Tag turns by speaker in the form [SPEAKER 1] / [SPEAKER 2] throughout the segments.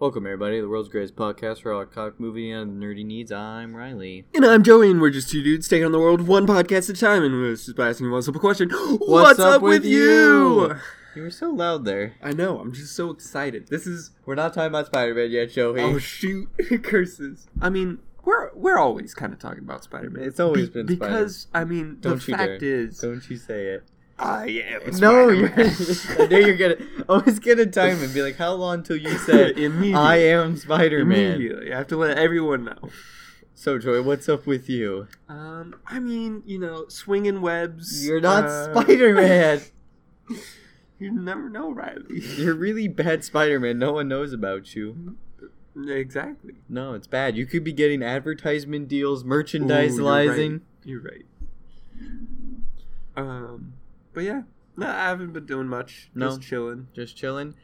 [SPEAKER 1] Welcome, everybody, to the world's greatest podcast for all comic movie and nerdy needs. I'm Riley.
[SPEAKER 2] And I'm Joey, and we're just two dudes taking on the world one podcast at a time, and we're just by asking one simple question: What's, up, with you?
[SPEAKER 1] You were so loud there.
[SPEAKER 2] I know. I'm just so excited. This is
[SPEAKER 1] We're not talking about Spider-Man yet, Joey.
[SPEAKER 2] oh shoot curses. I mean, we're we're always kind of talking about Spider-Man.
[SPEAKER 1] It's always
[SPEAKER 2] Be-
[SPEAKER 1] been
[SPEAKER 2] because I mean
[SPEAKER 1] Don't
[SPEAKER 2] the
[SPEAKER 1] you dare.
[SPEAKER 2] fact is
[SPEAKER 1] Don't you say it.
[SPEAKER 2] I am
[SPEAKER 1] No, you're,
[SPEAKER 2] Spider-Man.
[SPEAKER 1] I know you're gonna always get a time and be like, "How long till you said
[SPEAKER 2] Immediately.
[SPEAKER 1] I am Spider-Man?"
[SPEAKER 2] immediately. I have to let everyone know.
[SPEAKER 1] So, Joy, what's up with you?
[SPEAKER 2] Um, I mean, you know, swinging webs.
[SPEAKER 1] You're not
[SPEAKER 2] uh,
[SPEAKER 1] Spider-Man.
[SPEAKER 2] You never know, Riley.
[SPEAKER 1] you're really bad Spider-Man. No one knows about you.
[SPEAKER 2] exactly.
[SPEAKER 1] No, it's bad. You could be getting advertisement deals,
[SPEAKER 2] Ooh, you're right.
[SPEAKER 1] merchandising.
[SPEAKER 2] You're right. Um, but yeah, no, I haven't been doing much.
[SPEAKER 1] No.
[SPEAKER 2] Just chilling.
[SPEAKER 1] Just chilling.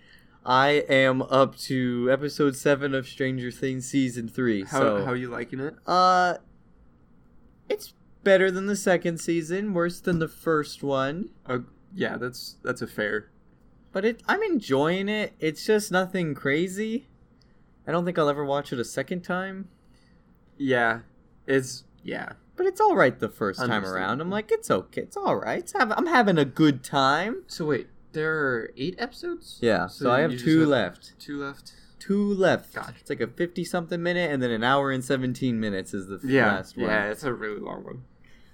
[SPEAKER 1] I am up to episode seven of Stranger Things season three.
[SPEAKER 2] How
[SPEAKER 1] so,
[SPEAKER 2] how you liking it?
[SPEAKER 1] uh, it's better than the second season, worse than the first one,
[SPEAKER 2] Uh, yeah, that's that's a fair.
[SPEAKER 1] but it I'm enjoying it. It's just nothing crazy. I don't think I'll ever watch it a second time,
[SPEAKER 2] Yeah, it's yeah.
[SPEAKER 1] but it's all right the first time around. I'm
[SPEAKER 2] Understandable.
[SPEAKER 1] like, it's okay, it's all right. It's have, I'm having a good time.
[SPEAKER 2] So wait, there are eight episodes.
[SPEAKER 1] Yeah, so, I have
[SPEAKER 2] you just
[SPEAKER 1] two left.
[SPEAKER 2] Two left.
[SPEAKER 1] two left.
[SPEAKER 2] Gotcha.
[SPEAKER 1] It's like a fifty-something minute, and then an hour and seventeen minutes is the f-
[SPEAKER 2] Yeah,
[SPEAKER 1] last one.
[SPEAKER 2] yeah, it's a really long one.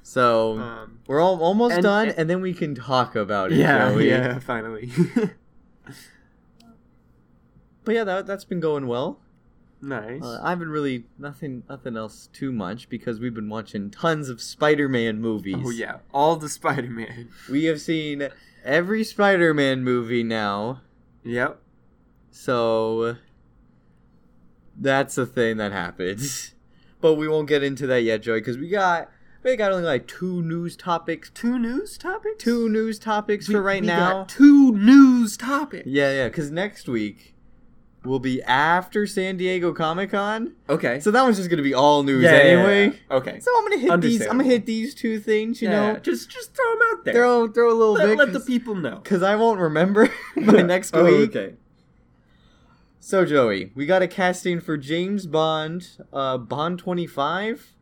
[SPEAKER 1] So
[SPEAKER 2] Um,
[SPEAKER 1] we're all, almost
[SPEAKER 2] and-
[SPEAKER 1] done,
[SPEAKER 2] and-
[SPEAKER 1] and then we can talk about it.
[SPEAKER 2] yeah,
[SPEAKER 1] shall we?
[SPEAKER 2] yeah, finally.
[SPEAKER 1] But yeah, that, that's been going well.
[SPEAKER 2] nice.
[SPEAKER 1] Uh, I haven't really nothing nothing else too much because we've been watching tons of Spider-Man movies.
[SPEAKER 2] oh yeah, all the Spider-Man.
[SPEAKER 1] we have seen every Spider-Man movie now.
[SPEAKER 2] Yep.
[SPEAKER 1] So that's a thing that happens. But we won't get into that yet, Joey, because we got we got only like two news topics,
[SPEAKER 2] Two news topics.
[SPEAKER 1] two news topics
[SPEAKER 2] We-
[SPEAKER 1] for right
[SPEAKER 2] we got
[SPEAKER 1] now.
[SPEAKER 2] two news topics.
[SPEAKER 1] yeah, yeah, because next week will be after San Diego Comic Con,
[SPEAKER 2] Okay.
[SPEAKER 1] so that one's just gonna be all news
[SPEAKER 2] Yeah, yeah,
[SPEAKER 1] anyway.
[SPEAKER 2] yeah. Okay.
[SPEAKER 1] So I'm gonna hit these. I'm gonna
[SPEAKER 2] Understandable.
[SPEAKER 1] hit these two things, you know.
[SPEAKER 2] just just throw them out there.
[SPEAKER 1] Throw throw a little
[SPEAKER 2] let,
[SPEAKER 1] bit.
[SPEAKER 2] let the
[SPEAKER 1] 'cause-
[SPEAKER 2] people know.
[SPEAKER 1] because I won't remember by next
[SPEAKER 2] Oh,
[SPEAKER 1] week.
[SPEAKER 2] okay.
[SPEAKER 1] So Joey, we got a casting for James Bond, uh, Bond twenty five,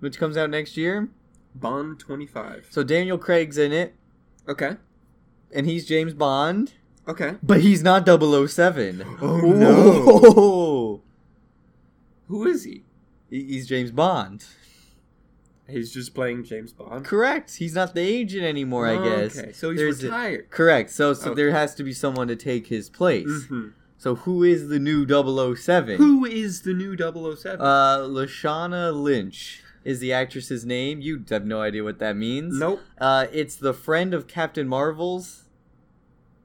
[SPEAKER 1] which comes out next year.
[SPEAKER 2] Bond twenty five.
[SPEAKER 1] So Daniel Craig's in it,
[SPEAKER 2] Okay.
[SPEAKER 1] and he's James Bond,
[SPEAKER 2] Okay.
[SPEAKER 1] but he's not 007.
[SPEAKER 2] Oh,
[SPEAKER 1] no!
[SPEAKER 2] Who is he?
[SPEAKER 1] He's James Bond.
[SPEAKER 2] He's just playing James Bond.
[SPEAKER 1] Correct. He's not the agent anymore, I guess.
[SPEAKER 2] Oh, Okay. So he's
[SPEAKER 1] There's a-
[SPEAKER 2] retired.
[SPEAKER 1] Correct. So, so
[SPEAKER 2] Okay.
[SPEAKER 1] there has to be someone to take his place.
[SPEAKER 2] Mhm.
[SPEAKER 1] So who is the new 007?
[SPEAKER 2] Who is the new 007?
[SPEAKER 1] Uh, Lashana Lynch is the actress's name. You have no idea what that means.
[SPEAKER 2] nope.
[SPEAKER 1] Uh, it's the friend of Captain Marvel's,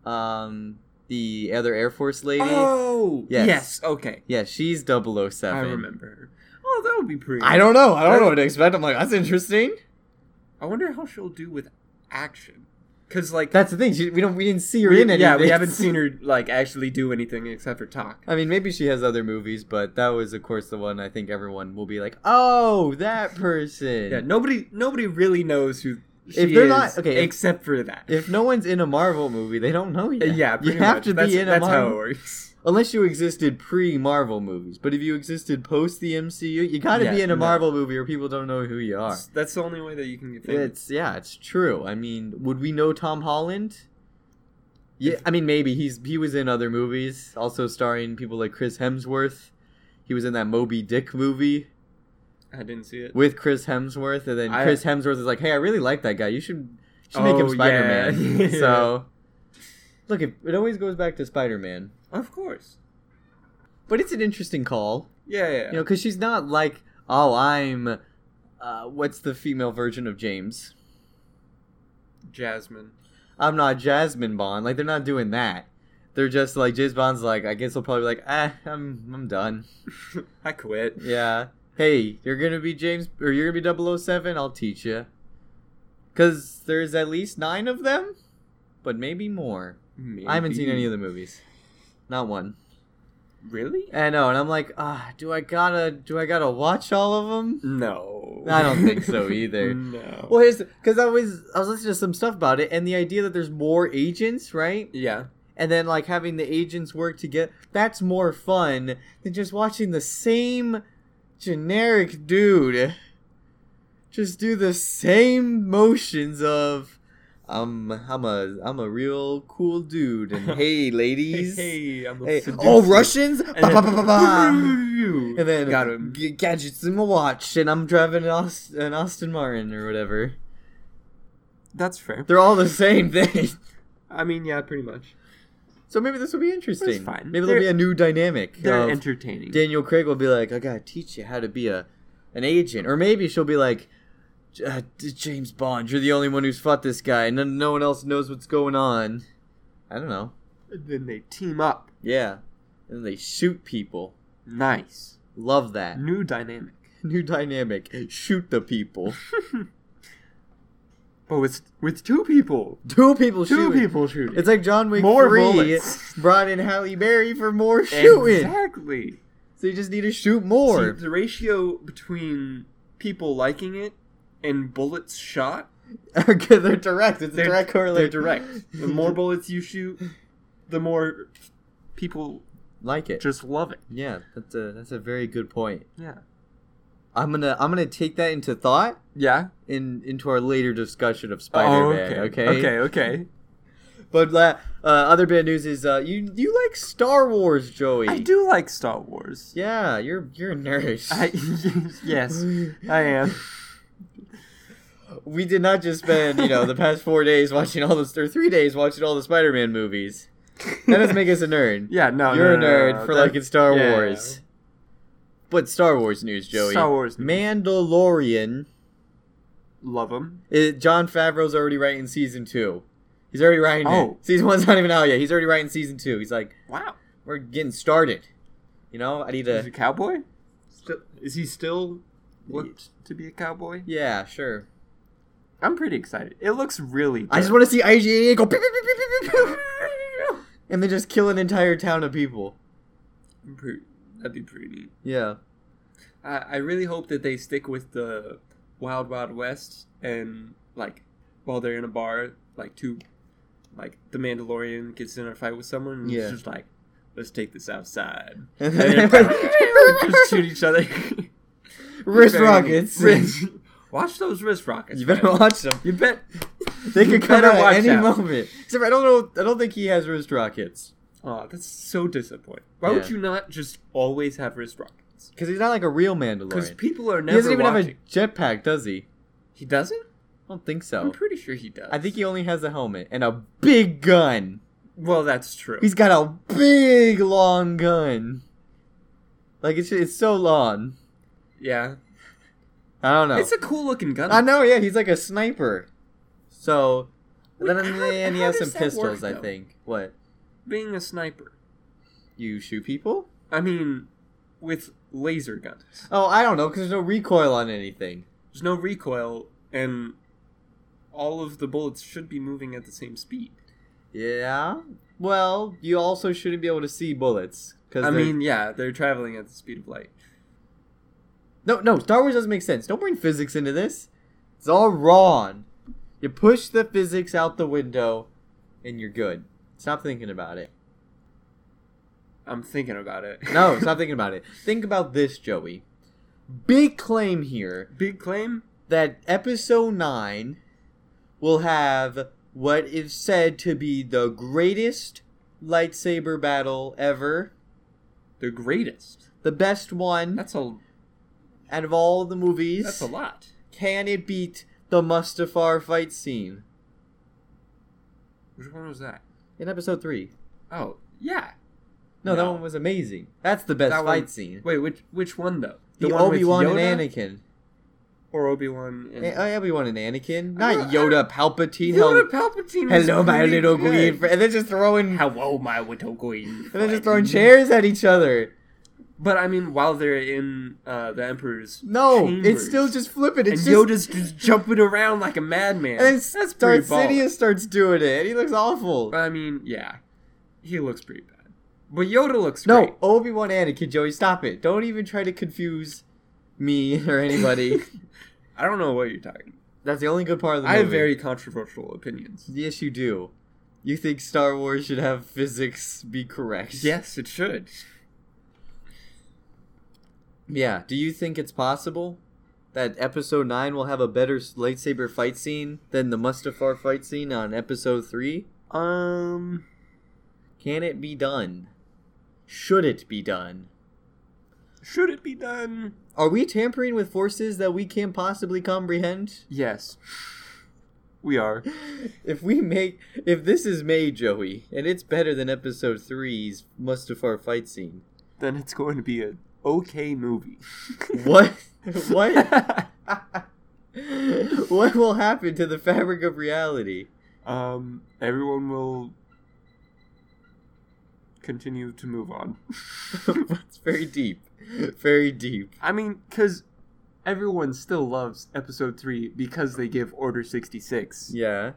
[SPEAKER 1] um, the other Air Force lady.
[SPEAKER 2] Oh.
[SPEAKER 1] Yes.
[SPEAKER 2] Yes. Okay.
[SPEAKER 1] Yeah, she's 007.
[SPEAKER 2] I remember her. Oh, that would be pretty.
[SPEAKER 1] I don't know. I don't know what to expect. I'm like, that's interesting.
[SPEAKER 2] I wonder how she'll do with action. Cause like
[SPEAKER 1] That's the thing. She, we don't. We didn't see her in anything.
[SPEAKER 2] yeah, we haven't seen her like actually do anything except for talk.
[SPEAKER 1] I mean, maybe she has other movies, but that was, of course, the one I think everyone will be like, "Oh, that person."
[SPEAKER 2] Yeah, nobody nobody really knows who she
[SPEAKER 1] If they're
[SPEAKER 2] is
[SPEAKER 1] not- okay, if-
[SPEAKER 2] except for that.
[SPEAKER 1] If no one's in a Marvel movie, they don't know
[SPEAKER 2] Uh,
[SPEAKER 1] yet.
[SPEAKER 2] yeah,
[SPEAKER 1] you
[SPEAKER 2] pretty
[SPEAKER 1] have
[SPEAKER 2] much.
[SPEAKER 1] to
[SPEAKER 2] that's,
[SPEAKER 1] be in a
[SPEAKER 2] that's
[SPEAKER 1] Marvel.
[SPEAKER 2] how it works.
[SPEAKER 1] unless you existed pre-Marvel movies. But if you existed post the MCU, you got to
[SPEAKER 2] Yeah,
[SPEAKER 1] be in a
[SPEAKER 2] no.
[SPEAKER 1] Marvel movie or people don't know who you are.
[SPEAKER 2] It's- That's the only way that you can get famous.
[SPEAKER 1] It's yeah, it's true. I mean, would we know Tom Holland? Yeah, I mean maybe he's he was in other movies, also starring people like Chris Hemsworth. He was in that Moby Dick movie
[SPEAKER 2] I didn't see it.
[SPEAKER 1] with Chris Hemsworth, and then
[SPEAKER 2] I-
[SPEAKER 1] Chris Hemsworth is like, "Hey, I really like that guy. You should, you should make him
[SPEAKER 2] Oh,
[SPEAKER 1] Spider Man."
[SPEAKER 2] yeah.
[SPEAKER 1] so, look, it, it always goes back to Spider Man,
[SPEAKER 2] Of course.
[SPEAKER 1] but it's an interesting call.
[SPEAKER 2] Yeah, yeah.
[SPEAKER 1] You know, because she's not like, oh, I'm, uh, what's the female version of James?
[SPEAKER 2] Jasmine.
[SPEAKER 1] I'm not Jasmine Bond. Like, they're not doing that. They're just like, James Bond's like, I guess he'll probably be like, ah, I'm, I'm done.
[SPEAKER 2] I quit.
[SPEAKER 1] Yeah. Hey, you're going to be James, or you're going to be 007, I'll teach you. Because there's at least nine of them, but maybe more. I haven't seen any of the movies. Not one.
[SPEAKER 2] Really?
[SPEAKER 1] I know, and I'm like, ah, do I gotta, do I gotta watch all of them?
[SPEAKER 2] No.
[SPEAKER 1] I don't think so either.
[SPEAKER 2] no.
[SPEAKER 1] Well, here's because I was I was listening to some stuff about it, and the idea that there's more agents, right?
[SPEAKER 2] yeah.
[SPEAKER 1] and then like having the agents work together that's more fun than just watching the same generic dude just do the same motions of um I'm a I'm a real cool dude and hey ladies
[SPEAKER 2] Hey, I'm a
[SPEAKER 1] Hey,
[SPEAKER 2] seducer.
[SPEAKER 1] oh Russians!
[SPEAKER 2] And then-
[SPEAKER 1] Ba-ba-ba-ba-ba. And then
[SPEAKER 2] Got him.
[SPEAKER 1] g- gadgets in my watch, and I'm driving an, Aust- an Austin Martin or whatever.
[SPEAKER 2] That's fair.
[SPEAKER 1] They're all the same thing.
[SPEAKER 2] I mean, yeah, pretty much.
[SPEAKER 1] So maybe this will be interesting.
[SPEAKER 2] That's fine.
[SPEAKER 1] Maybe there'll be
[SPEAKER 2] They're-
[SPEAKER 1] a new dynamic.
[SPEAKER 2] They're
[SPEAKER 1] of
[SPEAKER 2] entertaining.
[SPEAKER 1] Daniel Craig will be like, I gotta teach you how to be a an agent, or maybe she'll be like, "J- uh, D- James Bond, you're the only one who's fought this guy, and no, no one else knows what's going on. I don't know.
[SPEAKER 2] then they team up.
[SPEAKER 1] Yeah, and they shoot people.
[SPEAKER 2] Nice.
[SPEAKER 1] Love that.
[SPEAKER 2] New dynamic.
[SPEAKER 1] new dynamic shoot the people
[SPEAKER 2] But with with two people.
[SPEAKER 1] two people
[SPEAKER 2] Two
[SPEAKER 1] shooting
[SPEAKER 2] people shooting.
[SPEAKER 1] it's like john wick
[SPEAKER 2] More
[SPEAKER 1] 3
[SPEAKER 2] bullets.
[SPEAKER 1] brought in halle berry for more shooting
[SPEAKER 2] Exactly.
[SPEAKER 1] so you just need to shoot
[SPEAKER 2] Or
[SPEAKER 1] more
[SPEAKER 2] the ratio between people liking it and bullets shot,
[SPEAKER 1] Okay, they're direct it's a
[SPEAKER 2] They're-
[SPEAKER 1] direct
[SPEAKER 2] they're
[SPEAKER 1] correlation
[SPEAKER 2] direct. The more bullets you shoot, the more people
[SPEAKER 1] like it
[SPEAKER 2] just love it.
[SPEAKER 1] yeah that's a that's a very good point
[SPEAKER 2] Yeah.
[SPEAKER 1] i'm gonna i'm gonna take that into thought
[SPEAKER 2] Yeah. Oh,
[SPEAKER 1] in into our later discussion of spider-man okay
[SPEAKER 2] Okay. Okay.
[SPEAKER 1] but la- uh, other bad news is uh you you like star wars joey
[SPEAKER 2] I do like Star Wars.
[SPEAKER 1] yeah you're you're a nerd
[SPEAKER 2] I, yes, I am.
[SPEAKER 1] We did not just spend, you know, the past four days watching all the, or three days watching all the Spider-Man movies. That doesn't make us a nerd.
[SPEAKER 2] Yeah, no,
[SPEAKER 1] You're
[SPEAKER 2] no,
[SPEAKER 1] a
[SPEAKER 2] no, no,
[SPEAKER 1] nerd
[SPEAKER 2] no,
[SPEAKER 1] for
[SPEAKER 2] that-
[SPEAKER 1] liking Star
[SPEAKER 2] yeah.
[SPEAKER 1] Wars. But Star Wars news, Joey.
[SPEAKER 2] Star Wars news.
[SPEAKER 1] Mandalorian.
[SPEAKER 2] Love them.
[SPEAKER 1] It, John Favreau's already writing season two. He's already writing
[SPEAKER 2] Oh.
[SPEAKER 1] it. Season one's not even out yet. He's already writing season two. He's like,
[SPEAKER 2] Wow.
[SPEAKER 1] we're getting started. You know, I need
[SPEAKER 2] Is he
[SPEAKER 1] to.
[SPEAKER 2] a cowboy? Still, is he still looked to be a cowboy?
[SPEAKER 1] Yeah, sure.
[SPEAKER 2] I'm pretty excited. It looks really. Good.
[SPEAKER 1] I just want to see IGA go. Pew, pew, pew, pew, pew, pew, pew, and then just kill an entire town of people.
[SPEAKER 2] I'm pretty- That'd be pretty neat.
[SPEAKER 1] Yeah.
[SPEAKER 2] I, I really hope that they stick with the Wild Wild West and like while they're in a bar, like two, like the Mandalorian gets in a fight with someone and
[SPEAKER 1] Yeah.
[SPEAKER 2] it's just like, let's take this outside.
[SPEAKER 1] And
[SPEAKER 2] And then just shoot each other.
[SPEAKER 1] Wrist
[SPEAKER 2] Very-
[SPEAKER 1] rockets.
[SPEAKER 2] wrist- Watch those wrist rockets.
[SPEAKER 1] You better
[SPEAKER 2] man.
[SPEAKER 1] watch them.
[SPEAKER 2] You bet.
[SPEAKER 1] They
[SPEAKER 2] You
[SPEAKER 1] could come
[SPEAKER 2] better
[SPEAKER 1] out at
[SPEAKER 2] watch
[SPEAKER 1] any
[SPEAKER 2] out.
[SPEAKER 1] moment. Except I don't know. I don't think he has wrist rockets
[SPEAKER 2] Oh, that's so disappointing. Why would
[SPEAKER 1] Yeah.
[SPEAKER 2] you not just always have wrist rockets?
[SPEAKER 1] because he's not like a real
[SPEAKER 2] Because
[SPEAKER 1] Mandalorian.
[SPEAKER 2] people are
[SPEAKER 1] He doesn't
[SPEAKER 2] never
[SPEAKER 1] even
[SPEAKER 2] watching.
[SPEAKER 1] have a jetpack, does he?
[SPEAKER 2] He doesn't.
[SPEAKER 1] I don't think
[SPEAKER 2] I'm
[SPEAKER 1] so.
[SPEAKER 2] pretty sure he does.
[SPEAKER 1] I think he only has a helmet and a big gun.
[SPEAKER 2] Well, that's true.
[SPEAKER 1] He's got a big long gun. Like it's it's so long.
[SPEAKER 2] yeah.
[SPEAKER 1] I don't know.
[SPEAKER 2] It's a cool looking gun.
[SPEAKER 1] I know, yeah, he's like a sniper. So, and then
[SPEAKER 2] Wait, how-
[SPEAKER 1] and he
[SPEAKER 2] how
[SPEAKER 1] has some
[SPEAKER 2] does that
[SPEAKER 1] pistols,
[SPEAKER 2] work,
[SPEAKER 1] I
[SPEAKER 2] though?
[SPEAKER 1] think. What?
[SPEAKER 2] Being a sniper.
[SPEAKER 1] You shoot people?
[SPEAKER 2] I mean, with laser guns.
[SPEAKER 1] Oh, I don't know, because there's no recoil on anything.
[SPEAKER 2] There's no recoil, and all of the bullets should be moving at the same speed.
[SPEAKER 1] Yeah. Well, you also shouldn't be able to see bullets. Cause
[SPEAKER 2] I
[SPEAKER 1] they're-
[SPEAKER 2] mean, yeah, they're traveling at the speed of light.
[SPEAKER 1] no, no, Star Wars doesn't make sense. Don't bring physics into this. It's all wrong. You push the physics out the window, and you're good. Stop thinking about it.
[SPEAKER 2] I'm thinking about it.
[SPEAKER 1] No, stop thinking about it. Think about this, Joey. Big claim here.
[SPEAKER 2] Big claim?
[SPEAKER 1] that episode 9 will have what is said to be the greatest lightsaber battle ever,
[SPEAKER 2] The greatest.
[SPEAKER 1] the best one
[SPEAKER 2] That's a
[SPEAKER 1] out of all the movies.
[SPEAKER 2] that's a lot.
[SPEAKER 1] Can it beat the Mustafar fight scene
[SPEAKER 2] Which one was that?
[SPEAKER 1] in episode 3?
[SPEAKER 2] Oh, yeah.
[SPEAKER 1] No, that
[SPEAKER 2] No.
[SPEAKER 1] one was amazing. That's the best
[SPEAKER 2] That one-
[SPEAKER 1] fight scene.
[SPEAKER 2] Wait, which which one though?
[SPEAKER 1] The,
[SPEAKER 2] one with
[SPEAKER 1] Obi-Wan
[SPEAKER 2] Yoda?
[SPEAKER 1] and Anakin. Eh, uh,
[SPEAKER 2] or Obi Wan and
[SPEAKER 1] A- Obi-Wan and Anakin.
[SPEAKER 2] I
[SPEAKER 1] Not
[SPEAKER 2] don't- I-
[SPEAKER 1] Yoda, Palpatine. Yoda,
[SPEAKER 2] Yoda Palpatine. was
[SPEAKER 1] Hello, my
[SPEAKER 2] pretty
[SPEAKER 1] little
[SPEAKER 2] good.
[SPEAKER 1] green friend. And they're just throwing, and
[SPEAKER 2] Hello, my little queen.
[SPEAKER 1] they're just throwing chairs at each other.
[SPEAKER 2] But I mean, while they're in uh, the Emperor's
[SPEAKER 1] No, it's
[SPEAKER 2] chambers,
[SPEAKER 1] still just flipping.
[SPEAKER 2] and
[SPEAKER 1] It's just,
[SPEAKER 2] Yoda's just jumping around like a madman.
[SPEAKER 1] and then
[SPEAKER 2] That's
[SPEAKER 1] Darth
[SPEAKER 2] pretty ballsy.
[SPEAKER 1] Sidious starts doing it, and he looks awful.
[SPEAKER 2] I mean, yeah, he looks pretty bad, but Yoda looks
[SPEAKER 1] no,
[SPEAKER 2] great.
[SPEAKER 1] Obi Wan, Anakin, Joey, stop it! Don't even try to confuse me or anybody.
[SPEAKER 2] I don't know what you're talking.
[SPEAKER 1] That's the only good part of the
[SPEAKER 2] about. I
[SPEAKER 1] movie.
[SPEAKER 2] have very controversial opinions.
[SPEAKER 1] yes, you do. You think Star Wars should have physics be correct?
[SPEAKER 2] Yes, it should.
[SPEAKER 1] Yeah. Do you think it's possible that Episode Nine will have a better s- lightsaber fight scene than the Mustafar fight scene on Episode Three?
[SPEAKER 2] Um,
[SPEAKER 1] Can it be done? Should it be done?
[SPEAKER 2] should it be done?
[SPEAKER 1] Are we tampering with forces that we can't possibly comprehend?
[SPEAKER 2] Yes. We are.
[SPEAKER 1] If we make, if this is made, Joey, and it's better than Episode Three's Mustafar fight scene,
[SPEAKER 2] Then it's going to be a okay movie.
[SPEAKER 1] what, what, what will happen to the fabric of reality?
[SPEAKER 2] um, everyone will continue to move on.
[SPEAKER 1] it's very deep, very deep.
[SPEAKER 2] I mean, because everyone still loves episode 3 because they give Order 66.
[SPEAKER 1] Yeah,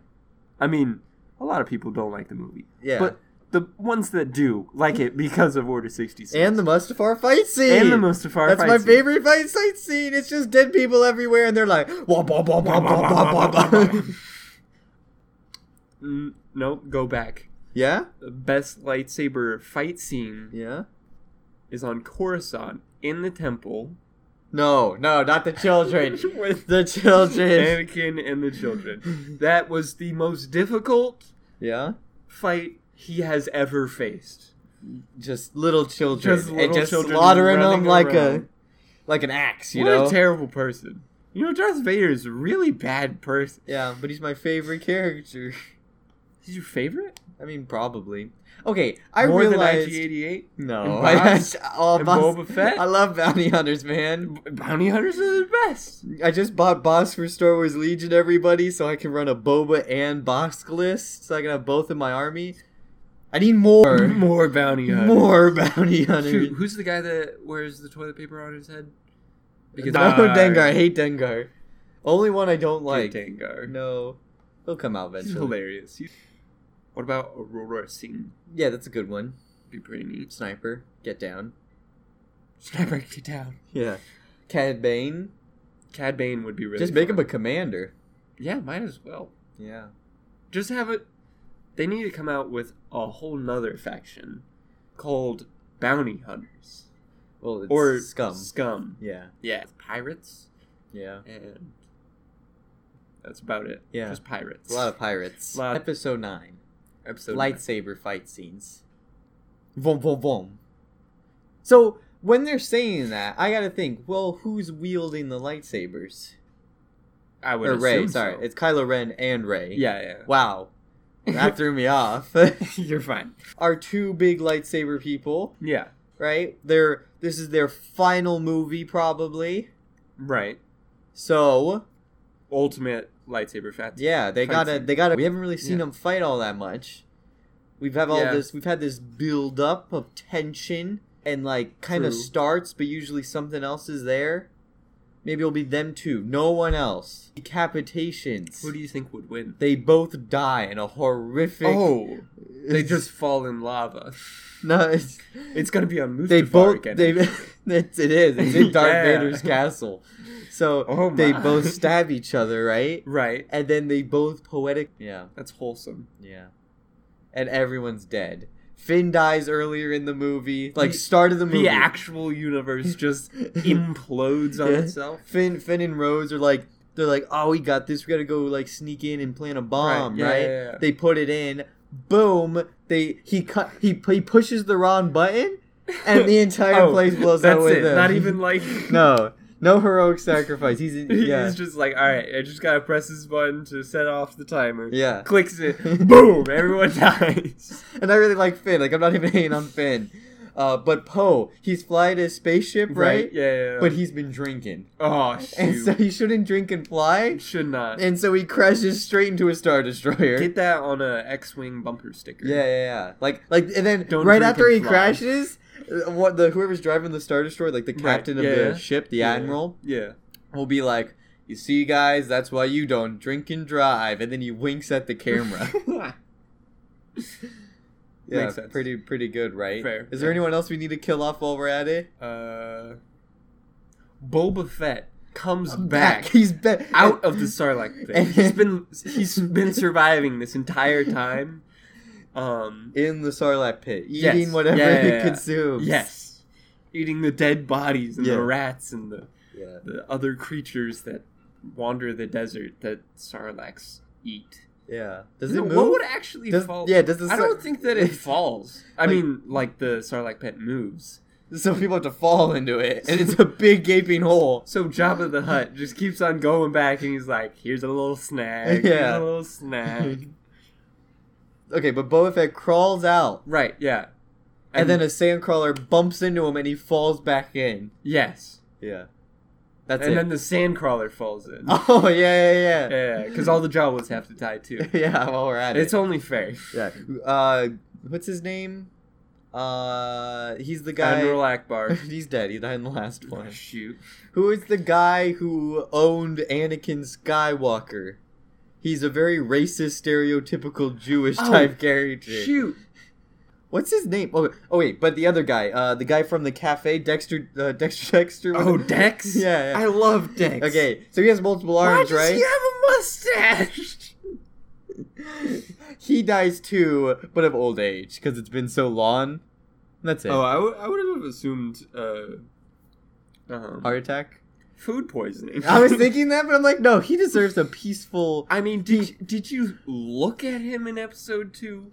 [SPEAKER 2] I mean, a lot of people don't like the movie.
[SPEAKER 1] yeah.
[SPEAKER 2] But the ones that do like it because of Order 66.
[SPEAKER 1] and the Mustafar fight scene.
[SPEAKER 2] and the Mustafar
[SPEAKER 1] That's
[SPEAKER 2] fight
[SPEAKER 1] my
[SPEAKER 2] scene.
[SPEAKER 1] favorite fight sight scene. It's just dead people everywhere, and they're like, wah, wah, wah, wah, wah, wah, wah, wah."
[SPEAKER 2] Mm, no, go back.
[SPEAKER 1] yeah,
[SPEAKER 2] The best lightsaber fight scene
[SPEAKER 1] yeah.
[SPEAKER 2] is on Coruscant in the temple.
[SPEAKER 1] No, no, not the children.
[SPEAKER 2] with
[SPEAKER 1] the children.
[SPEAKER 2] Anakin and the children. That was the most difficult
[SPEAKER 1] Yeah,
[SPEAKER 2] fight he has ever faced.
[SPEAKER 1] just little children,
[SPEAKER 2] Just little
[SPEAKER 1] Oh, and just
[SPEAKER 2] children
[SPEAKER 1] slaughtering them
[SPEAKER 2] running
[SPEAKER 1] like a
[SPEAKER 2] around.
[SPEAKER 1] like an axe. You
[SPEAKER 2] what
[SPEAKER 1] know.
[SPEAKER 2] a terrible person. You know, Darth Vader is a really bad person.
[SPEAKER 1] yeah, but he's my favorite character.
[SPEAKER 2] Is your favorite?
[SPEAKER 1] I mean, probably. Okay, I
[SPEAKER 2] More
[SPEAKER 1] realized.
[SPEAKER 2] than 1988?
[SPEAKER 1] no,
[SPEAKER 2] And
[SPEAKER 1] I,
[SPEAKER 2] Boss?
[SPEAKER 1] all
[SPEAKER 2] And
[SPEAKER 1] Boss-
[SPEAKER 2] Boba Fett?
[SPEAKER 1] I love bounty hunters, man.
[SPEAKER 2] Bounty Hunters are the best.
[SPEAKER 1] I just bought Boss for Star Wars Legion, everybody, so I can run a Boba and Bosk list, so I can have both in my army. I need more,
[SPEAKER 2] More Bounty Hunters.
[SPEAKER 1] more bounty hunters.
[SPEAKER 2] Shoot, who's the guy that wears the toilet paper on his head?
[SPEAKER 1] Because no, Dengar. I hate Dengar. Only one I don't like.
[SPEAKER 2] Dengar.
[SPEAKER 1] No, he'll come out
[SPEAKER 2] He's
[SPEAKER 1] eventually.
[SPEAKER 2] hilarious. He's- What about Aurora Singh?
[SPEAKER 1] Yeah, that's a good one.
[SPEAKER 2] Be pretty neat.
[SPEAKER 1] Sniper, get down.
[SPEAKER 2] Sniper, get down.
[SPEAKER 1] Yeah, Cad Bane.
[SPEAKER 2] Cad Bane would be really.
[SPEAKER 1] just make
[SPEAKER 2] fun.
[SPEAKER 1] him a commander.
[SPEAKER 2] Yeah, might as well.
[SPEAKER 1] Yeah.
[SPEAKER 2] Just have it. They need to come out with a whole nother faction called Bounty Hunters
[SPEAKER 1] Well, it's
[SPEAKER 2] or
[SPEAKER 1] scum.
[SPEAKER 2] Scum.
[SPEAKER 1] Yeah.
[SPEAKER 2] Yeah, pirates,
[SPEAKER 1] Yeah.
[SPEAKER 2] and that's about it.
[SPEAKER 1] Yeah.
[SPEAKER 2] just pirates.
[SPEAKER 1] A lot of pirates.
[SPEAKER 2] Lot-
[SPEAKER 1] Episode nine.
[SPEAKER 2] episode
[SPEAKER 1] lightsaber fight scenes. Vom vom vom. So when they're saying that, I gotta think. Well, who's wielding the lightsabers?
[SPEAKER 2] I would
[SPEAKER 1] Or Ray?
[SPEAKER 2] assume
[SPEAKER 1] Sorry,
[SPEAKER 2] so.
[SPEAKER 1] it's Kylo Ren and Ray.
[SPEAKER 2] yeah, yeah.
[SPEAKER 1] Wow, that threw me off.
[SPEAKER 2] You're fine.
[SPEAKER 1] Our two big lightsaber people,
[SPEAKER 2] Yeah,
[SPEAKER 1] right? They're this is their final movie probably.
[SPEAKER 2] right.
[SPEAKER 1] So
[SPEAKER 2] Ultimate lightsaber fat.
[SPEAKER 1] yeah, they
[SPEAKER 2] Fight
[SPEAKER 1] gotta
[SPEAKER 2] scene.
[SPEAKER 1] they gotta. We haven't really seen
[SPEAKER 2] Yeah.
[SPEAKER 1] them fight all that much. We've have all
[SPEAKER 2] Yeah.
[SPEAKER 1] this. We've had this build up of tension and like kind of
[SPEAKER 2] True.
[SPEAKER 1] starts, but usually something else is there. Maybe it'll be them two. No one else. Decapitations.
[SPEAKER 2] Who do you think would win?
[SPEAKER 1] they both die in a horrific.
[SPEAKER 2] Oh, they just fall in lava.
[SPEAKER 1] no. It's,
[SPEAKER 2] It's gonna be on Mustafar
[SPEAKER 1] they both.
[SPEAKER 2] again.
[SPEAKER 1] They. it's, it is. It's in Darth
[SPEAKER 2] Yeah.
[SPEAKER 1] Vader's castle. So
[SPEAKER 2] Oh
[SPEAKER 1] they
[SPEAKER 2] my.
[SPEAKER 1] both stab each other, right?
[SPEAKER 2] right.
[SPEAKER 1] And then they both poetic. Yeah.
[SPEAKER 2] That's wholesome.
[SPEAKER 1] Yeah. And everyone's dead. Finn dies earlier in the movie. Like
[SPEAKER 2] The-
[SPEAKER 1] start of the movie.
[SPEAKER 2] The actual universe just implodes on
[SPEAKER 1] Yeah.
[SPEAKER 2] itself.
[SPEAKER 1] Finn Finn and Rose are like they're like, "Oh, we got this. We got to go like sneak in and plant a bomb, right?"
[SPEAKER 2] yeah, yeah, yeah.
[SPEAKER 1] They put it in. Boom. They he cut he he pushes the wrong button and the entire
[SPEAKER 2] Oh,
[SPEAKER 1] place blows
[SPEAKER 2] that's
[SPEAKER 1] up with
[SPEAKER 2] it.
[SPEAKER 1] him.
[SPEAKER 2] Not even like
[SPEAKER 1] No. No heroic sacrifice. He's in,
[SPEAKER 2] He's
[SPEAKER 1] yeah.
[SPEAKER 2] just like, all right, I just gotta press this button to set off the timer.
[SPEAKER 1] yeah.
[SPEAKER 2] Clicks it, boom! Everyone dies.
[SPEAKER 1] And I really like Finn. Like I'm not even hating on Finn. Uh, but Poe, he's flying his spaceship, right?
[SPEAKER 2] Yeah. yeah, yeah.
[SPEAKER 1] But he's been drinking.
[SPEAKER 2] oh
[SPEAKER 1] And
[SPEAKER 2] shoot,
[SPEAKER 1] so he shouldn't drink and fly.
[SPEAKER 2] should not
[SPEAKER 1] And so he crashes straight into a star destroyer.
[SPEAKER 2] get that on a X-wing bumper sticker.
[SPEAKER 1] yeah, yeah, yeah. Like, like, and then
[SPEAKER 2] Don't
[SPEAKER 1] right
[SPEAKER 2] drink
[SPEAKER 1] after
[SPEAKER 2] and
[SPEAKER 1] he
[SPEAKER 2] fly.
[SPEAKER 1] crashes, uh, what the whoever's driving the star destroyer, like the
[SPEAKER 2] Right,
[SPEAKER 1] captain of
[SPEAKER 2] yeah.
[SPEAKER 1] the ship, the
[SPEAKER 2] Yeah.
[SPEAKER 1] admiral,
[SPEAKER 2] yeah.
[SPEAKER 1] will be like, "You see, guys, that's why you don't drink and drive." And then he winks at the camera. yeah,
[SPEAKER 2] Makes sense.
[SPEAKER 1] pretty, pretty good, right?
[SPEAKER 2] Fair,
[SPEAKER 1] Is there
[SPEAKER 2] yeah.
[SPEAKER 1] anyone else we need to kill off while we're at it?
[SPEAKER 2] uh, Boba Fett comes
[SPEAKER 1] Back,
[SPEAKER 2] back
[SPEAKER 1] he's back
[SPEAKER 2] out of the Sarlacc pit. He's been he's been surviving this entire time, Um,
[SPEAKER 1] in the Sarlacc pit, eating
[SPEAKER 2] Yes.
[SPEAKER 1] whatever
[SPEAKER 2] Yeah, yeah,
[SPEAKER 1] it
[SPEAKER 2] yeah.
[SPEAKER 1] consumes.
[SPEAKER 2] yes, eating the dead bodies and
[SPEAKER 1] Yeah.
[SPEAKER 2] the rats and the,
[SPEAKER 1] Yeah.
[SPEAKER 2] the other creatures that wander the desert that Sarlaccs eat.
[SPEAKER 1] Yeah. Does
[SPEAKER 2] You
[SPEAKER 1] it
[SPEAKER 2] know,
[SPEAKER 1] move?
[SPEAKER 2] What would actually
[SPEAKER 1] Does-
[SPEAKER 2] fall?
[SPEAKER 1] yeah, does the
[SPEAKER 2] I
[SPEAKER 1] Sar-
[SPEAKER 2] don't think that it falls. I
[SPEAKER 1] Like-
[SPEAKER 2] mean, like the Sarlacc pit moves.
[SPEAKER 1] So people have to fall into it, and it's a big gaping hole.
[SPEAKER 2] So Jabba the Hutt just keeps on going back, and he's like, "Here's a little snag.
[SPEAKER 1] Yeah.
[SPEAKER 2] Here's a little snag."
[SPEAKER 1] Okay, but Boba Fett crawls out,
[SPEAKER 2] right? Yeah.
[SPEAKER 1] and, then a sandcrawler bumps into him, and he falls back in.
[SPEAKER 2] yes,
[SPEAKER 1] Yeah. That's
[SPEAKER 2] and
[SPEAKER 1] it.
[SPEAKER 2] then the sandcrawler falls in.
[SPEAKER 1] oh yeah, yeah, yeah.
[SPEAKER 2] Yeah, because all the Jawas have to die too.
[SPEAKER 1] yeah, while we're at it.
[SPEAKER 2] It's only fair.
[SPEAKER 1] Yeah. Uh, what's his name? Uh, he's the guy.
[SPEAKER 2] Admiral Akbar.
[SPEAKER 1] he's dead. He died in the last
[SPEAKER 2] Oh,
[SPEAKER 1] one.
[SPEAKER 2] shoot.
[SPEAKER 1] Who is the guy who owned Anakin Skywalker? He's a very racist, stereotypical Jewish
[SPEAKER 2] Oh,
[SPEAKER 1] type character.
[SPEAKER 2] Shoot.
[SPEAKER 1] What's his name? Oh, oh wait, but the other guy, uh, the guy from the cafe, Dexter, uh, Dexter, Dexter.
[SPEAKER 2] Oh, Dex.
[SPEAKER 1] Yeah, yeah.
[SPEAKER 2] I love Dex.
[SPEAKER 1] Okay, so he has multiple
[SPEAKER 2] Why
[SPEAKER 1] arms,
[SPEAKER 2] does
[SPEAKER 1] right?
[SPEAKER 2] he have a mustache?
[SPEAKER 1] he dies too, but of old age because it's been so long. That's it.
[SPEAKER 3] Oh, I would have assumed. Uh,
[SPEAKER 2] Um,
[SPEAKER 1] Heart attack.
[SPEAKER 2] food poisoning.
[SPEAKER 1] I was thinking that, but I'm like, no, he deserves a peaceful.
[SPEAKER 2] I mean, did did you look at him in episode two?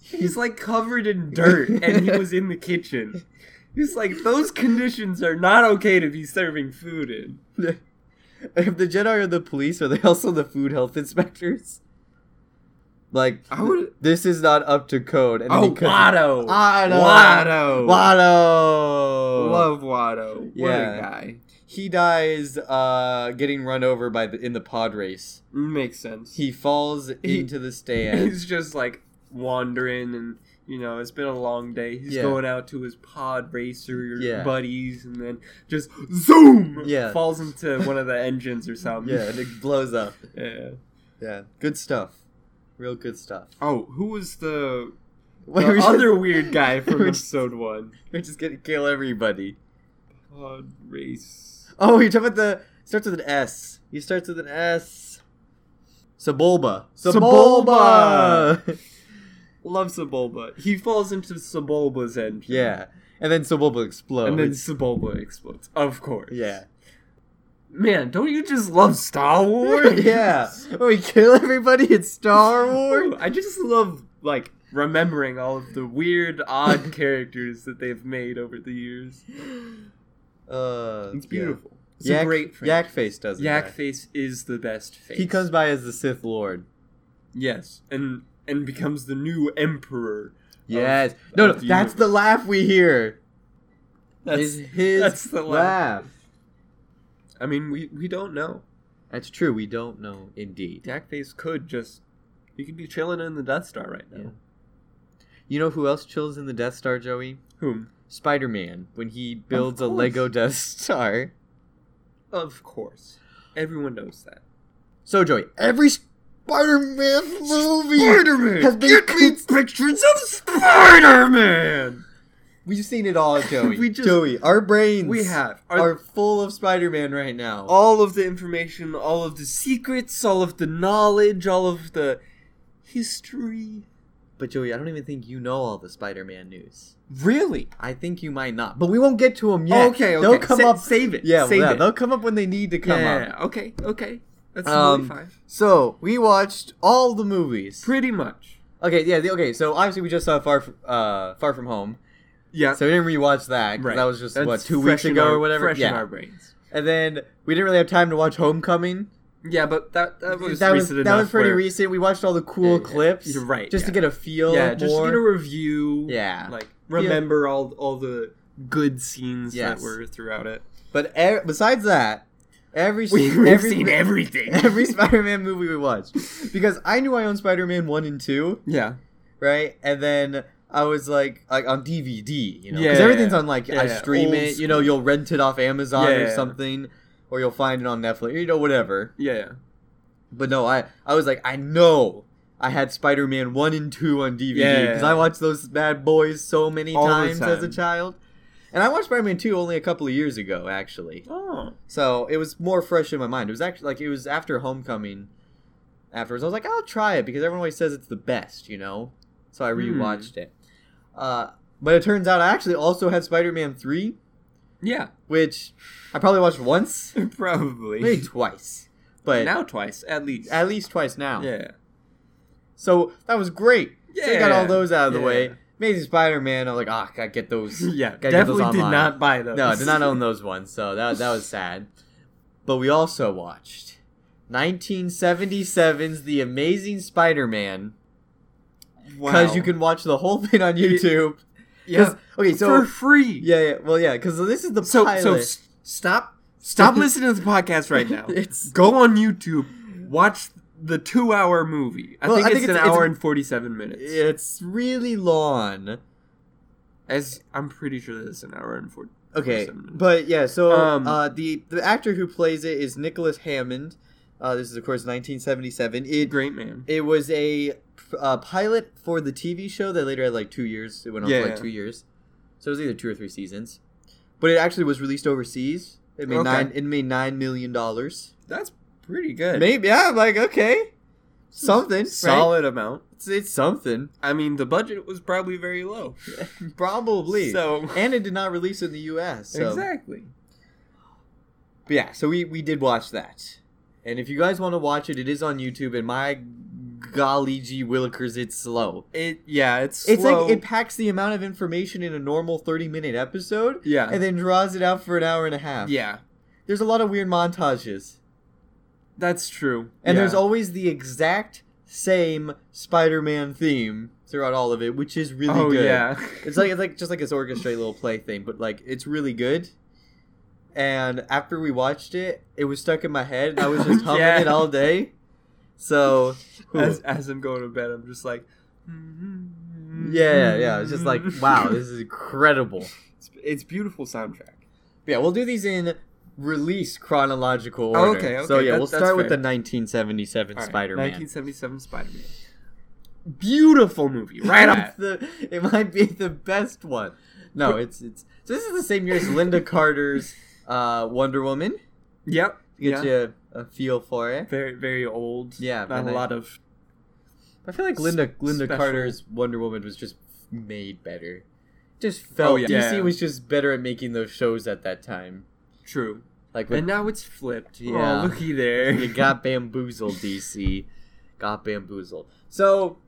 [SPEAKER 2] He's like covered in dirt, and he was in the kitchen. He's like, those conditions are not okay to be serving food in.
[SPEAKER 1] If the Jedi are the police, are they also the food health inspectors? Like,
[SPEAKER 3] I would-
[SPEAKER 1] this is not up to code. And then
[SPEAKER 3] Oh,
[SPEAKER 1] he cuts-
[SPEAKER 2] Otto.
[SPEAKER 1] Otto.
[SPEAKER 3] Watto.
[SPEAKER 1] Watto.
[SPEAKER 3] Love Watto. What
[SPEAKER 1] Yeah.
[SPEAKER 3] a guy.
[SPEAKER 1] He dies uh, getting run over by the, in the pod race.
[SPEAKER 3] Makes sense.
[SPEAKER 1] He falls
[SPEAKER 2] He-
[SPEAKER 1] into the stand.
[SPEAKER 2] He's just like wandering, and you know, it's been a long day. He's
[SPEAKER 1] Yeah.
[SPEAKER 2] going out to his pod racer
[SPEAKER 1] Yeah.
[SPEAKER 2] buddies, and then just zoom.
[SPEAKER 1] Yeah.
[SPEAKER 2] falls into one of the engines or something.
[SPEAKER 1] yeah, and it blows up.
[SPEAKER 2] yeah.
[SPEAKER 1] Yeah, Uh, good stuff. Real good stuff.
[SPEAKER 3] Oh, who was the,
[SPEAKER 1] Wait,
[SPEAKER 3] the
[SPEAKER 1] we're just-
[SPEAKER 3] other weird guy from
[SPEAKER 1] we're just-
[SPEAKER 3] episode one?
[SPEAKER 1] We're just gonna kill everybody.
[SPEAKER 3] Pod race.
[SPEAKER 1] Oh, you're talking about the starts with an S. He starts with an S. Sebulba.
[SPEAKER 3] Sebulba!
[SPEAKER 1] Sebulba.
[SPEAKER 3] Love Sebulba.
[SPEAKER 2] He falls into Sebulba's engine.
[SPEAKER 1] yeah, and then Sebulba explodes.
[SPEAKER 3] and then Sebulba explodes.
[SPEAKER 2] Of course.
[SPEAKER 1] yeah,
[SPEAKER 2] Man, don't you just love Star Wars?
[SPEAKER 1] yeah. When we kill everybody, it's Star Wars.
[SPEAKER 2] Ooh, I just love like remembering all of the weird, odd characters that they've made over the years.
[SPEAKER 1] Uh,
[SPEAKER 3] It's beautiful.
[SPEAKER 2] It's
[SPEAKER 1] Yeah.
[SPEAKER 2] a
[SPEAKER 1] Yak,
[SPEAKER 2] great franchise.
[SPEAKER 1] Yak Face does it.
[SPEAKER 2] Yak
[SPEAKER 1] yeah.
[SPEAKER 2] Face is the best face.
[SPEAKER 1] He comes by as the Sith Lord.
[SPEAKER 2] yes, and and becomes the new emperor.
[SPEAKER 1] Yes. no, no,
[SPEAKER 2] of the
[SPEAKER 1] that's the laugh we hear.
[SPEAKER 2] That's
[SPEAKER 1] is his
[SPEAKER 2] that's the laugh.
[SPEAKER 1] laugh.
[SPEAKER 2] I mean, we we don't know.
[SPEAKER 1] That's true. We don't know, indeed.
[SPEAKER 2] Yak Face could just he could be chilling in the Death Star right now.
[SPEAKER 1] Yeah. You know who else chills in the Death Star, Joey?
[SPEAKER 2] Whom?
[SPEAKER 1] Spider Man when he builds a
[SPEAKER 2] course.
[SPEAKER 1] Lego Death Star.
[SPEAKER 2] Of course, everyone knows that.
[SPEAKER 1] So, Joey, every Spider Man movie
[SPEAKER 2] Spider-Man!
[SPEAKER 1] has been.
[SPEAKER 2] Get me pictures of Spider-Man!
[SPEAKER 1] We've seen it all, Joey.
[SPEAKER 2] We just-
[SPEAKER 1] Joey, our brains
[SPEAKER 2] We have.
[SPEAKER 1] are,
[SPEAKER 2] Are-
[SPEAKER 1] full of Spider Man right now.
[SPEAKER 2] All of the information, all of the secrets, all of the knowledge, all of the history.
[SPEAKER 1] But, Joey, I don't even think you know all the Spider Man news.
[SPEAKER 2] Really?
[SPEAKER 1] I think you might not, but we won't get to them yet.
[SPEAKER 2] Oh, Okay, okay.
[SPEAKER 1] They'll come
[SPEAKER 2] Sa-
[SPEAKER 1] up.
[SPEAKER 2] Save it.
[SPEAKER 1] Yeah,
[SPEAKER 2] save
[SPEAKER 1] yeah,
[SPEAKER 2] it.
[SPEAKER 1] they'll come up when they need to come
[SPEAKER 2] yeah,
[SPEAKER 1] up.
[SPEAKER 2] okay, okay. That's
[SPEAKER 1] Um,
[SPEAKER 2] really fine.
[SPEAKER 1] So we watched all the movies.
[SPEAKER 2] Pretty much.
[SPEAKER 1] Okay, yeah, the, okay. So obviously we just saw Far F- uh, Far From Home,
[SPEAKER 2] Yeah.
[SPEAKER 1] so we didn't rewatch that 'cause
[SPEAKER 2] right.
[SPEAKER 1] that was just
[SPEAKER 2] That's
[SPEAKER 1] what two
[SPEAKER 2] fresh
[SPEAKER 1] weeks
[SPEAKER 2] in
[SPEAKER 1] ago
[SPEAKER 2] our-
[SPEAKER 1] or whatever.
[SPEAKER 2] Fresh
[SPEAKER 1] yeah,
[SPEAKER 2] in our brains.
[SPEAKER 1] and then we didn't really have time to watch Homecoming.
[SPEAKER 2] Yeah, but that, that was
[SPEAKER 1] that was
[SPEAKER 2] recent
[SPEAKER 1] that was
[SPEAKER 2] enough
[SPEAKER 1] pretty
[SPEAKER 2] where-
[SPEAKER 1] recent. We watched all the cool
[SPEAKER 2] Yeah, yeah.
[SPEAKER 1] clips.
[SPEAKER 2] You're right,
[SPEAKER 1] just to
[SPEAKER 2] yeah.
[SPEAKER 1] get a feel.
[SPEAKER 2] Yeah, just
[SPEAKER 1] more.
[SPEAKER 2] to get a review.
[SPEAKER 1] Yeah.
[SPEAKER 2] Like remember all all the good scenes
[SPEAKER 1] Yes.
[SPEAKER 2] that were throughout it.
[SPEAKER 1] But e- besides that, every every
[SPEAKER 2] everything.
[SPEAKER 1] every Spider-Man movie we watched because I knew I owned Spider-Man one and two,
[SPEAKER 2] yeah.
[SPEAKER 1] right? And then I was like, like on DVD, you know, because
[SPEAKER 2] Yeah.
[SPEAKER 1] everything's on like
[SPEAKER 2] Yeah,
[SPEAKER 1] I
[SPEAKER 2] yeah.
[SPEAKER 1] stream
[SPEAKER 2] Old
[SPEAKER 1] it, you know,
[SPEAKER 2] school.
[SPEAKER 1] you'll rent it off Amazon or
[SPEAKER 2] Yeah.
[SPEAKER 1] something, or you'll find it on Netflix, you know, whatever.
[SPEAKER 2] Yeah.
[SPEAKER 1] But no, I I was like, I know I had Spider-Man one and two on DVD
[SPEAKER 2] Yeah.
[SPEAKER 1] because I watched those bad boys so many
[SPEAKER 3] All the
[SPEAKER 1] times as a
[SPEAKER 3] time.
[SPEAKER 1] child. And I watched Spider-Man 2 only a couple of years ago actually.
[SPEAKER 2] Oh.
[SPEAKER 1] So it was more fresh in my mind. It was actually like it was after Homecoming. Afterwards, I was like, I'll try it because everyone always says it's the best, you know. so
[SPEAKER 3] Hmm.
[SPEAKER 1] I rewatched it. Uh, but it turns out I actually also had Spider-Man three,
[SPEAKER 2] Yeah,
[SPEAKER 1] which I probably watched once,
[SPEAKER 2] probably.
[SPEAKER 1] maybe twice, but
[SPEAKER 2] now twice at least.
[SPEAKER 1] at least twice now.
[SPEAKER 2] yeah.
[SPEAKER 1] So that was great.
[SPEAKER 2] Yeah.
[SPEAKER 1] So I got all those out of the
[SPEAKER 2] Yeah.
[SPEAKER 1] way. Amazing Spider-Man. I'm like, ah, gotta get those.
[SPEAKER 2] Yeah,
[SPEAKER 1] get
[SPEAKER 2] definitely
[SPEAKER 1] those
[SPEAKER 2] did
[SPEAKER 1] online.
[SPEAKER 2] not buy those.
[SPEAKER 1] No, I did not own those ones, so that that was sad. But we also watched 1977's The Amazing Spider-Man because you can watch the whole thing on YouTube. 'Cause-
[SPEAKER 2] Yeah.
[SPEAKER 1] Okay,
[SPEAKER 2] for
[SPEAKER 1] so
[SPEAKER 2] free.
[SPEAKER 1] yeah, yeah, well, yeah, because this is the
[SPEAKER 2] So
[SPEAKER 1] pilot.
[SPEAKER 2] so s- stop stop listening to the podcast right now.
[SPEAKER 1] it's
[SPEAKER 2] Go on YouTube, watch the two hour movie. I
[SPEAKER 1] Well,
[SPEAKER 2] think
[SPEAKER 1] I
[SPEAKER 2] it's
[SPEAKER 1] think
[SPEAKER 2] an
[SPEAKER 1] it's- it's-
[SPEAKER 2] hour and forty seven minutes.
[SPEAKER 1] it's really long.
[SPEAKER 2] As I'm pretty sure that it's an hour and forty.
[SPEAKER 1] Okay,
[SPEAKER 2] Seven minutes.
[SPEAKER 1] but yeah, so
[SPEAKER 2] Um,
[SPEAKER 1] uh, the the actor who plays it is Nicholas Hammond. Uh, this is of course 1977. It
[SPEAKER 2] Great man.
[SPEAKER 1] It was a uh, pilot for the TV show that later had like two years. It went on
[SPEAKER 2] Yeah,
[SPEAKER 1] for like
[SPEAKER 2] yeah.
[SPEAKER 1] two years, so it was either two or three seasons. But it actually was released overseas. It made
[SPEAKER 2] Okay.
[SPEAKER 1] nine. It made nine million dollars.
[SPEAKER 2] That's pretty good.
[SPEAKER 1] Maybe yeah. I'm like okay, something solid.
[SPEAKER 2] Solid amount.
[SPEAKER 1] It's, it's something
[SPEAKER 2] I mean, the budget was probably very low.
[SPEAKER 1] probably.
[SPEAKER 2] So
[SPEAKER 1] and it did not release in the U.S. So.
[SPEAKER 2] exactly.
[SPEAKER 1] But yeah, so we we did watch that, and if you guys want to watch it, it is on YouTube. And my golly gee willikers, it's slow.
[SPEAKER 2] It yeah. It's
[SPEAKER 1] It's
[SPEAKER 2] slow.
[SPEAKER 1] like it packs the amount of information in a normal 30 minute episode
[SPEAKER 2] yeah.
[SPEAKER 1] and then draws it out for an hour and a half.
[SPEAKER 2] Yeah,
[SPEAKER 1] There's a lot of weird montages.
[SPEAKER 2] that's true.
[SPEAKER 1] And
[SPEAKER 2] Yeah.
[SPEAKER 1] there's always the exact same Spider Man theme throughout all of it, which is really
[SPEAKER 2] oh
[SPEAKER 1] good.
[SPEAKER 2] yeah,
[SPEAKER 1] It's like it's like just like this orchestrate little play thing, but like it's really good. And after we watched it, it was stuck in my head and I was just humming
[SPEAKER 2] Yeah.
[SPEAKER 1] it all day. So
[SPEAKER 2] as, as I'm going to bed, I'm just like,
[SPEAKER 1] yeah, yeah. It's just like, wow, this is incredible.
[SPEAKER 3] It's, it's beautiful soundtrack.
[SPEAKER 1] Yeah, we'll do these in release chronological order.
[SPEAKER 2] Oh, okay, okay,
[SPEAKER 1] So yeah,
[SPEAKER 2] that-
[SPEAKER 1] we'll
[SPEAKER 2] that's
[SPEAKER 1] start with the
[SPEAKER 2] fair.
[SPEAKER 1] 1977
[SPEAKER 2] All right,
[SPEAKER 1] Spider-Man.
[SPEAKER 2] 1977 Spider-Man, beautiful movie, right
[SPEAKER 1] It's
[SPEAKER 2] off.
[SPEAKER 1] the, it might be the best one. No, it's it's. So this is the same year as Linda Carter's uh, Wonder Woman.
[SPEAKER 2] Yep,
[SPEAKER 1] Get
[SPEAKER 2] yeah.
[SPEAKER 1] you a, a feel for it.
[SPEAKER 2] very very old.
[SPEAKER 1] Yeah,
[SPEAKER 2] not
[SPEAKER 1] but
[SPEAKER 2] a
[SPEAKER 1] I-
[SPEAKER 2] lot of.
[SPEAKER 1] I feel like Linda Linda
[SPEAKER 2] special-
[SPEAKER 1] Carter's Wonder Woman was just made better. Just felt
[SPEAKER 2] Oh, yeah.
[SPEAKER 1] DC
[SPEAKER 2] Yeah.
[SPEAKER 1] was just better at making those shows at that time.
[SPEAKER 2] True,
[SPEAKER 1] Like with
[SPEAKER 2] and now it's flipped.
[SPEAKER 1] Yeah.
[SPEAKER 2] oh, looky there.
[SPEAKER 1] you got bamboozled, DC. Got bamboozled. So,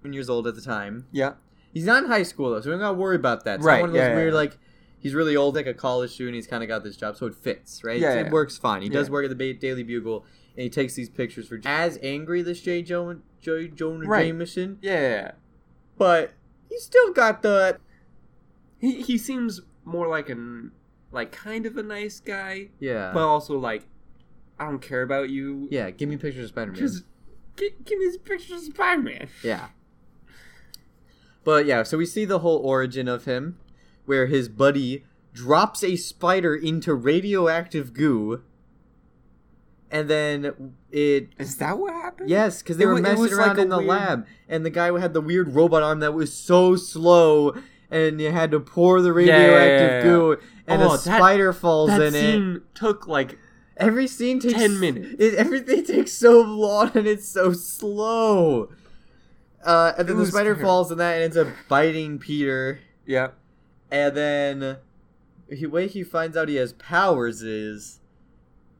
[SPEAKER 1] seven years old at the time.
[SPEAKER 2] yeah,
[SPEAKER 1] He's not in high school though, so we don't got to worry about that. It's not
[SPEAKER 2] Right,
[SPEAKER 1] one of those
[SPEAKER 2] yeah,
[SPEAKER 1] weird
[SPEAKER 2] yeah.
[SPEAKER 1] like he's really old, like a college student. He's kind of got this job, so it fits, right?
[SPEAKER 2] Yeah,
[SPEAKER 1] So it
[SPEAKER 2] yeah.
[SPEAKER 1] works fine. He does
[SPEAKER 2] Yeah.
[SPEAKER 1] work at the ba- Daily Bugle, and he takes these pictures for as angry this J. Jonah, J. Jonah
[SPEAKER 2] Right.
[SPEAKER 1] Jameson,
[SPEAKER 2] yeah.
[SPEAKER 1] but he still got the
[SPEAKER 2] He he seems more like an like kind of a nice guy,
[SPEAKER 1] yeah,
[SPEAKER 2] but also like, I don't care about you.
[SPEAKER 1] yeah. Give me pictures of Spider Man.
[SPEAKER 2] Just gi- give me this picture of Spider Man.
[SPEAKER 1] Yeah. But yeah, so we see the whole origin of him, where his buddy drops a spider into radioactive goo, and then it.
[SPEAKER 2] Is that what happened?
[SPEAKER 1] Yes, because they
[SPEAKER 2] It
[SPEAKER 1] were
[SPEAKER 2] wa- it
[SPEAKER 1] messing
[SPEAKER 2] was
[SPEAKER 1] around
[SPEAKER 2] like a
[SPEAKER 1] in the
[SPEAKER 2] weird-
[SPEAKER 1] lab, and the guy had the weird robot arm that was so slow, and you had to pour the
[SPEAKER 2] Yeah, yeah, yeah,
[SPEAKER 1] radioactive
[SPEAKER 2] yeah.
[SPEAKER 1] goo, and
[SPEAKER 2] Oh,
[SPEAKER 1] a
[SPEAKER 2] that-
[SPEAKER 1] spider falls
[SPEAKER 2] That
[SPEAKER 1] in it.
[SPEAKER 2] scene took like
[SPEAKER 1] Every scene takes
[SPEAKER 2] 10 minutes.
[SPEAKER 1] It, everything takes so long and it's so slow. Uh, and then
[SPEAKER 2] It
[SPEAKER 1] the
[SPEAKER 2] was
[SPEAKER 1] spider
[SPEAKER 2] terrible.
[SPEAKER 1] falls and that and ends up biting Peter.
[SPEAKER 2] yeah.
[SPEAKER 1] And then the way he finds out he has powers is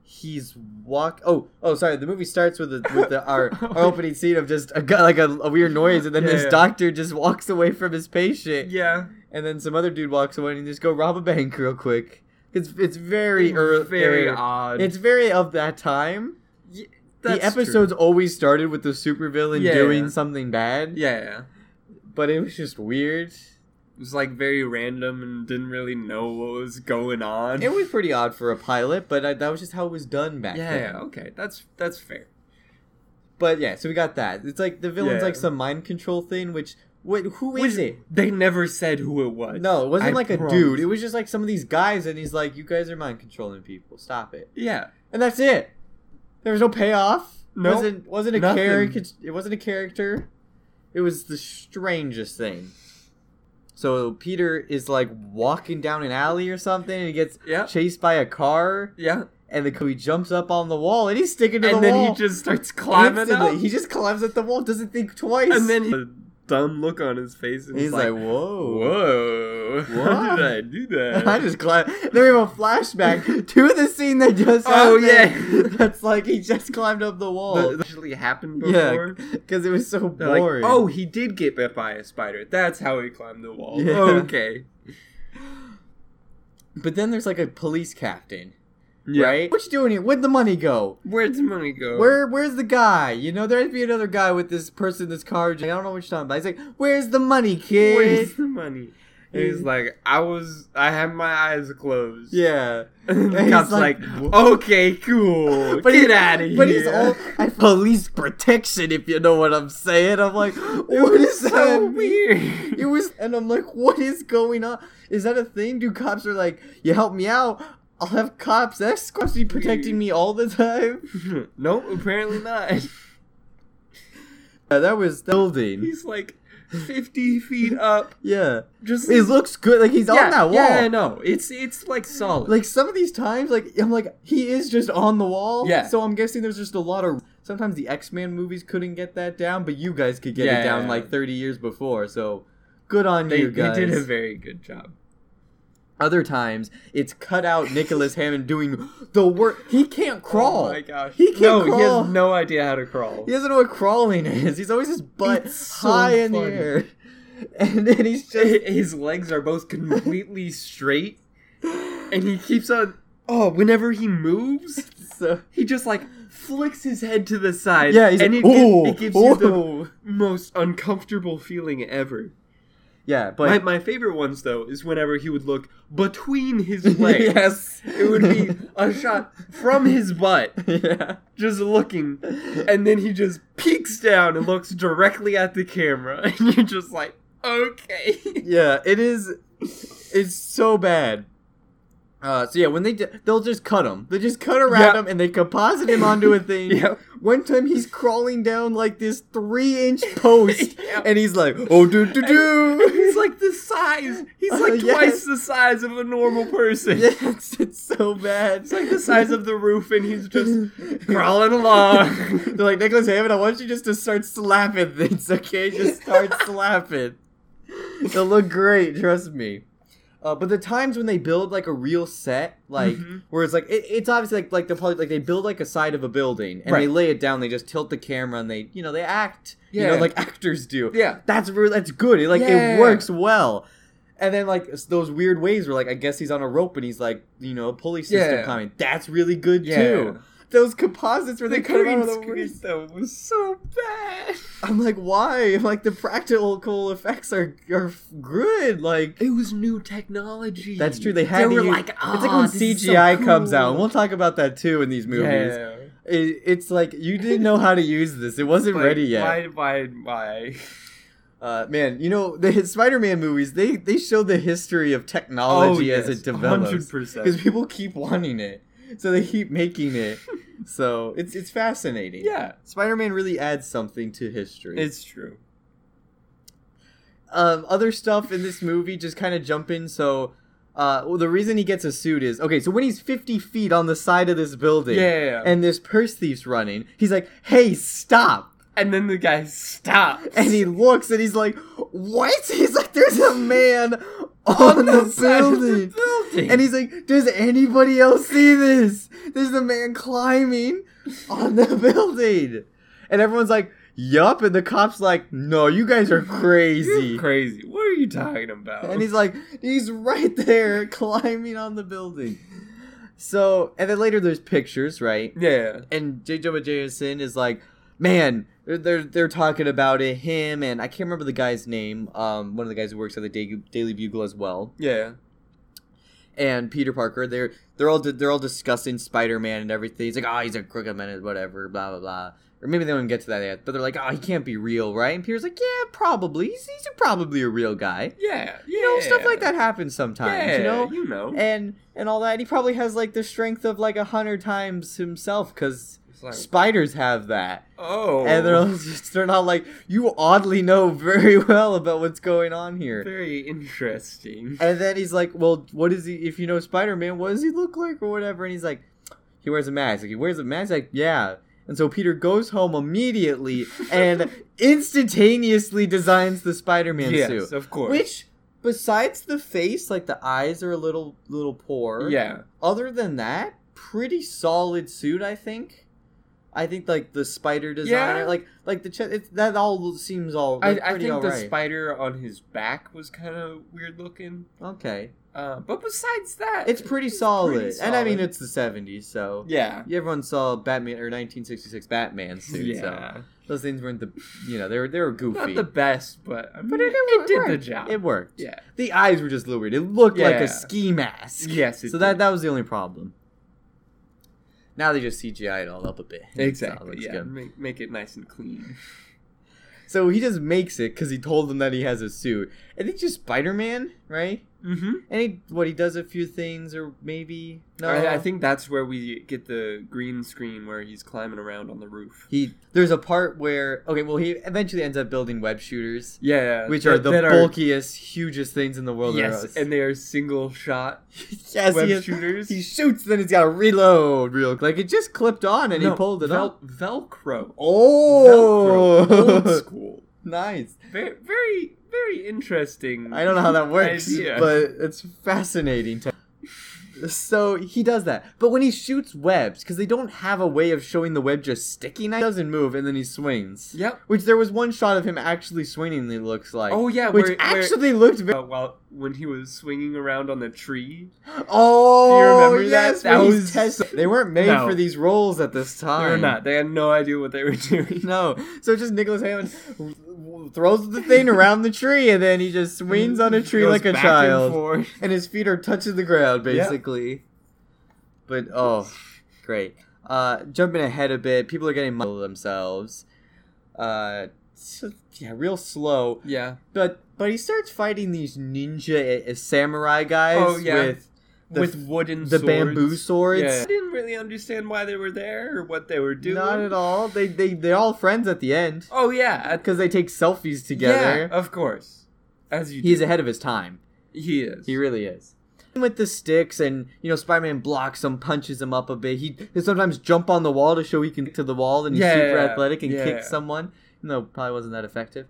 [SPEAKER 1] he's walk. Oh, oh, sorry. The movie starts with the, with the, our, our opening scene of just a gu- like a, a weird noise, and then
[SPEAKER 2] Yeah,
[SPEAKER 1] this
[SPEAKER 2] yeah.
[SPEAKER 1] doctor just walks away from his patient,
[SPEAKER 2] Yeah.
[SPEAKER 1] and then some other dude walks away and they just go rob a bank real quick. It's it's very early,
[SPEAKER 2] very odd.
[SPEAKER 1] it's very of that time.
[SPEAKER 2] Y-
[SPEAKER 1] the episodes always started with the supervillain
[SPEAKER 2] Yeah.
[SPEAKER 1] doing something bad,
[SPEAKER 2] true. Yeah, yeah.
[SPEAKER 1] but it was just weird.
[SPEAKER 2] It was like very random and didn't really know what was going on.
[SPEAKER 1] It was pretty odd for a pilot, but I, that was just how it was done back
[SPEAKER 2] yeah,
[SPEAKER 1] then.
[SPEAKER 2] yeah, okay. That's that's fair.
[SPEAKER 1] But yeah, so we got that. It's like the villain's
[SPEAKER 2] Yeah.
[SPEAKER 1] like some mind control thing, which what who is
[SPEAKER 2] Which-
[SPEAKER 1] it?
[SPEAKER 2] They never said who it was.
[SPEAKER 1] No, it wasn't
[SPEAKER 2] I
[SPEAKER 1] like
[SPEAKER 2] promise.
[SPEAKER 1] a dude. It was just like some of these guys, and he's like, "You guys are mind controlling people. Stop it."
[SPEAKER 2] Yeah.
[SPEAKER 1] And that's it. There was no payoff.
[SPEAKER 2] Nope.
[SPEAKER 1] wasn't wasn't a
[SPEAKER 2] Nothing.
[SPEAKER 1] character. It wasn't a character. It was the strangest thing. So Peter is like walking down an alley or something, and he gets
[SPEAKER 2] Yeah.
[SPEAKER 1] chased by a car,
[SPEAKER 2] Yeah.
[SPEAKER 1] and the Kobe jumps up on the wall and he's sticking to
[SPEAKER 2] and
[SPEAKER 1] the
[SPEAKER 2] then
[SPEAKER 1] wall.
[SPEAKER 2] he just starts climbing
[SPEAKER 1] Instantly,
[SPEAKER 2] up.
[SPEAKER 1] He just climbs at the wall, doesn't think twice.
[SPEAKER 2] and then he, a dumb look on his face, and
[SPEAKER 1] he's like, "Whoa."
[SPEAKER 2] "Whoa, how
[SPEAKER 1] What?
[SPEAKER 2] did I do that?"
[SPEAKER 1] I just climbed. Then we have a flashback to the scene that just
[SPEAKER 2] Oh,
[SPEAKER 1] happened.
[SPEAKER 2] yeah.
[SPEAKER 1] that's like he just climbed up the wall.
[SPEAKER 2] The- that actually happened
[SPEAKER 1] Yeah,
[SPEAKER 2] before.
[SPEAKER 1] because it was so
[SPEAKER 2] They're like,
[SPEAKER 1] boring.
[SPEAKER 2] oh, he did get bit by a spider. That's how he climbed the wall.
[SPEAKER 1] Yeah.
[SPEAKER 2] Okay.
[SPEAKER 1] but then there's like a police captain,
[SPEAKER 2] Yeah.
[SPEAKER 1] right? What you doing here? Where'd the money go?
[SPEAKER 2] Where'd the money go?
[SPEAKER 1] Where where's the guy? You know, there'd be another guy with this person, this car. I don't know what you're talking about. He's like, "Where's the money, kid?"
[SPEAKER 2] Where's the money? And he's like, I was, I had my eyes closed.
[SPEAKER 1] yeah,
[SPEAKER 2] And the
[SPEAKER 1] And he's
[SPEAKER 2] cop's like,
[SPEAKER 1] like, "Oh,
[SPEAKER 2] okay, cool. get
[SPEAKER 1] he-
[SPEAKER 2] out of here.
[SPEAKER 1] But he's all I police protection, if you know what I'm saying. I'm like, what is that?
[SPEAKER 2] so
[SPEAKER 1] mean?
[SPEAKER 2] weird.
[SPEAKER 1] It was, and I'm like, what is going on? Is that a thing? Do cops are like, you help me out? I'll have cops, escorts be protecting me all the time.
[SPEAKER 2] nope, apparently not.
[SPEAKER 1] Yeah, that was building.
[SPEAKER 2] He's like 50 feet up.
[SPEAKER 1] Yeah,
[SPEAKER 2] Just
[SPEAKER 1] it looks good. Like he's on that wall.
[SPEAKER 2] Yeah, no, it's it's like solid.
[SPEAKER 1] Like some of these times, like I'm like he is just on the wall.
[SPEAKER 2] Yeah.
[SPEAKER 1] So I'm guessing there's just a lot of sometimes the X Men movies couldn't get that down, but you guys could get
[SPEAKER 2] Yeah,
[SPEAKER 1] it down
[SPEAKER 2] yeah,
[SPEAKER 1] like
[SPEAKER 2] yeah.
[SPEAKER 1] 30 years before. So good on
[SPEAKER 2] they,
[SPEAKER 1] you
[SPEAKER 2] they
[SPEAKER 1] guys.
[SPEAKER 2] did a very good job.
[SPEAKER 1] Other times it's cut out Nicholas Hammond doing the work. He can't crawl.
[SPEAKER 2] Oh my gosh.
[SPEAKER 1] He can't
[SPEAKER 2] no, he
[SPEAKER 1] crawl.
[SPEAKER 2] has no idea how to crawl.
[SPEAKER 1] He doesn't know what crawling is. He's always his butt
[SPEAKER 2] It's so
[SPEAKER 1] high in
[SPEAKER 2] funny.
[SPEAKER 1] the air, and then he's just
[SPEAKER 2] His legs are both completely straight, and he keeps on. Oh, whenever he moves,
[SPEAKER 1] so.
[SPEAKER 2] he just like flicks his head to the side.
[SPEAKER 1] Yeah, he's
[SPEAKER 2] and
[SPEAKER 1] like,
[SPEAKER 2] it, gi-
[SPEAKER 1] "Ooh,
[SPEAKER 2] it gives you the
[SPEAKER 1] ooh."
[SPEAKER 2] most uncomfortable feeling ever.
[SPEAKER 1] Yeah, but
[SPEAKER 2] my, my favorite ones though is whenever he would look between his legs.
[SPEAKER 1] yes,
[SPEAKER 2] It would be a shot from his butt,
[SPEAKER 1] yeah.
[SPEAKER 2] just looking, and then he just peeks down and looks directly at the camera, and you're just like, okay.
[SPEAKER 1] yeah, it is. It's so bad. Uh, so yeah, when they d- they'll just cut him. They just cut around
[SPEAKER 2] Yeah.
[SPEAKER 1] him and they composite him onto a thing.
[SPEAKER 2] Yeah.
[SPEAKER 1] One time he's crawling down like this three inch post,
[SPEAKER 2] Yeah.
[SPEAKER 1] and he's like, "Oh do do do."
[SPEAKER 2] He's like the size. He's
[SPEAKER 1] Uh,
[SPEAKER 2] like
[SPEAKER 1] yeah.
[SPEAKER 2] twice the size of a normal person.
[SPEAKER 1] yeah, it's, it's so bad.
[SPEAKER 2] It's like the size of the roof, and he's just crawling along.
[SPEAKER 1] They're like Nicholas Hammond. I want you just to start slapping things, okay? Just start slapping. They'll look great, trust me. Uh, but the times when they build like a real set, like
[SPEAKER 2] Mhm.
[SPEAKER 1] where it's like it, it's obviously like like the public like they build like a side of a building and they
[SPEAKER 2] Right.
[SPEAKER 1] lay it down, they just tilt the camera and they you know they act, you
[SPEAKER 2] Yeah.
[SPEAKER 1] know like actors do.
[SPEAKER 2] Yeah.
[SPEAKER 1] That's re- that's good. It, like
[SPEAKER 2] Yeah.
[SPEAKER 1] it works well. And then like s- those weird ways where like I guess he's on a rope and he's like you know pulley system
[SPEAKER 2] Yeah.
[SPEAKER 1] climbing. That's really good
[SPEAKER 2] Yeah.
[SPEAKER 1] too. Those composites where
[SPEAKER 2] The
[SPEAKER 1] they cut him
[SPEAKER 2] green
[SPEAKER 1] out of the
[SPEAKER 2] screen
[SPEAKER 1] worst.
[SPEAKER 2] though was so bad.
[SPEAKER 1] I'm like, why? Like the practical effects are are good. Like
[SPEAKER 2] It was new technology.
[SPEAKER 1] that's true. They had to
[SPEAKER 2] were
[SPEAKER 1] use-
[SPEAKER 2] like,
[SPEAKER 1] it's like when
[SPEAKER 2] "Ah, this is so
[SPEAKER 1] CGI comes out. And
[SPEAKER 2] cool."
[SPEAKER 1] we'll talk about that too in these movies.
[SPEAKER 2] Yeah.
[SPEAKER 1] It, it's like you didn't know how to use this. It wasn't
[SPEAKER 2] Like,
[SPEAKER 1] ready yet.
[SPEAKER 2] Why? Why? Why?
[SPEAKER 1] Uh, man, you know the his Spider-Man movies. They they show the history of
[SPEAKER 2] Oh,
[SPEAKER 1] technology as it develops because
[SPEAKER 2] 100%.
[SPEAKER 1] people keep wanting it, so they keep making it. so it's it's fascinating.
[SPEAKER 2] Yeah,
[SPEAKER 1] Spider-Man really adds something to history.
[SPEAKER 2] it's true.
[SPEAKER 1] um, other stuff in this movie just kind of jump in. So, uh, well, the reason he gets a suit is okay. So when he's fifty feet on the side of this building,
[SPEAKER 2] Yeah.
[SPEAKER 1] and this purse thief's running, he's like, "Hey, stop!"
[SPEAKER 2] And then the guy stops.
[SPEAKER 1] And he looks and he's like, "What?" He's like, "There's a man on the
[SPEAKER 2] side of the
[SPEAKER 1] building."
[SPEAKER 2] building.
[SPEAKER 1] And he's like, "Does anybody else see this? There's a man climbing on the building," and everyone's like. Yup, and the cop's like, no, you guys are crazy.
[SPEAKER 2] You're crazy. What are you talking about?
[SPEAKER 1] And he's like, he's right there climbing on the building. So, and then later there's pictures, right?
[SPEAKER 2] yeah.
[SPEAKER 1] And J. Jonah Jameson is like, man, they're, they're, they're talking about it, him, and I can't remember the guy's name, um, one of the guys who works at the Daily, Daily Bugle as well,
[SPEAKER 2] Yeah.
[SPEAKER 1] and Peter Parker. They're, they're, all, they're all discussing Spider Man and everything. He's like, oh, he's a crooked man, whatever, blah, blah, blah. Or maybe they don't get to that yet, but they're like, oh, he can't be real, right? And Peter's like, yeah, probably. He's, he's probably a real guy
[SPEAKER 2] Yeah. Yeah.
[SPEAKER 1] you know stuff like that happens sometimes
[SPEAKER 2] Yeah,
[SPEAKER 1] you know
[SPEAKER 2] You know.
[SPEAKER 1] and and all that he probably has like the strength of like a hundred times himself because
[SPEAKER 2] It's like,
[SPEAKER 1] spiders have that
[SPEAKER 2] oh.
[SPEAKER 1] and they're all just they're not like you oddly know very well about what's going on here
[SPEAKER 2] very interesting.
[SPEAKER 1] and then he's like well what is he if you know spider-man what does he look like or whatever and he's like he He wears a mask. Like, he wears a mask. Like, yeah. And so Peter goes home immediately and instantaneously designs the Spider-Man
[SPEAKER 2] yes,
[SPEAKER 1] suit.
[SPEAKER 2] of course.
[SPEAKER 1] Which, besides the face, like the eyes are a little little poor.
[SPEAKER 2] yeah,
[SPEAKER 1] Other than that, pretty solid suit. I think. I think like the spider designer,
[SPEAKER 2] Yeah.
[SPEAKER 1] like like the chest, it's, that all seems all.
[SPEAKER 2] I,
[SPEAKER 1] Like,
[SPEAKER 2] I
[SPEAKER 1] pretty
[SPEAKER 2] think the
[SPEAKER 1] alright.
[SPEAKER 2] spider on his back was kind of weird looking.
[SPEAKER 1] Okay,
[SPEAKER 2] Uh, but besides that,
[SPEAKER 1] it's pretty solid. and I mean
[SPEAKER 2] solid.
[SPEAKER 1] it's the '70s, so
[SPEAKER 2] yeah,
[SPEAKER 1] everyone saw Batman or 1966 Batman suit. So
[SPEAKER 2] yeah,
[SPEAKER 1] those things weren't the, you know, they were they were goofy.
[SPEAKER 2] not the best, but I mean,
[SPEAKER 1] But
[SPEAKER 2] it,
[SPEAKER 1] it-
[SPEAKER 2] it,
[SPEAKER 1] it
[SPEAKER 2] did the
[SPEAKER 1] worked.
[SPEAKER 2] job.
[SPEAKER 1] it worked.
[SPEAKER 2] yeah,
[SPEAKER 1] The eyes were just a little weird. It looked like
[SPEAKER 2] Yeah.
[SPEAKER 1] a ski mask.
[SPEAKER 2] yes, it
[SPEAKER 1] so that
[SPEAKER 2] did.
[SPEAKER 1] that was the only problem. Now they just CGI it all up a bit. So it
[SPEAKER 2] exactly
[SPEAKER 1] looks
[SPEAKER 2] yeah,
[SPEAKER 1] good.
[SPEAKER 2] make, make it nice and clean.
[SPEAKER 1] So he just makes it because he told them that he has a suit. And it's just Spider Man, right?
[SPEAKER 2] Mm-hmm.
[SPEAKER 1] And he what he does a few things or maybe no.
[SPEAKER 2] I, I think that's where we get the green screen where he's climbing around on the roof.
[SPEAKER 1] he there's a part where okay, well he eventually ends up building web shooters,
[SPEAKER 2] Yeah,
[SPEAKER 1] which
[SPEAKER 2] that-
[SPEAKER 1] are the
[SPEAKER 2] that
[SPEAKER 1] bulkiest, hugest things in the world.
[SPEAKER 2] yes,
[SPEAKER 1] They're-
[SPEAKER 2] and they are single shot
[SPEAKER 1] yes,
[SPEAKER 2] web
[SPEAKER 1] he is.
[SPEAKER 2] shooters.
[SPEAKER 1] He shoots, then he's got to reload real quick. Like it just clipped on and he
[SPEAKER 2] No,
[SPEAKER 1] pulled it
[SPEAKER 2] Vel-
[SPEAKER 1] up.
[SPEAKER 2] Velcro. Velcro. Old
[SPEAKER 1] Oh,
[SPEAKER 2] school.
[SPEAKER 1] nice.
[SPEAKER 2] Very, very, very interesting.
[SPEAKER 1] I don't know how that works,
[SPEAKER 2] Idea.
[SPEAKER 1] but it's fascinating. To- so he does that, but when he shoots webs, because they don't have a way of showing the web just sticking, he doesn't move, and then he swings.
[SPEAKER 2] Yep.
[SPEAKER 1] Which there was one shot of him actually swinging. It looks like.
[SPEAKER 2] Oh yeah,
[SPEAKER 1] which
[SPEAKER 2] where,
[SPEAKER 1] actually looked
[SPEAKER 2] where,
[SPEAKER 1] very.
[SPEAKER 2] uh, while when he was swinging around on the tree.
[SPEAKER 1] Oh,
[SPEAKER 2] remember that?
[SPEAKER 1] yes,
[SPEAKER 2] That
[SPEAKER 1] when he's
[SPEAKER 2] was
[SPEAKER 1] test-
[SPEAKER 2] so-
[SPEAKER 1] They weren't made
[SPEAKER 2] No.
[SPEAKER 1] for these roles at this
[SPEAKER 2] They
[SPEAKER 1] time.
[SPEAKER 2] were not. They had no idea what they were doing.
[SPEAKER 1] No. So just Nicholas Hammond w- w- throws the thing around the tree and then he just swings on a tree
[SPEAKER 2] Mm-hmm. Goes
[SPEAKER 1] like a
[SPEAKER 2] back And
[SPEAKER 1] child.
[SPEAKER 2] forth.
[SPEAKER 1] And, his feet are touching the ground,
[SPEAKER 2] Yeah.
[SPEAKER 1] basically. But oh, great. Uh, jumping ahead a bit, people are getting muddled themselves. Uh, so- yeah, real slow.
[SPEAKER 2] Yeah.
[SPEAKER 1] But but he starts fighting these ninja uh, samurai guys
[SPEAKER 2] Oh, yeah.
[SPEAKER 1] with The
[SPEAKER 2] With wooden
[SPEAKER 1] the
[SPEAKER 2] swords.
[SPEAKER 1] bamboo swords.
[SPEAKER 2] Yeah. I didn't really understand why they were there or what they were doing.
[SPEAKER 1] Not at all. They they they're all friends at the end
[SPEAKER 2] Oh yeah, at-
[SPEAKER 1] because they take selfies together.
[SPEAKER 2] Yeah, of course. As you
[SPEAKER 1] He's
[SPEAKER 2] do.
[SPEAKER 1] ahead of his time.
[SPEAKER 2] he is.
[SPEAKER 1] He really is. With the sticks, and you know, Spider-Man blocks him, punches him up a bit. He he'll sometimes jump on the wall to show he can get to the wall, and he's
[SPEAKER 2] Yeah,
[SPEAKER 1] super
[SPEAKER 2] yeah,
[SPEAKER 1] athletic and
[SPEAKER 2] yeah.
[SPEAKER 1] kicks someone. No, probably wasn't that effective.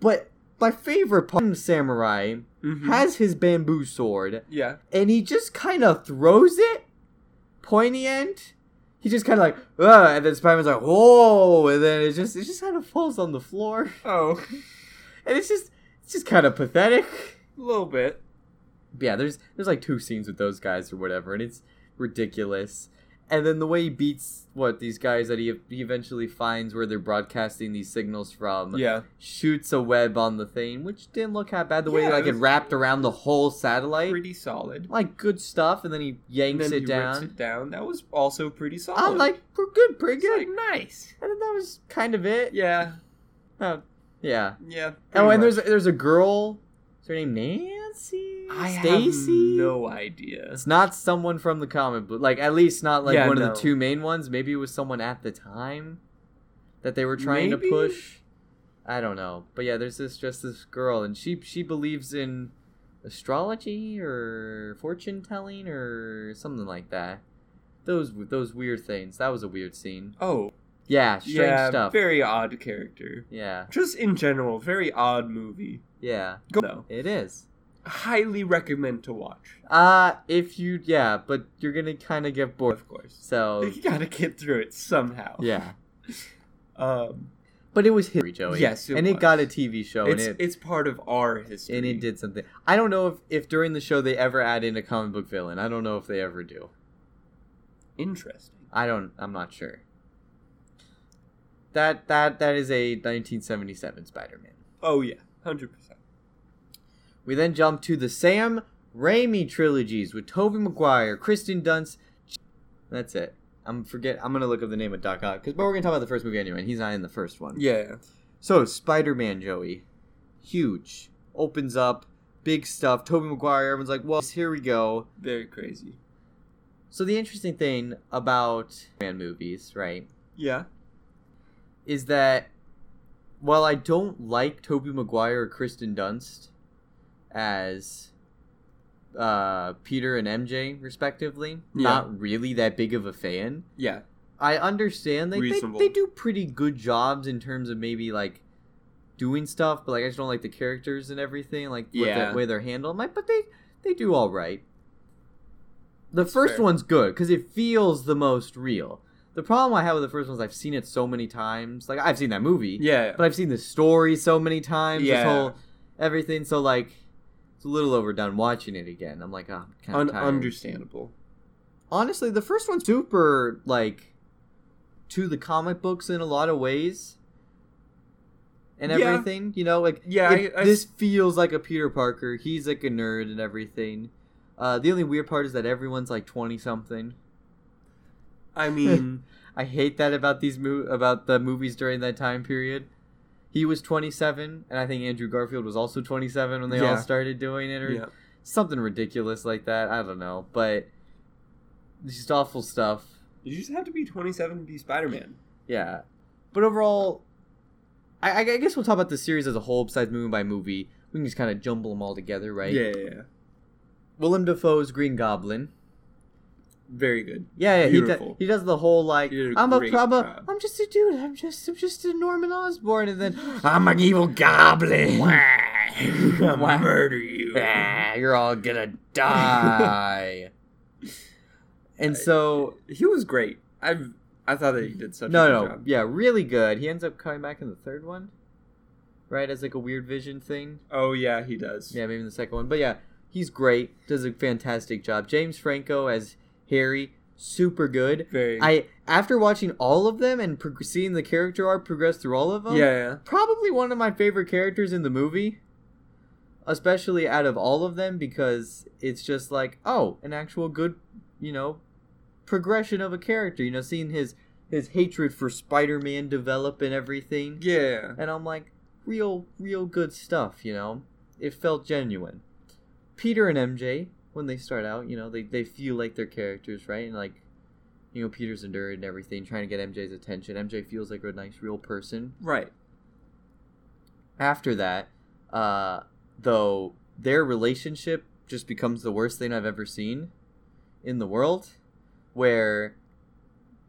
[SPEAKER 1] But my favorite part, Samurai
[SPEAKER 2] Mhm.
[SPEAKER 1] has his bamboo sword,
[SPEAKER 2] yeah.
[SPEAKER 1] and he just kind of throws it, pointy end. He just kind of like, Ugh, and then Spider-Man's like, whoa, and then it just it just kind of falls on the floor,
[SPEAKER 2] Oh,
[SPEAKER 1] and it's just it's just kind of pathetic.
[SPEAKER 2] a little bit.
[SPEAKER 1] yeah, there's there's like two scenes with those guys or whatever, and it's ridiculous. And then the way he beats what these guys that he, he eventually finds where they're broadcasting these signals from
[SPEAKER 2] Yeah.
[SPEAKER 1] shoots a web on the thing, which didn't look that bad. The way
[SPEAKER 2] Yeah,
[SPEAKER 1] like
[SPEAKER 2] it
[SPEAKER 1] it,
[SPEAKER 2] was-
[SPEAKER 1] wrapped around the whole satellite,
[SPEAKER 2] Pretty solid.
[SPEAKER 1] like good stuff. And then he yanks
[SPEAKER 2] then
[SPEAKER 1] it
[SPEAKER 2] he rips
[SPEAKER 1] down.
[SPEAKER 2] it down. That was also pretty solid.
[SPEAKER 1] I'm like, we're good, pretty
[SPEAKER 2] It's
[SPEAKER 1] good.
[SPEAKER 2] like, nice.
[SPEAKER 1] and then that was kind of it.
[SPEAKER 2] Yeah.
[SPEAKER 1] Oh, yeah.
[SPEAKER 2] Yeah.
[SPEAKER 1] Oh, and
[SPEAKER 2] pretty
[SPEAKER 1] there's
[SPEAKER 2] much.
[SPEAKER 1] there's a girl. Is her name Nancy?
[SPEAKER 2] I
[SPEAKER 1] Stacy?
[SPEAKER 2] have no idea.
[SPEAKER 1] It's not someone from the comic book. Like at least not like
[SPEAKER 2] Yeah,
[SPEAKER 1] one
[SPEAKER 2] no.
[SPEAKER 1] of the two main ones. Maybe it was someone at the time that they were trying to
[SPEAKER 2] Maybe?
[SPEAKER 1] push. I don't know. But yeah, there's this just this girl and she she believes in astrology or fortune telling or something like that. Those those weird things. That was a weird scene.
[SPEAKER 2] Oh,
[SPEAKER 1] Yeah, strange
[SPEAKER 2] yeah.
[SPEAKER 1] stuff.
[SPEAKER 2] Very odd character.
[SPEAKER 1] yeah.
[SPEAKER 2] Just in general, very odd movie.
[SPEAKER 1] Yeah.
[SPEAKER 2] Go though.
[SPEAKER 1] It is.
[SPEAKER 2] Highly recommend to watch.
[SPEAKER 1] Uh if you yeah, but you're going to kind of get bored.
[SPEAKER 2] Of course.
[SPEAKER 1] So
[SPEAKER 2] You gotta get through it somehow.
[SPEAKER 1] yeah.
[SPEAKER 2] Um,
[SPEAKER 1] But it was history, Joey.
[SPEAKER 2] Yes, it
[SPEAKER 1] and
[SPEAKER 2] was.
[SPEAKER 1] it got a TV show, and
[SPEAKER 2] it's
[SPEAKER 1] it
[SPEAKER 2] it's part of our history.
[SPEAKER 1] and it did something. I don't know if, if during the show they ever add in a comic book villain. I don't know if they ever do.
[SPEAKER 2] Interesting.
[SPEAKER 1] I don't. I'm not sure. That that that is a 1977 Spider-Man.
[SPEAKER 2] Oh yeah, hundred percent.
[SPEAKER 1] We then jump to the Sam Raimi trilogies with Tobey Maguire, Kristen Dunst. That's it. I'm forget. I'm gonna look up the name of Doc Ock because but we're gonna talk about the first movie anyway. and He's not in the first one.
[SPEAKER 2] Yeah.
[SPEAKER 1] So Spider Man Joey, huge, opens up, big stuff. Toby Maguire, everyone's like, well, here we go.
[SPEAKER 2] Very crazy.
[SPEAKER 1] So the interesting thing about man movies, right,
[SPEAKER 2] Yeah.
[SPEAKER 1] is that while I don't like Toby Maguire or Kristen Dunst as uh, Peter and MJ respectively.
[SPEAKER 2] Yeah.
[SPEAKER 1] Not really that big of a fan.
[SPEAKER 2] Yeah.
[SPEAKER 1] I understand they, they
[SPEAKER 2] Reasonable.
[SPEAKER 1] they do pretty good jobs in terms of maybe like doing stuff, but like I just don't like the characters and everything, like with
[SPEAKER 2] Yeah.
[SPEAKER 1] the way they're handled. Like, but they they do all right. The
[SPEAKER 2] That's
[SPEAKER 1] first
[SPEAKER 2] fair.
[SPEAKER 1] one's good because it feels the most real. The problem I have with the first one is I've seen it so many times. Like I've seen that movie,
[SPEAKER 2] Yeah.
[SPEAKER 1] but I've seen the story so many times. This
[SPEAKER 2] Yeah.
[SPEAKER 1] whole everything. So like, it's a little overdone watching it again. I'm like, oh, I'm kind of
[SPEAKER 2] Un-
[SPEAKER 1] tired.
[SPEAKER 2] understandable.
[SPEAKER 1] Honestly, the first one's super like to the comic books in a lot of ways. And
[SPEAKER 2] Yeah.
[SPEAKER 1] everything, you know, like
[SPEAKER 2] Yeah,
[SPEAKER 1] it-
[SPEAKER 2] I- I-
[SPEAKER 1] this feels like a Peter Parker. He's like a nerd and everything. Uh, the only weird part is that everyone's like twenty something.
[SPEAKER 2] I mean,
[SPEAKER 1] I hate that about these mo- about the movies during that time period. He was 27, and I think Andrew Garfield was also 27 when they
[SPEAKER 2] Yeah.
[SPEAKER 1] all started doing it, or
[SPEAKER 2] yeah.
[SPEAKER 1] something ridiculous like that. I don't know, but it's just awful stuff.
[SPEAKER 3] You just have to be 27 to be Spider-Man.
[SPEAKER 1] Yeah, but overall, I, I guess we'll talk about the series as a whole, besides movie by movie. We can just kind of jumble them all together, right?
[SPEAKER 2] yeah, yeah, yeah.
[SPEAKER 1] Willem Dafoe's Green Goblin.
[SPEAKER 2] Very good.
[SPEAKER 1] Yeah, yeah he, do,
[SPEAKER 2] Beautiful.
[SPEAKER 1] he does the whole like
[SPEAKER 2] He did a
[SPEAKER 1] I'm a,
[SPEAKER 2] great
[SPEAKER 1] I'm a
[SPEAKER 2] job.
[SPEAKER 1] I'm just a dude. I'm just I'm just a Norman Osborn, and then I'm an evil goblin.
[SPEAKER 2] I'll murder you.
[SPEAKER 1] Ah, You're all gonna die. and so
[SPEAKER 2] He was great. I've I thought that he did such a
[SPEAKER 1] no
[SPEAKER 2] good
[SPEAKER 1] no
[SPEAKER 2] job.
[SPEAKER 1] yeah really good. He ends up coming back in the third one, right? As like a weird vision thing.
[SPEAKER 2] Oh yeah, he does.
[SPEAKER 1] Yeah, maybe in the second one. But yeah, he's great. Does a fantastic job. James Franco as Harry, super good.
[SPEAKER 2] Very.
[SPEAKER 1] I after watching all of them and prog- seeing the character arc progress through all of them,
[SPEAKER 2] yeah, yeah.
[SPEAKER 1] probably one of my favorite characters in the movie, especially out of all of them because it's just like oh, an actual good, you know, progression of a character. You know, seeing his his hatred for Spider-Man develop and everything
[SPEAKER 2] Yeah.
[SPEAKER 1] and I'm like, real, real good stuff, you know? It felt genuine. Peter and MJ, when they start out, you know, they, they feel like their characters, right? And like, you know, Peter's a nerd and everything, trying to get MJ's attention. MJ feels like a nice, real person.
[SPEAKER 2] Right.
[SPEAKER 1] After that, uh, though, their relationship just becomes the worst thing I've ever seen in the world, where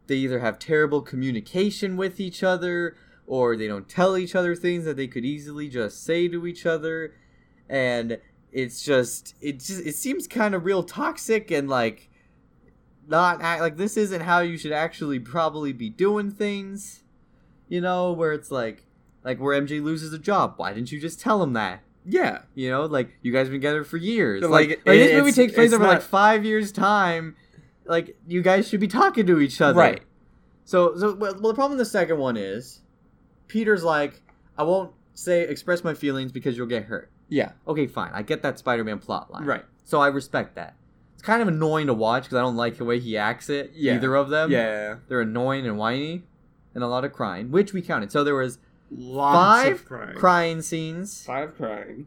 [SPEAKER 1] they either have terrible communication with each other or they don't tell each other things that they could easily just say to each other and it's just it just it seems kind of real toxic and like not act, like this isn't how you should actually probably be doing things you know where it's like like where MJ loses a job why didn't you just tell him that
[SPEAKER 2] Yeah.
[SPEAKER 1] you know, like you guys have been together for years.
[SPEAKER 2] But,
[SPEAKER 1] Like,
[SPEAKER 2] like,
[SPEAKER 1] like,
[SPEAKER 2] it-
[SPEAKER 1] this movie
[SPEAKER 2] it's-
[SPEAKER 1] takes place
[SPEAKER 2] it's
[SPEAKER 1] over
[SPEAKER 2] not-
[SPEAKER 1] like five years time. Like you guys should be talking to each other,
[SPEAKER 2] Right.
[SPEAKER 1] So, so well, well, the problem in the second one is, Peter's like, I won't say express my feelings because you'll get hurt.
[SPEAKER 2] Yeah.
[SPEAKER 1] Okay, fine, I get that Spider-Man plot line,
[SPEAKER 2] Right.
[SPEAKER 1] So I respect that. It's kind of annoying to watch because I don't like the way he acts it.
[SPEAKER 2] Yeah.
[SPEAKER 1] Either of them,
[SPEAKER 2] yeah.
[SPEAKER 1] they're annoying and whiny, and a lot of crying, which we counted. So there was
[SPEAKER 2] Lots
[SPEAKER 1] Five
[SPEAKER 2] of crying.
[SPEAKER 1] crying scenes.
[SPEAKER 3] Five crying.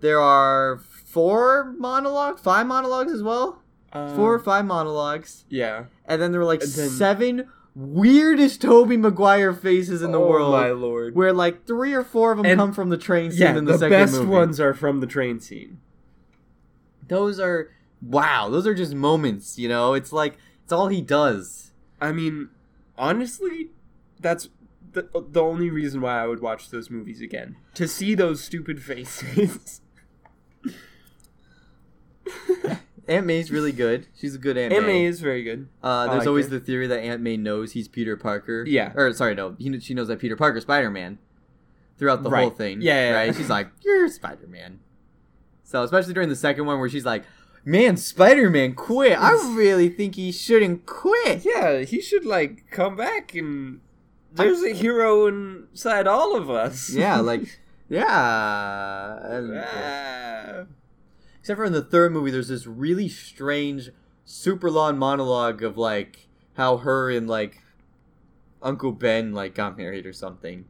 [SPEAKER 1] There are four monologues, five monologues as well.
[SPEAKER 2] Um,
[SPEAKER 1] four or five monologues,
[SPEAKER 2] Yeah.
[SPEAKER 1] and then there were like
[SPEAKER 2] and then-
[SPEAKER 1] seven weirdest Toby Maguire faces in the
[SPEAKER 2] oh
[SPEAKER 1] world,
[SPEAKER 2] my lord.
[SPEAKER 1] where like three or four of them
[SPEAKER 2] And-
[SPEAKER 1] come from the train scene
[SPEAKER 2] yeah,
[SPEAKER 1] in the,
[SPEAKER 2] the,
[SPEAKER 1] second
[SPEAKER 2] best
[SPEAKER 1] movie.
[SPEAKER 2] ones are from the train scene.
[SPEAKER 1] Those are wow. Those are just moments, you know. It's like it's all he does.
[SPEAKER 2] I mean, honestly, that's the, the only reason why I would watch those movies again. To see those stupid faces.
[SPEAKER 1] Aunt May's really good. She's a good Aunt,
[SPEAKER 2] Aunt May
[SPEAKER 1] May.
[SPEAKER 2] is very good.
[SPEAKER 1] Uh, there's
[SPEAKER 2] like
[SPEAKER 1] always
[SPEAKER 2] her.
[SPEAKER 1] the theory that Aunt May knows he's Peter Parker.
[SPEAKER 2] Oh, Yeah.
[SPEAKER 1] Or sorry, no, he, kn- she knows that Peter Parker Spider Man throughout the whole
[SPEAKER 2] Right.
[SPEAKER 1] thing.
[SPEAKER 2] Yeah, yeah, yeah.
[SPEAKER 1] Right. She's like, you're Spider Man. So especially during the second one where she's like, man, Spider Man quit. I really think he shouldn't quit.
[SPEAKER 2] Yeah, he should like come back and there's a hero inside all of us.
[SPEAKER 1] yeah. Like, yeah. And-
[SPEAKER 2] Ah.
[SPEAKER 1] Except for in the third movie, there's this really strange, super long monologue of like how her and like Uncle Ben like got married or something.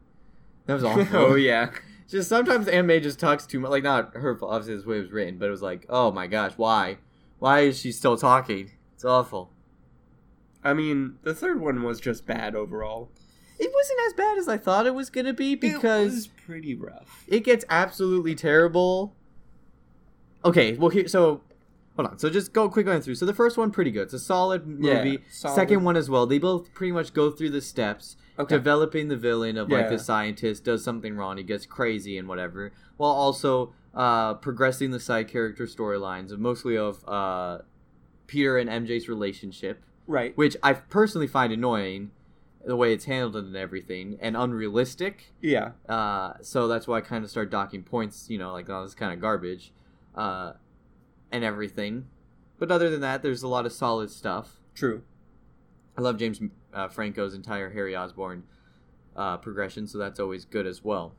[SPEAKER 1] That was awful.
[SPEAKER 2] oh yeah.
[SPEAKER 1] Just sometimes anime just talks too much. Like not her fault, obviously this way it was written, but it was like, oh my gosh, why? Why is she still talking? It's awful.
[SPEAKER 2] I mean, the third one was just bad overall.
[SPEAKER 1] It wasn't as bad as I thought it was gonna be because
[SPEAKER 2] it was pretty rough.
[SPEAKER 1] it gets absolutely terrible. Okay, well here so Hold on. So just go quick going through. So the first one pretty good. It's a solid
[SPEAKER 2] Yeah,
[SPEAKER 1] movie.
[SPEAKER 2] solid.
[SPEAKER 1] Second one as well. They both pretty much go through the steps,
[SPEAKER 2] Okay.
[SPEAKER 1] developing the villain of like
[SPEAKER 2] Yeah.
[SPEAKER 1] the scientist does something wrong, he gets crazy and whatever, while also uh, progressing the side character storylines of mostly of uh, Peter and MJ's relationship,
[SPEAKER 2] Right.
[SPEAKER 1] which I personally find annoying, the way it's handled and everything, and unrealistic.
[SPEAKER 2] Yeah.
[SPEAKER 1] Uh, so that's why I kind of start docking points, you know, like oh, this kind of garbage, uh, and everything. But other than that, there's a lot of solid stuff.
[SPEAKER 2] True.
[SPEAKER 1] I love James uh, Franco's entire Harry Osborn uh, progression, so that's always good as well.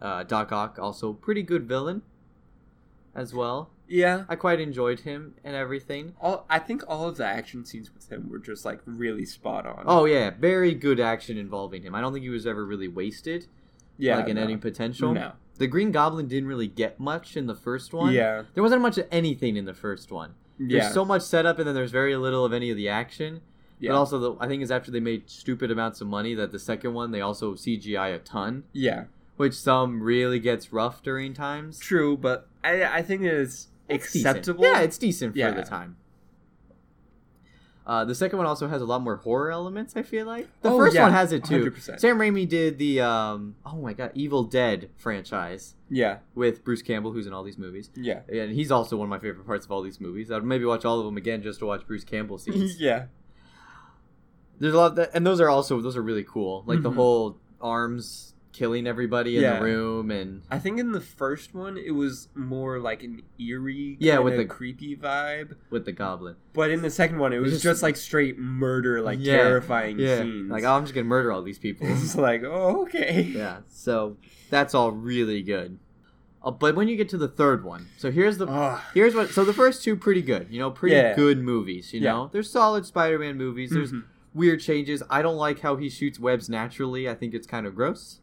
[SPEAKER 1] Uh, Doc Ock also pretty good villain, as well.
[SPEAKER 2] Yeah.
[SPEAKER 1] I quite enjoyed him and everything.
[SPEAKER 2] All I think all of the action scenes with him were just like really spot on.
[SPEAKER 1] Oh yeah, very good action involving him. I don't think he was ever really wasted,
[SPEAKER 2] yeah.
[SPEAKER 1] like in
[SPEAKER 2] no.
[SPEAKER 1] any potential.
[SPEAKER 2] No.
[SPEAKER 1] The Green Goblin didn't really get much in the first one.
[SPEAKER 2] Yeah.
[SPEAKER 1] There wasn't much of anything in the first one. There's
[SPEAKER 2] Yeah.
[SPEAKER 1] so much setup, and then there's very little of any of the action.
[SPEAKER 2] yeah.
[SPEAKER 1] But also, the, I think it's after they made stupid amounts of money that the second one they also CGI a ton,
[SPEAKER 2] yeah.
[SPEAKER 1] which some really gets rough during times.
[SPEAKER 2] True, but I I think it is
[SPEAKER 1] It's decent.
[SPEAKER 2] acceptable.
[SPEAKER 1] Yeah, it's decent for
[SPEAKER 2] Yeah.
[SPEAKER 1] the time. Uh, the second one also has a lot more horror elements. I feel like the
[SPEAKER 2] Oh,
[SPEAKER 1] first
[SPEAKER 2] yeah,
[SPEAKER 1] one has it too.
[SPEAKER 2] 100%.
[SPEAKER 1] Sam Raimi did the um, oh my god, Evil Dead franchise
[SPEAKER 2] yeah.
[SPEAKER 1] with Bruce Campbell, who's in all these movies.
[SPEAKER 2] Yeah.
[SPEAKER 1] and he's also one of my favorite parts of all these movies. I'd maybe watch all of them again just to watch Bruce Campbell scenes.
[SPEAKER 2] yeah.
[SPEAKER 1] There's a lot, that, and those are also those are really cool. Like the
[SPEAKER 2] Mhm.
[SPEAKER 1] whole arms killing everybody in
[SPEAKER 2] Yeah.
[SPEAKER 1] the room, and
[SPEAKER 2] I think in the first one it was more like an eerie,
[SPEAKER 1] Yeah,
[SPEAKER 2] kinda
[SPEAKER 1] with the-
[SPEAKER 2] creepy vibe.
[SPEAKER 1] with the goblin.
[SPEAKER 2] But in the second one, it was
[SPEAKER 1] Just-
[SPEAKER 2] just, like straight murder, like
[SPEAKER 1] Yeah,
[SPEAKER 2] terrifying
[SPEAKER 1] Yeah,
[SPEAKER 2] scenes.
[SPEAKER 1] like oh, I'm just gonna murder all these people.
[SPEAKER 2] it's like oh okay.
[SPEAKER 1] yeah, so that's all really good. Uh, but when you get to the third one, so here's the
[SPEAKER 2] Ah,
[SPEAKER 1] here's what. So the first two pretty good, you know, pretty
[SPEAKER 2] Yeah.
[SPEAKER 1] good movies. You
[SPEAKER 2] Yeah.
[SPEAKER 1] know, they're solid Spider-Man movies. There's
[SPEAKER 2] mhm.
[SPEAKER 1] weird changes. I don't like how he shoots webs naturally. I think it's kind of gross.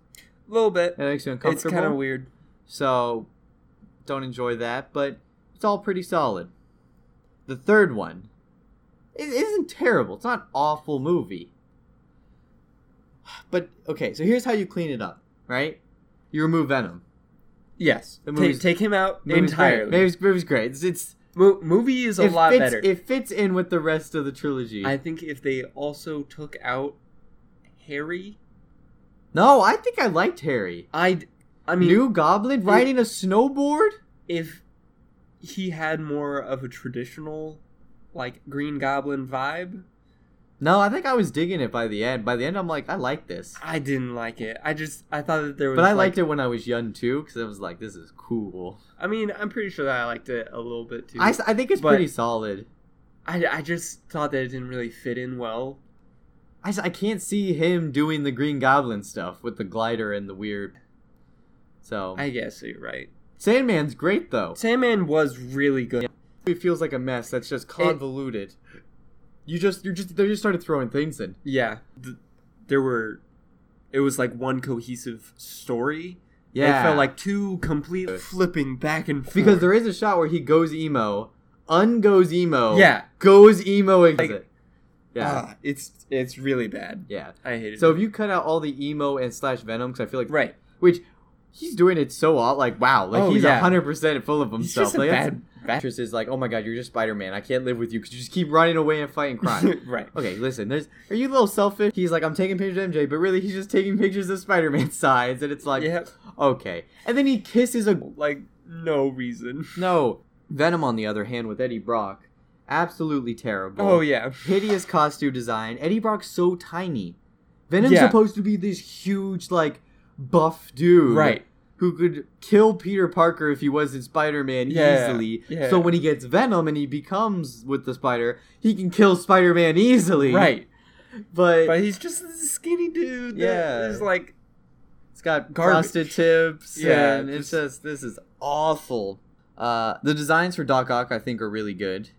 [SPEAKER 2] a little bit.
[SPEAKER 1] It makes you
[SPEAKER 2] It's
[SPEAKER 1] uncomfortable.
[SPEAKER 2] kind of weird.
[SPEAKER 1] So don't enjoy that, but it's all pretty solid. The third one, it isn't terrible. It's not an awful movie. But okay, so here's how you clean it up, right? You remove Venom.
[SPEAKER 2] Yes,
[SPEAKER 1] The
[SPEAKER 2] Ta-
[SPEAKER 1] movie's-
[SPEAKER 2] take him out
[SPEAKER 1] Movie's great.
[SPEAKER 2] entirely.
[SPEAKER 1] Movie's, movie's great. It's, it's
[SPEAKER 2] Mo- movie is a
[SPEAKER 1] it
[SPEAKER 2] lot
[SPEAKER 1] fits,
[SPEAKER 2] better.
[SPEAKER 1] It fits in with the rest of the trilogy.
[SPEAKER 2] I think if they also took out Harry,
[SPEAKER 1] no, I think I liked Harry.
[SPEAKER 2] I'd. I mean,
[SPEAKER 1] New Goblin riding a snowboard.
[SPEAKER 2] if he had more of a traditional, like Green Goblin vibe,
[SPEAKER 1] No, I think I was digging it by the end. By the end, I'm like, I like this.
[SPEAKER 2] I didn't like it. I just I thought that there was.
[SPEAKER 1] But I
[SPEAKER 2] like,
[SPEAKER 1] liked it when I was young too, because I was like, "This is cool."
[SPEAKER 2] I mean, I'm pretty sure that I liked it a little bit too.
[SPEAKER 1] I, s- I think it's
[SPEAKER 2] But-
[SPEAKER 1] pretty solid.
[SPEAKER 2] I, I just thought that it didn't really fit in well.
[SPEAKER 1] I, s- I can't see him doing the Green Goblin stuff with the glider and the weird. So
[SPEAKER 2] I guess you're right.
[SPEAKER 1] Sandman's great though.
[SPEAKER 2] Sandman was really good.
[SPEAKER 1] It feels like a mess that's just convoluted. you just you just they just started throwing things in.
[SPEAKER 2] Yeah, th- there were. It was like one cohesive story.
[SPEAKER 1] Yeah,
[SPEAKER 2] it felt like two complete flipping back and forth.
[SPEAKER 1] because there is a shot where he goes emo, ungoes emo,
[SPEAKER 2] yeah,
[SPEAKER 1] goes emo exit.
[SPEAKER 2] Like-
[SPEAKER 1] yeah,
[SPEAKER 2] Ah, it's it's really bad.
[SPEAKER 1] yeah.
[SPEAKER 2] I hate it.
[SPEAKER 1] So if you cut out all the emo and slash venom, because I feel like
[SPEAKER 2] right,
[SPEAKER 1] which he's doing it so all like wow, like
[SPEAKER 2] Oh,
[SPEAKER 1] he's
[SPEAKER 2] yeah.
[SPEAKER 1] hundred percent full of
[SPEAKER 2] he's
[SPEAKER 1] himself.
[SPEAKER 2] just a
[SPEAKER 1] like that's-
[SPEAKER 2] bad, bad
[SPEAKER 1] actress is like, oh my god, you're just Spider Man. I can't live with you because you just keep running away and fighting crime.
[SPEAKER 2] right.
[SPEAKER 1] okay, listen, there's are you a little selfish? He's like, I'm taking pictures of MJ, but really he's just taking pictures of Spider Man signs, and it's like,
[SPEAKER 2] yeah,
[SPEAKER 1] okay. And then he kisses a
[SPEAKER 2] like no reason.
[SPEAKER 1] no Venom on the other hand with Eddie Brock, absolutely terrible.
[SPEAKER 2] Oh yeah,
[SPEAKER 1] hideous costume design. Eddie Brock's so tiny. Venom's
[SPEAKER 2] Yeah.
[SPEAKER 1] supposed to be this huge like buff dude,
[SPEAKER 2] right.
[SPEAKER 1] who could kill Peter Parker if he wasn't Spider Man
[SPEAKER 2] Yeah,
[SPEAKER 1] easily.
[SPEAKER 2] yeah.
[SPEAKER 1] So when he gets Venom and he becomes with the spider, he can kill Spider Man easily.
[SPEAKER 2] Right.
[SPEAKER 1] But,
[SPEAKER 2] But he's just this skinny dude.
[SPEAKER 1] Yeah.
[SPEAKER 2] Yeah. Is like,
[SPEAKER 1] it's got
[SPEAKER 2] Garbage.
[SPEAKER 1] frosted tips.
[SPEAKER 2] Yeah,
[SPEAKER 1] And it's just, this is awful. Uh, the designs for Doc Ock, I think, are really good.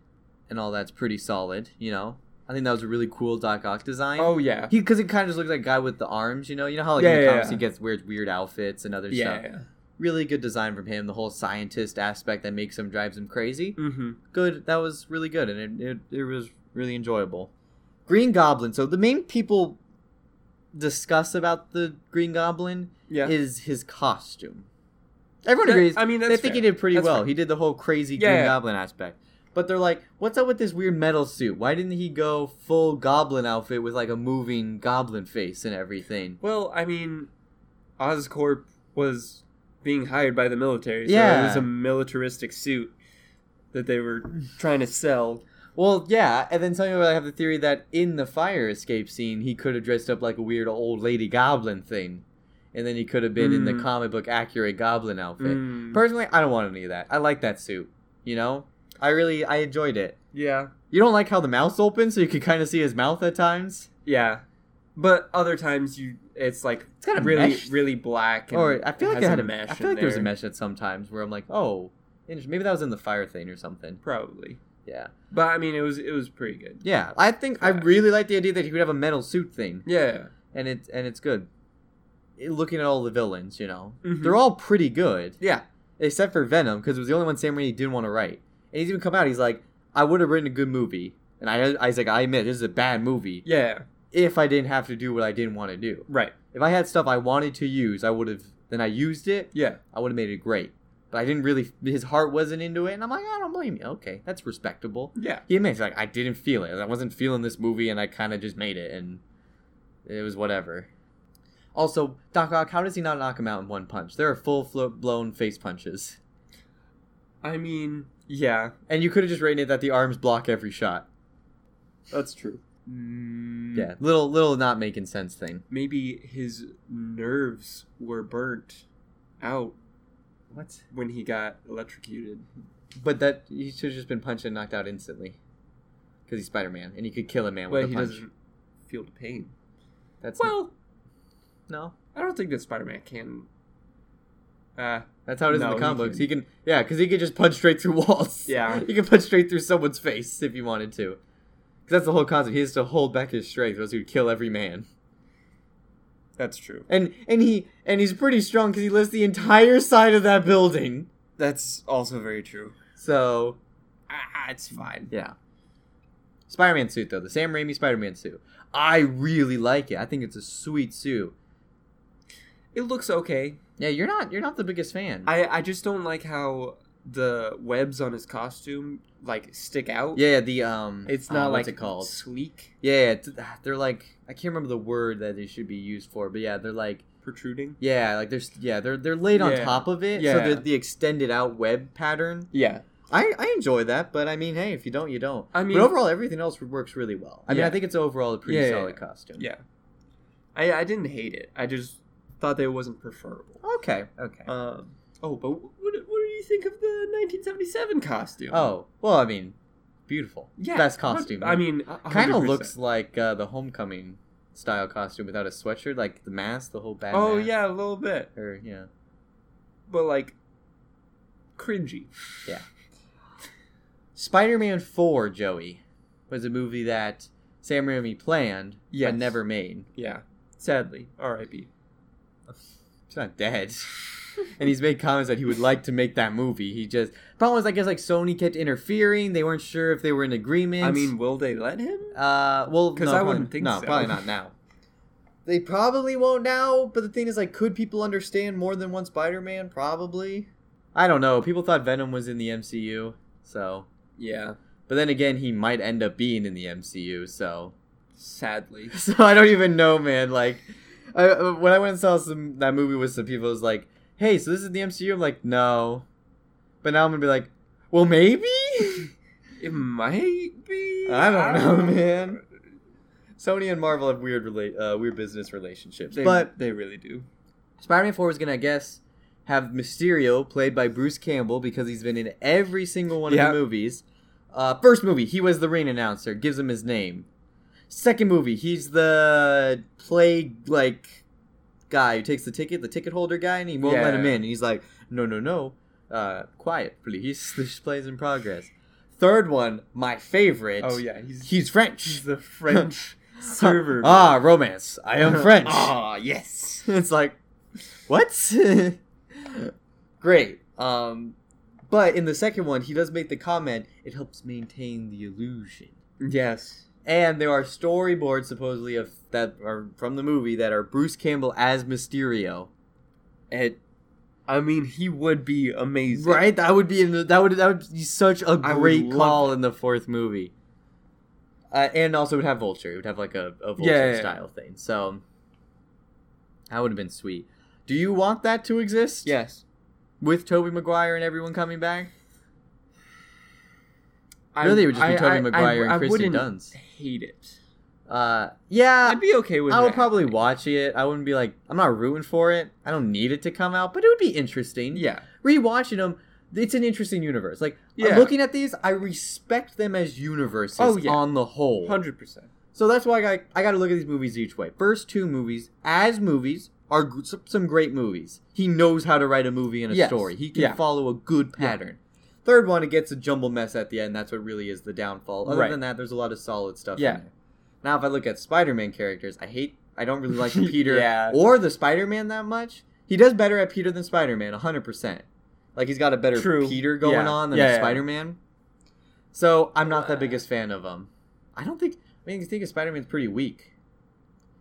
[SPEAKER 1] And all that's pretty solid, you know? I think that was a really cool Doc Ock design.
[SPEAKER 2] oh yeah.
[SPEAKER 1] He, because it kind of just looks like a guy with the arms, you know. You know how like in
[SPEAKER 2] Yeah,
[SPEAKER 1] the
[SPEAKER 2] yeah,
[SPEAKER 1] comics
[SPEAKER 2] yeah.
[SPEAKER 1] he gets weird, weird outfits and other
[SPEAKER 2] Yeah.
[SPEAKER 1] stuff. Really good design from him. The whole scientist aspect that makes him drives him crazy.
[SPEAKER 2] Mm-hmm.
[SPEAKER 1] good. That was really good, and it, it, it was really enjoyable. Green Goblin. So the main people discuss about the Green Goblin
[SPEAKER 2] Yeah.
[SPEAKER 1] is his costume. Everyone
[SPEAKER 2] That-
[SPEAKER 1] agrees.
[SPEAKER 2] I mean,
[SPEAKER 1] they
[SPEAKER 2] that's
[SPEAKER 1] think he
[SPEAKER 2] fair.
[SPEAKER 1] did pretty
[SPEAKER 2] That's
[SPEAKER 1] well.
[SPEAKER 2] fair.
[SPEAKER 1] He did the whole crazy
[SPEAKER 2] Yeah,
[SPEAKER 1] Green
[SPEAKER 2] yeah.
[SPEAKER 1] Goblin aspect. But they're like, what's up with this weird metal suit? Why didn't he go full goblin outfit with like a moving goblin face and everything?
[SPEAKER 2] Well, I mean, Oscorp was being hired by the military, so
[SPEAKER 1] Yeah.
[SPEAKER 2] it was a militaristic suit that they were trying to sell.
[SPEAKER 1] Well, yeah, and then some people have the theory that in the fire escape scene, he could have dressed up like a weird old lady goblin thing, and then he could have been in the
[SPEAKER 2] Mm.
[SPEAKER 1] comic book accurate goblin outfit.
[SPEAKER 2] Mm.
[SPEAKER 1] Personally, I don't want any of that. I like that suit. You know, I really I enjoyed it.
[SPEAKER 2] yeah,
[SPEAKER 1] You don't like how the mouth's open, so you can kind of see his mouth at times,
[SPEAKER 2] yeah, but other times you, it's like
[SPEAKER 1] It's kinda
[SPEAKER 2] really,
[SPEAKER 1] meshed.
[SPEAKER 2] really black. And
[SPEAKER 1] or I feel like
[SPEAKER 2] has
[SPEAKER 1] it had
[SPEAKER 2] a
[SPEAKER 1] a mesh. I
[SPEAKER 2] in
[SPEAKER 1] feel like there was a
[SPEAKER 2] there.
[SPEAKER 1] mesh at some times where I'm like, oh, interesting. maybe that was in the fire thing or something.
[SPEAKER 2] probably.
[SPEAKER 1] Yeah,
[SPEAKER 2] But I mean, it was it was pretty good.
[SPEAKER 1] yeah. I think I
[SPEAKER 2] Yeah.
[SPEAKER 1] really like the idea that he would have a metal suit thing.
[SPEAKER 2] Yeah,
[SPEAKER 1] and it's and it's good. It- looking at all the villains, you know,
[SPEAKER 2] Mhm.
[SPEAKER 1] they're all pretty good
[SPEAKER 2] yeah,
[SPEAKER 1] except for Venom because it was the only one Sam Raimi didn't want to write. And he's even come out. He's like, I would have written a good movie, and I I was like, I admit this is a bad movie
[SPEAKER 2] yeah.
[SPEAKER 1] if I didn't have to do what I didn't want to do.
[SPEAKER 2] Right.
[SPEAKER 1] If I had stuff I wanted to use, I would have then I used it.
[SPEAKER 2] Yeah.
[SPEAKER 1] I would have made it great. But I didn't really. His heart wasn't into it, and I'm like, I don't blame you. Okay, that's respectable.
[SPEAKER 2] Yeah.
[SPEAKER 1] He admits like I didn't feel it. I wasn't feeling this movie, and I kind of just made it, and it was whatever. Also, Doc Ock, how does he not knock him out in one punch? There are full flo- blown face punches,
[SPEAKER 2] I mean, yeah.
[SPEAKER 1] and you could have just written it that the arms block every shot.
[SPEAKER 3] That's true.
[SPEAKER 2] Mm,
[SPEAKER 1] Yeah, little little not making sense thing.
[SPEAKER 2] Maybe his nerves were burnt out
[SPEAKER 1] What?
[SPEAKER 2] when he got electrocuted.
[SPEAKER 1] But that he should have just been punched and knocked out instantly, because he's Spider Man, and he could kill a man with
[SPEAKER 2] But
[SPEAKER 1] a
[SPEAKER 2] he
[SPEAKER 1] punch.
[SPEAKER 2] doesn't feel the pain.
[SPEAKER 1] That's
[SPEAKER 2] Well,
[SPEAKER 1] no.
[SPEAKER 2] I don't think that Spider-Man can. Uh,
[SPEAKER 1] That's how it is in
[SPEAKER 2] No,
[SPEAKER 1] the comic
[SPEAKER 2] he
[SPEAKER 1] books.
[SPEAKER 2] can-
[SPEAKER 1] He can, yeah, because he can just punch straight through walls.
[SPEAKER 2] Yeah.
[SPEAKER 1] he can punch straight through someone's face if he wanted to. 'Cause that's the whole concept. He has to hold back his strength, or else he would kill every man.
[SPEAKER 2] that's true.
[SPEAKER 1] And and he and he's pretty strong because he lifts the entire side of that building.
[SPEAKER 2] That's also very true.
[SPEAKER 1] So
[SPEAKER 2] Ah, it's fine.
[SPEAKER 1] yeah, Spider-Man suit though the Sam Raimi Spider-Man suit. I really like it. I think it's a sweet suit.
[SPEAKER 2] It looks okay.
[SPEAKER 1] Yeah, you're not you're not the biggest fan.
[SPEAKER 2] I I just don't like how the webs on his costume like stick out.
[SPEAKER 1] yeah, the um,
[SPEAKER 2] it's
[SPEAKER 1] uh,
[SPEAKER 2] not like
[SPEAKER 1] what's it called
[SPEAKER 2] sleek,
[SPEAKER 1] Yeah, it's- they're like I can't remember the word that they should be used for, but yeah, they're like
[SPEAKER 2] protruding.
[SPEAKER 1] yeah, like there's yeah, they're they're laid on
[SPEAKER 2] Yeah.
[SPEAKER 1] top of it, so
[SPEAKER 2] Yeah.
[SPEAKER 1] the, the extended out web pattern.
[SPEAKER 2] Yeah,
[SPEAKER 1] I I enjoy that, but I mean, hey, if you don't, you don't.
[SPEAKER 2] I mean-
[SPEAKER 1] but overall, everything else works really well. I mean,
[SPEAKER 2] Yeah.
[SPEAKER 1] I think it's overall a pretty
[SPEAKER 2] Yeah, yeah,
[SPEAKER 1] solid
[SPEAKER 2] yeah.
[SPEAKER 1] costume.
[SPEAKER 2] yeah. I I didn't hate it. I just thought that it wasn't preferable.
[SPEAKER 1] Okay. Okay.
[SPEAKER 2] Um. Oh, but what what do you think of the 1977 costume?
[SPEAKER 1] oh well, I mean, beautiful. Best costume.
[SPEAKER 2] I mean,
[SPEAKER 1] kind of
[SPEAKER 2] 100%.
[SPEAKER 1] looks like uh, the homecoming style costume without a sweatshirt, like the mask, the whole bad.
[SPEAKER 2] Oh
[SPEAKER 1] mask,
[SPEAKER 2] yeah, a little bit,
[SPEAKER 1] Or yeah.
[SPEAKER 2] but like cringy.
[SPEAKER 1] Spider-Man 4, Joey, was a movie that Sam Raimi planned
[SPEAKER 2] Yes.
[SPEAKER 1] but never made.
[SPEAKER 2] Yeah, sadly, R.I.P.
[SPEAKER 1] He's not dead. and he's made comments that he would like to make that movie. He just problem was I guess like Sony kept interfering. They weren't sure if they were in agreement.
[SPEAKER 2] I mean, will they let him?
[SPEAKER 1] uh, well,
[SPEAKER 2] 'cause
[SPEAKER 1] no,
[SPEAKER 2] I
[SPEAKER 1] probably-
[SPEAKER 2] wouldn't think
[SPEAKER 1] no,
[SPEAKER 2] so.
[SPEAKER 1] probably not now. They probably won't now. But the thing is, like, could people understand more than one Spider-Man? Probably. I don't know. People thought Venom was in the MCU, so.
[SPEAKER 2] Yeah,
[SPEAKER 1] But then again, he might end up being in the MCU, so
[SPEAKER 2] sadly.
[SPEAKER 1] So I don't even know, man. Like, I, uh, when I went and saw some that movie with some people, it was like, "Hey, so this is the MCU." I'm like, "No," but now I'm gonna be like, "Well, maybe."
[SPEAKER 2] It might be.
[SPEAKER 1] I don't know, man. Sony and Marvel have weird relate uh, weird business relationships,
[SPEAKER 2] They,
[SPEAKER 1] but
[SPEAKER 2] they really do.
[SPEAKER 1] Spider-Man Four is gonna, I guess, have Mysterio played by Bruce Campbell because he's been in every single one
[SPEAKER 2] Yeah.
[SPEAKER 1] of the movies. Uh, first movie, he was the ring announcer, gives him his name. Second movie, he's the play like guy who takes the ticket, the ticket holder guy, and he won't let him
[SPEAKER 2] Yeah.
[SPEAKER 1] in. And he's like, no, no, no, uh, quiet, please. This play's in progress. Third one, my favorite.
[SPEAKER 2] Oh yeah, he's
[SPEAKER 1] he's French.
[SPEAKER 2] he's the French server.
[SPEAKER 1] ah, romance. I am French.
[SPEAKER 2] Ah, yes.
[SPEAKER 1] it's like what great um but in the second one he does make the comment it helps maintain the illusion
[SPEAKER 2] Yes.
[SPEAKER 1] and there are storyboards supposedly of that are from the movie that are bruce campbell as mysterio
[SPEAKER 2] It I mean, he would be amazing.
[SPEAKER 1] Right? That would be in the, that would that would be such a
[SPEAKER 2] I would
[SPEAKER 1] great
[SPEAKER 2] love
[SPEAKER 1] call in the fourth movie. Uh, and also it would have Vulture. It would have like a, a Vulture
[SPEAKER 2] Yeah, yeah, yeah.
[SPEAKER 1] style thing. So that would have been sweet. Do you want that to exist?
[SPEAKER 2] Yes.
[SPEAKER 1] With Toby Maguire and everyone coming back? Really, it would just be Tobey Maguire and Kristen
[SPEAKER 2] wouldn't
[SPEAKER 1] Dunst.
[SPEAKER 2] Hate it.
[SPEAKER 1] Uh yeah.
[SPEAKER 2] I'd be okay with.
[SPEAKER 1] I would
[SPEAKER 2] that.
[SPEAKER 1] probably watch it. I wouldn't be like, I'm not rooting for it. I don't need it to come out, but it would be interesting.
[SPEAKER 2] Yeah.
[SPEAKER 1] Rewatching them, it's an interesting universe. Like,
[SPEAKER 2] Yeah.
[SPEAKER 1] looking at these, I respect them as universes
[SPEAKER 2] Oh, yeah.
[SPEAKER 1] on the whole.
[SPEAKER 2] Hundred percent.
[SPEAKER 1] So that's why I, I got to look at these movies each way. First two movies, as movies, are g- s- some great movies. He knows how to write a movie and a
[SPEAKER 2] Yes.
[SPEAKER 1] story. He can
[SPEAKER 2] Yeah.
[SPEAKER 1] follow a good pattern. Third one, it gets a jumble mess at the end. That's what really is the downfall. Other
[SPEAKER 2] Right.
[SPEAKER 1] than that, there's a lot of solid stuff. in
[SPEAKER 2] Yeah.
[SPEAKER 1] there. Now, if I look at Spider-Man characters, I hate. I don't really like Peter
[SPEAKER 2] Yeah.
[SPEAKER 1] or the Spider-Man that much. He does better at Peter than Spider-Man, 100. percent Like he's got a better
[SPEAKER 2] True.
[SPEAKER 1] Peter going
[SPEAKER 2] Yeah.
[SPEAKER 1] on than
[SPEAKER 2] Yeah,
[SPEAKER 1] a
[SPEAKER 2] yeah.
[SPEAKER 1] Spider-Man. So I'm not the
[SPEAKER 2] Uh.
[SPEAKER 1] biggest fan of him. I don't think. I mean, you think of Spider Man's pretty weak,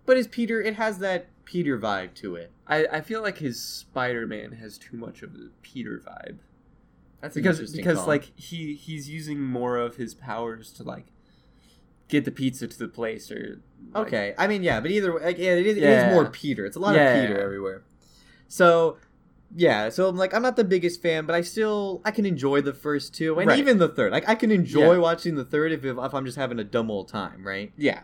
[SPEAKER 1] but his Peter, it has that Peter vibe to it.
[SPEAKER 2] I, I
[SPEAKER 3] feel like his Spider-Man has too much of the Peter vibe
[SPEAKER 1] That's an
[SPEAKER 2] because
[SPEAKER 1] interesting
[SPEAKER 2] because
[SPEAKER 1] call.
[SPEAKER 2] like he he's using more of his powers to like get the pizza to the place or like,
[SPEAKER 1] okay, I mean, yeah, but either way, like, yeah, it is, it
[SPEAKER 2] Yeah.
[SPEAKER 1] is more Peter. It's a lot
[SPEAKER 2] Yeah.
[SPEAKER 1] of Peter everywhere. So, yeah, so I'm like, I'm not the biggest fan, but I still I can enjoy the first two and
[SPEAKER 2] Right.
[SPEAKER 1] even the third. Like, I can enjoy
[SPEAKER 2] Yeah.
[SPEAKER 1] watching the third if if I'm just having a dumb old time, right?
[SPEAKER 2] yeah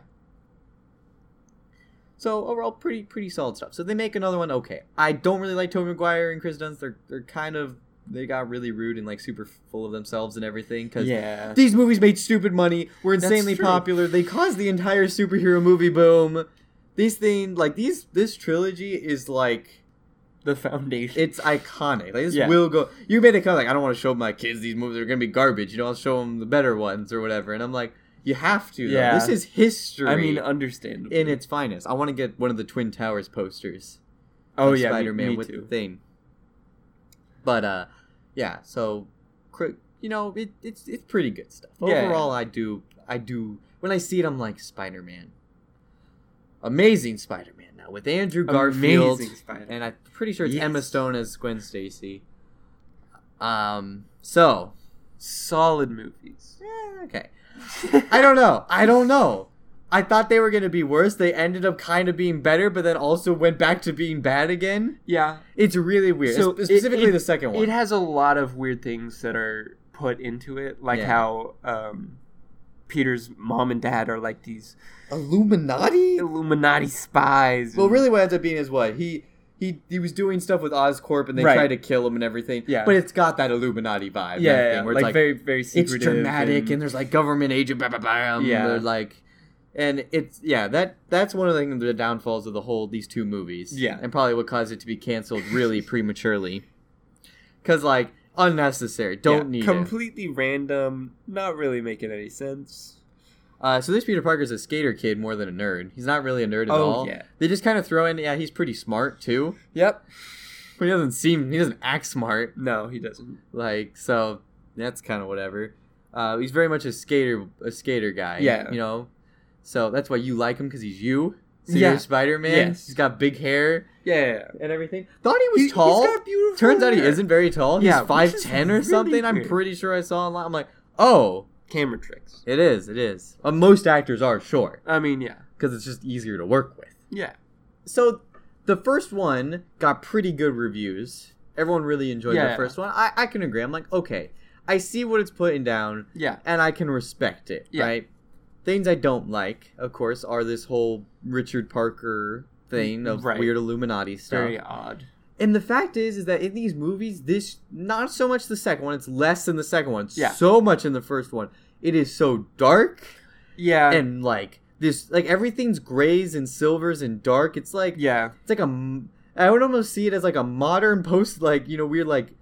[SPEAKER 1] So overall, pretty pretty solid stuff. So they make another one. Okay, I don't really like Tobey Maguire and Chris Dunst. They're they're kind of they got really rude and like super full of themselves and everything. Because
[SPEAKER 2] yeah
[SPEAKER 1] these movies made stupid money, were
[SPEAKER 2] That's
[SPEAKER 1] insanely
[SPEAKER 2] true.
[SPEAKER 1] popular. They caused the entire superhero movie boom. These things like these this trilogy is like
[SPEAKER 2] the foundation
[SPEAKER 1] it's iconic. Like this
[SPEAKER 2] Yeah.
[SPEAKER 1] will go. You made a comment like I don't want to show my kids these movies. They're gonna be garbage. You know, I'll show them the better ones or whatever. And I'm like, you have to. though.
[SPEAKER 2] Yeah.
[SPEAKER 1] This is history
[SPEAKER 2] I mean understandable
[SPEAKER 1] in its finest. I want to get one of the Twin Towers posters.
[SPEAKER 2] oh
[SPEAKER 1] of
[SPEAKER 2] yeah
[SPEAKER 1] Spider-Man
[SPEAKER 2] Spider-Man me,
[SPEAKER 1] with the
[SPEAKER 2] too.
[SPEAKER 1] thing. But uh, yeah. So, cri- you know, it, it's it's pretty good stuff.
[SPEAKER 2] Yeah.
[SPEAKER 1] Overall, I do I do when I see it, I'm like Spider-Man, amazing Spider-Man now with Andrew Garfield,
[SPEAKER 2] Amazing Spider-Man.
[SPEAKER 1] and I'm pretty sure it's
[SPEAKER 2] Yes.
[SPEAKER 1] Emma Stone as Gwen Stacy. Um. So.
[SPEAKER 2] solid movies
[SPEAKER 1] eh, okay. I don't know. I don't know. I thought they were going to be worse. They ended up kind of being better, but then also went back to being bad again.
[SPEAKER 2] yeah
[SPEAKER 1] It's really weird.
[SPEAKER 2] So
[SPEAKER 1] Spe- specifically
[SPEAKER 2] it- it-
[SPEAKER 1] the second
[SPEAKER 2] it
[SPEAKER 1] one.
[SPEAKER 2] has a lot of weird things that are put into it like
[SPEAKER 1] Yeah.
[SPEAKER 2] how um Peter's mom and dad are like these
[SPEAKER 1] Illuminati?
[SPEAKER 2] Illuminati spies
[SPEAKER 1] Well,
[SPEAKER 2] and-
[SPEAKER 1] really, what ends up being is what he he he was doing stuff with Oscorp, and they
[SPEAKER 2] Right.
[SPEAKER 1] tried to kill him and everything.
[SPEAKER 2] Yeah.
[SPEAKER 1] but it's got that Illuminati vibe. that
[SPEAKER 2] yeah, yeah,
[SPEAKER 1] thing
[SPEAKER 2] yeah,
[SPEAKER 1] where
[SPEAKER 2] like,
[SPEAKER 1] it's like
[SPEAKER 2] very very
[SPEAKER 1] it's
[SPEAKER 2] secretive
[SPEAKER 1] dramatic, and, there's like government agent, blah blah blah. um,
[SPEAKER 2] Yeah.
[SPEAKER 1] they're like, and it's yeah that that's one of the, the downfalls of the whole these two movies.
[SPEAKER 2] Yeah.
[SPEAKER 1] and probably what caused it to be canceled really prematurely, because like unnecessary. Don't
[SPEAKER 2] Yeah,
[SPEAKER 1] need it.
[SPEAKER 2] completely random, not really making any sense.
[SPEAKER 1] Uh, so this Peter Parker's a skater kid more than a nerd. He's not really a nerd at
[SPEAKER 2] Oh,
[SPEAKER 1] all.
[SPEAKER 2] yeah.
[SPEAKER 1] They just kind of throw in, yeah, he's pretty smart too,
[SPEAKER 2] Yep.
[SPEAKER 1] but he doesn't seem, he doesn't act smart.
[SPEAKER 2] No, he doesn't.
[SPEAKER 1] Like so, that's kind of whatever. Uh, he's very much a skater, a skater guy.
[SPEAKER 2] Yeah.
[SPEAKER 1] you know. So that's why you like him because he's you. So
[SPEAKER 2] Yeah.
[SPEAKER 1] you're Spider Man.
[SPEAKER 2] Yes.
[SPEAKER 1] He's got big hair
[SPEAKER 2] Yeah, yeah, yeah.
[SPEAKER 1] and everything. Thought he was tall.
[SPEAKER 2] He's got beautiful
[SPEAKER 1] Turns out he
[SPEAKER 2] hair.
[SPEAKER 1] isn't very tall. He's
[SPEAKER 2] Yeah, which
[SPEAKER 1] five
[SPEAKER 2] is
[SPEAKER 1] ten or
[SPEAKER 2] really
[SPEAKER 1] something. I'm
[SPEAKER 2] weird.
[SPEAKER 1] pretty sure I saw online. I'm like, oh,
[SPEAKER 2] Camera tricks.
[SPEAKER 1] it is, it is. Uh, most actors are short.
[SPEAKER 2] I mean, yeah,
[SPEAKER 1] because it's just easier to work with.
[SPEAKER 2] yeah,
[SPEAKER 1] So the first one got pretty good reviews. Everyone really enjoyed the
[SPEAKER 2] Yeah.
[SPEAKER 1] first one. I, I can agree. I'm like, okay, I see what it's putting down
[SPEAKER 2] yeah.
[SPEAKER 1] and I can respect it,
[SPEAKER 2] Yeah.
[SPEAKER 1] right? Things I don't like, of course, are this whole Richard Parker thing of
[SPEAKER 2] Right.
[SPEAKER 1] weird Illuminati stuff.
[SPEAKER 2] Very odd.
[SPEAKER 1] And the fact is, is that in these movies, this not so much the second one. It's less than the second one.
[SPEAKER 2] Yeah.
[SPEAKER 1] So much in the first one. It is so dark
[SPEAKER 2] Yeah,
[SPEAKER 1] and like this like everything's grays and silvers and dark it's like
[SPEAKER 2] yeah,
[SPEAKER 1] it's like a m- i would almost see it as like a modern post like you know weird like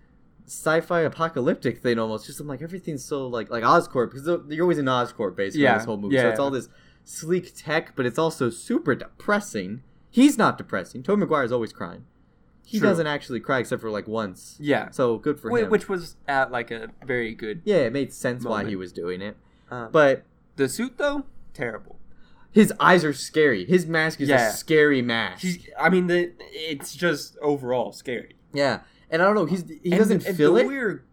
[SPEAKER 1] sci-fi apocalyptic thing almost just i'm like everything's so like like oscorp because you're always in oscorp basically in
[SPEAKER 2] Yeah,
[SPEAKER 1] this whole movie so
[SPEAKER 2] yeah.
[SPEAKER 1] it's all this sleek tech but it's also super depressing he's not depressing Tobey mcguire's always crying he
[SPEAKER 2] True.
[SPEAKER 1] doesn't actually cry except for like once
[SPEAKER 2] yeah.
[SPEAKER 1] so good for
[SPEAKER 2] Whi-
[SPEAKER 1] him
[SPEAKER 2] Which was at like a very good.
[SPEAKER 1] yeah it made sense why he
[SPEAKER 2] Moment.
[SPEAKER 1] was doing it
[SPEAKER 2] Um, but
[SPEAKER 1] but
[SPEAKER 2] the suit though, terrible.
[SPEAKER 1] his eyes are scary his mask is
[SPEAKER 2] Yeah.
[SPEAKER 1] a scary mask
[SPEAKER 2] He's, I mean, the it's just overall scary.
[SPEAKER 1] Yeah, and I don't know. He's he
[SPEAKER 2] And-
[SPEAKER 1] doesn't
[SPEAKER 2] and
[SPEAKER 1] feel
[SPEAKER 2] the
[SPEAKER 1] it.
[SPEAKER 2] Weird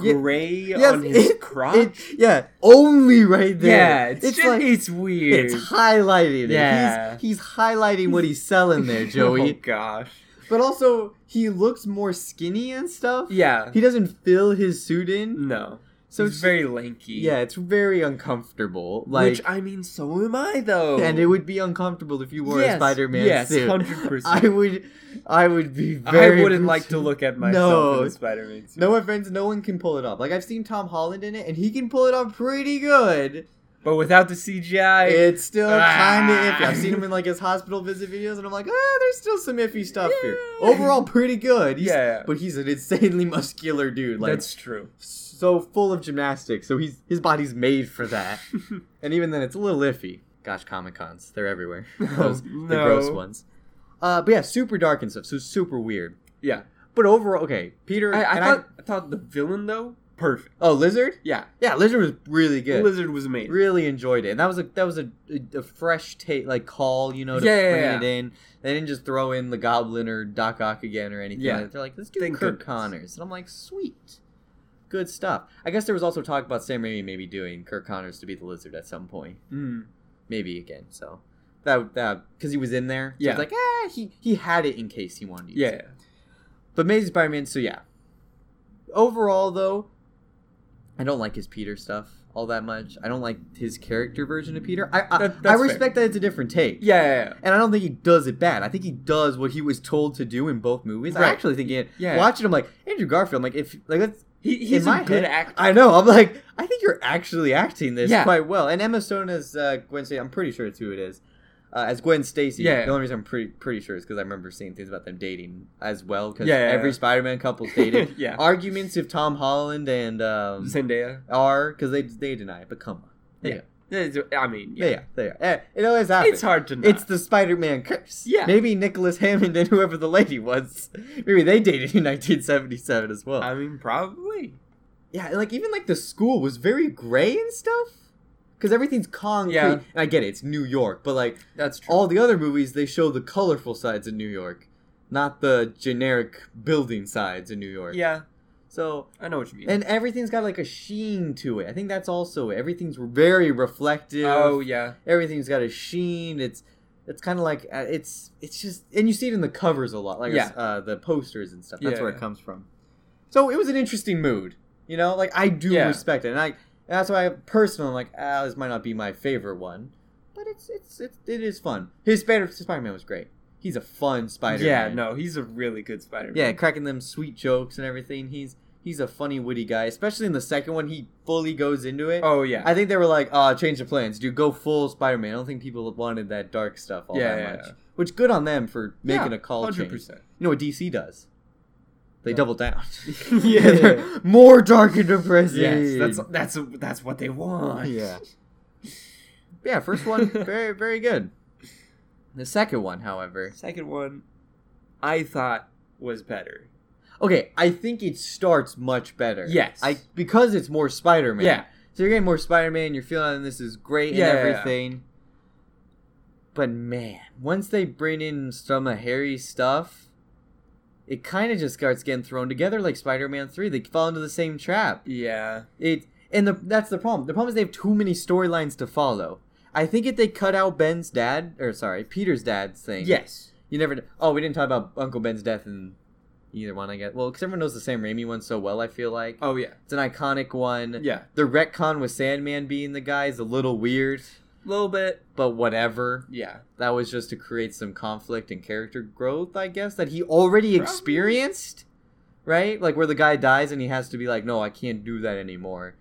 [SPEAKER 1] Yeah.
[SPEAKER 2] gray
[SPEAKER 1] Yes,
[SPEAKER 2] on his
[SPEAKER 1] it-
[SPEAKER 2] crotch.
[SPEAKER 1] It- yeah, only right there.
[SPEAKER 2] yeah, it's, just,
[SPEAKER 1] like
[SPEAKER 2] it's weird.
[SPEAKER 1] it's highlighted.
[SPEAKER 2] Yeah.
[SPEAKER 1] Yeah, he's, he's highlighting what he's selling there,
[SPEAKER 2] oh
[SPEAKER 1] Joey.
[SPEAKER 2] gosh.
[SPEAKER 1] But also, he looks more skinny and stuff.
[SPEAKER 2] Yeah. Mm.
[SPEAKER 1] He doesn't fill his suit in,
[SPEAKER 2] No.
[SPEAKER 1] so
[SPEAKER 2] it's
[SPEAKER 1] it's
[SPEAKER 2] very lanky.
[SPEAKER 1] yeah, it's very uncomfortable. Like,
[SPEAKER 2] Which I mean, so am I though.
[SPEAKER 1] and it would be uncomfortable if you wore
[SPEAKER 2] Yes,
[SPEAKER 1] a Spider-Man
[SPEAKER 2] yes,
[SPEAKER 1] suit.
[SPEAKER 2] hundred
[SPEAKER 1] I
[SPEAKER 2] percent.
[SPEAKER 1] would, I would be very.
[SPEAKER 2] I wouldn't like to look at myself
[SPEAKER 1] No.
[SPEAKER 2] in a Spider-Man suit.
[SPEAKER 1] No offense, no one can pull it off. Like I've seen Tom Holland in it, and he can pull it off pretty good.
[SPEAKER 2] But without the CGI,
[SPEAKER 1] it's still kind of
[SPEAKER 2] Ah.
[SPEAKER 1] iffy. I've seen him in like his hospital visit videos, and I'm like, ah, there's still some iffy stuff here.
[SPEAKER 2] Yeah.
[SPEAKER 1] Overall, pretty good. He's-
[SPEAKER 2] yeah,
[SPEAKER 1] but he's an insanely muscular dude. Like
[SPEAKER 2] that's true.
[SPEAKER 1] so full of gymnastics, so he's his body's made for that. and even then, it's a little iffy. Gosh, Comic Cons, they're everywhere. Those the gross ones. Uh, but yeah, super dark and stuff, so super weird.
[SPEAKER 2] Yeah,
[SPEAKER 1] But overall, okay, Peter.
[SPEAKER 2] I, I
[SPEAKER 1] and
[SPEAKER 2] thought I thought the villain though perfect.
[SPEAKER 1] oh, Lizard.
[SPEAKER 2] Yeah,
[SPEAKER 1] Yeah, Lizard was really good.
[SPEAKER 2] Lizard was amazing.
[SPEAKER 1] Really enjoyed it, and that was a that was a, a, a fresh take, like call, you know, to
[SPEAKER 2] Yeah, yeah,
[SPEAKER 1] bring
[SPEAKER 2] yeah.
[SPEAKER 1] it in. They didn't just throw in the Goblin or Doc Ock again or anything.
[SPEAKER 2] Yeah.
[SPEAKER 1] like that. they're like, let's do
[SPEAKER 2] Thank
[SPEAKER 1] Kirk
[SPEAKER 2] goodness.
[SPEAKER 1] Connors, and I'm like, sweet, good stuff. I guess there was also talk about Sam Raimi maybe doing Kirk Connors to be the Lizard at some point,
[SPEAKER 2] Mm.
[SPEAKER 1] maybe again. So that that because he was in there, so
[SPEAKER 2] Yeah.
[SPEAKER 1] it's like ah, he he had it in case he wanted to. Use it.
[SPEAKER 2] Yeah,
[SPEAKER 1] But Amazing Spider-Man, so yeah. Overall, though, I don't like his Peter stuff all that much. I don't like his character version of Peter. I I,
[SPEAKER 2] That- that's
[SPEAKER 1] I
[SPEAKER 2] fair.
[SPEAKER 1] respect that it's a different take.
[SPEAKER 2] yeah, yeah,
[SPEAKER 1] And I don't think he does it bad. I think he does what he was told to do in both movies. I
[SPEAKER 2] Right.
[SPEAKER 1] actually think it,
[SPEAKER 2] Yeah.
[SPEAKER 1] watching him like Andrew Garfield, I'm like if like that's
[SPEAKER 2] He, he's
[SPEAKER 1] in my
[SPEAKER 2] a good
[SPEAKER 1] head-
[SPEAKER 2] actor.
[SPEAKER 1] I know. I'm like I think you're actually acting this
[SPEAKER 2] Yeah.
[SPEAKER 1] quite well. And Emma Stone as uh, Gwen Stacy. I'm pretty sure it's who it is. Uh, as Gwen Stacy.
[SPEAKER 2] Yeah.
[SPEAKER 1] The only reason I'm pretty pretty sure is because I remember seeing things about them dating as well. Because
[SPEAKER 2] Yeah, yeah,
[SPEAKER 1] every
[SPEAKER 2] yeah.
[SPEAKER 1] Spider-Man couple's dated
[SPEAKER 2] yeah,
[SPEAKER 1] arguments if Tom Holland and um,
[SPEAKER 2] Zendaya.
[SPEAKER 1] are because they they deny it, but come on,
[SPEAKER 2] It's- I mean,
[SPEAKER 1] yeah,
[SPEAKER 2] yeah,
[SPEAKER 1] yeah they are. Eh, it always happens.
[SPEAKER 2] it's hard to know.
[SPEAKER 1] It's the Spider-Man curse.
[SPEAKER 2] Yeah.
[SPEAKER 1] maybe Nicholas Hammond and whoever the lady was, maybe they dated in 1977 as well.
[SPEAKER 2] I mean, probably.
[SPEAKER 1] yeah, and, like even like the school was very gray and stuff. Because everything's concrete.
[SPEAKER 2] Yeah.
[SPEAKER 1] And I get it, it's New York, but like
[SPEAKER 2] That's true.
[SPEAKER 1] all the other movies, they show the colorful sides of New York, not the generic building sides of New York.
[SPEAKER 2] yeah,
[SPEAKER 1] So
[SPEAKER 2] I know what you mean.
[SPEAKER 1] And everything's got like a sheen to it. I think that's also it. Everything's very reflective.
[SPEAKER 2] oh yeah,
[SPEAKER 1] Everything's got a sheen. It's it's kind of like uh, it's it's just and you see it in the covers a lot, like
[SPEAKER 2] Yeah.
[SPEAKER 1] uh, the posters and stuff. That's
[SPEAKER 2] Yeah,
[SPEAKER 1] where
[SPEAKER 2] yeah.
[SPEAKER 1] it comes from. So it was an interesting mood, you know. Like I do
[SPEAKER 2] Yeah.
[SPEAKER 1] respect it, and I and that's why I personally I'm like ah, this might not be my favorite one, but it's it's it's it is fun. His Spider Spider Man was great. He's a fun Spider Man.
[SPEAKER 2] yeah. No, he's a really good Spider-Man.
[SPEAKER 1] Yeah, cracking them sweet jokes and everything. He's he's a funny, witty guy. Especially in the second one, he fully goes into it.
[SPEAKER 2] Oh yeah.
[SPEAKER 1] I think they were like, "Ah, change the plans, dude. Go full Spider-Man." I don't think people wanted that dark stuff all
[SPEAKER 2] Yeah,
[SPEAKER 1] that
[SPEAKER 2] yeah,
[SPEAKER 1] much.
[SPEAKER 2] yeah.
[SPEAKER 1] Which good on them for making
[SPEAKER 2] Yeah,
[SPEAKER 1] a call change.
[SPEAKER 2] 100%.
[SPEAKER 1] You know what DC does? They
[SPEAKER 2] No.
[SPEAKER 1] double down.
[SPEAKER 2] Yeah.
[SPEAKER 1] They're more dark and depressing.
[SPEAKER 2] Yes, that's that's that's what they want.
[SPEAKER 1] yeah. Yeah, first one very very good. The second one, however,
[SPEAKER 2] Second one, I thought was better.
[SPEAKER 1] Okay, I think it starts much better.
[SPEAKER 2] Yes.
[SPEAKER 1] I because it's more Spider-Man.
[SPEAKER 2] Yeah.
[SPEAKER 1] So you're getting more Spider-Man, you're feeling this is great
[SPEAKER 2] Yeah, yeah,
[SPEAKER 1] and
[SPEAKER 2] yeah.
[SPEAKER 1] everything. But man, once they bring in some of Harry's stuff, it kind of just starts getting thrown together like Spider-Man 3. They fall into the same trap.
[SPEAKER 2] Yeah.
[SPEAKER 1] It and the that's the problem. The problem is they have too many storylines to follow. I think if they cut out Ben's dad, or sorry, Peter's dad's thing.
[SPEAKER 2] Yes.
[SPEAKER 1] You never. kn- Oh, we didn't talk about Uncle Ben's death in either one, I guess. Well, because everyone knows the Sam Raimi one so well, I feel like.
[SPEAKER 2] Oh yeah.
[SPEAKER 1] It's an iconic one.
[SPEAKER 2] Yeah.
[SPEAKER 1] The retcon with Sandman being the guy is a little weird,
[SPEAKER 2] A little bit.
[SPEAKER 1] but whatever.
[SPEAKER 2] Yeah.
[SPEAKER 1] That was just to create some conflict and character growth, I guess, that he already
[SPEAKER 2] Probably.
[SPEAKER 1] experienced, right? Like where the guy dies and he has to be like, no, I can't do that anymore.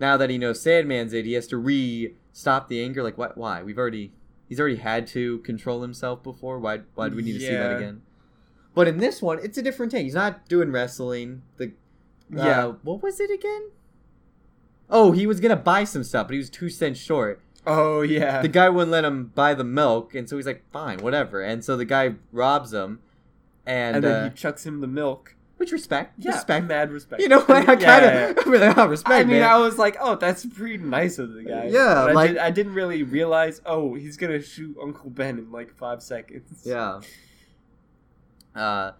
[SPEAKER 1] Now that he knows Sandman's it, he has to re stop the anger. Like, what? Why? We've already he's already had to control himself before. Why? Why do we need to see
[SPEAKER 2] Yeah.
[SPEAKER 1] that again? But in this one, it's a different thing. He's not doing wrestling. The yeah,
[SPEAKER 2] Yeah.
[SPEAKER 1] what was it again? Oh, he was gonna buy some stuff, but he was two cents short
[SPEAKER 2] Oh yeah.
[SPEAKER 1] the guy wouldn't let him buy the milk, and so he's like, "Fine, whatever." And so the guy robs him, and,
[SPEAKER 2] and then
[SPEAKER 1] uh,
[SPEAKER 2] he chucks him the milk.
[SPEAKER 1] which respect,
[SPEAKER 2] Yeah.
[SPEAKER 1] respect,
[SPEAKER 2] Mad respect.
[SPEAKER 1] You know what? I
[SPEAKER 2] Yeah,
[SPEAKER 1] kind
[SPEAKER 2] yeah, yeah.
[SPEAKER 1] of really like, oh, respect,
[SPEAKER 2] I mean,
[SPEAKER 1] man. Uh,
[SPEAKER 2] I was like, "Oh, that's pretty nice of the guy."
[SPEAKER 1] Yeah,
[SPEAKER 2] But I,
[SPEAKER 1] like-
[SPEAKER 2] did, I didn't really realize. Oh, he's gonna shoot Uncle Ben in like five seconds.
[SPEAKER 1] yeah. Uh,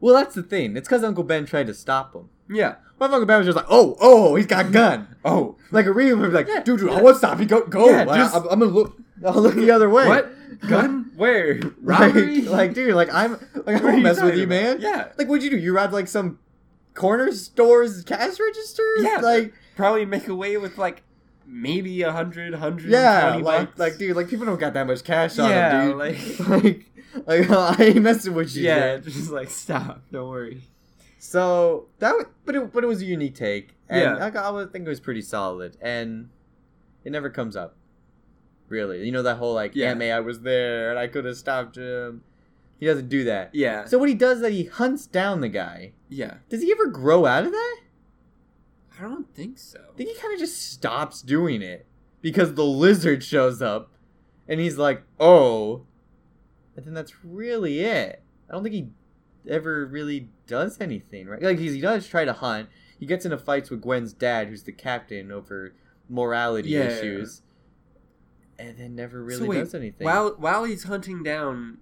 [SPEAKER 1] Well, that's the thing. It's because Uncle Ben tried to stop him.
[SPEAKER 2] Yeah.
[SPEAKER 1] My Uncle Ben was just like, "Oh, oh, he's got a gun."
[SPEAKER 2] Oh,
[SPEAKER 1] Like a real movie, like,
[SPEAKER 2] Yeah.
[SPEAKER 1] "Dude, dude, I won't stop you. Go, go."
[SPEAKER 2] Yeah,
[SPEAKER 1] Like,
[SPEAKER 2] just-
[SPEAKER 1] I, am gonna look. I'll look the other way.
[SPEAKER 2] what? Gun? Where?
[SPEAKER 1] Like,
[SPEAKER 2] Robbery?
[SPEAKER 1] like, dude, like I'm, like I
[SPEAKER 2] What are
[SPEAKER 1] won't
[SPEAKER 2] you
[SPEAKER 1] mess with
[SPEAKER 2] talking
[SPEAKER 1] you,
[SPEAKER 2] about?
[SPEAKER 1] man.
[SPEAKER 2] Yeah.
[SPEAKER 1] Like, what'd you do? You robbed like some corner store's cash register?
[SPEAKER 2] Yeah.
[SPEAKER 1] Like,
[SPEAKER 2] Probably make away with like maybe a hundred, hundred.
[SPEAKER 1] yeah, like, like, dude, like people don't got that much cash on
[SPEAKER 2] mm, Yeah,
[SPEAKER 1] them, dude. Like, like, I ain't messing with you.
[SPEAKER 2] yeah,
[SPEAKER 1] dude.
[SPEAKER 2] just like stop. Don't worry.
[SPEAKER 1] So that, was, but it, but it was a unique take, and
[SPEAKER 2] Yeah.
[SPEAKER 1] I, got- I would think it was pretty solid, and it never comes up, really. You know that whole like,
[SPEAKER 2] Yeah.
[SPEAKER 1] yeah, May I was there and I could have stopped him. He doesn't do that.
[SPEAKER 2] Yeah,
[SPEAKER 1] So what he does is that he hunts down the guy.
[SPEAKER 2] yeah.
[SPEAKER 1] Does he ever grow out of that?
[SPEAKER 2] I don't think so.
[SPEAKER 1] I think he kind of just stops doing it because the lizard shows up and he's like, oh. And then that's really it. I don't think he ever really does anything, right? Like, he's, he does try to hunt. He gets into fights with Gwen's dad, who's the captain, over morality
[SPEAKER 2] Yeah.
[SPEAKER 1] issues. And then never really
[SPEAKER 2] wait,
[SPEAKER 1] does anything.
[SPEAKER 2] While while he's hunting down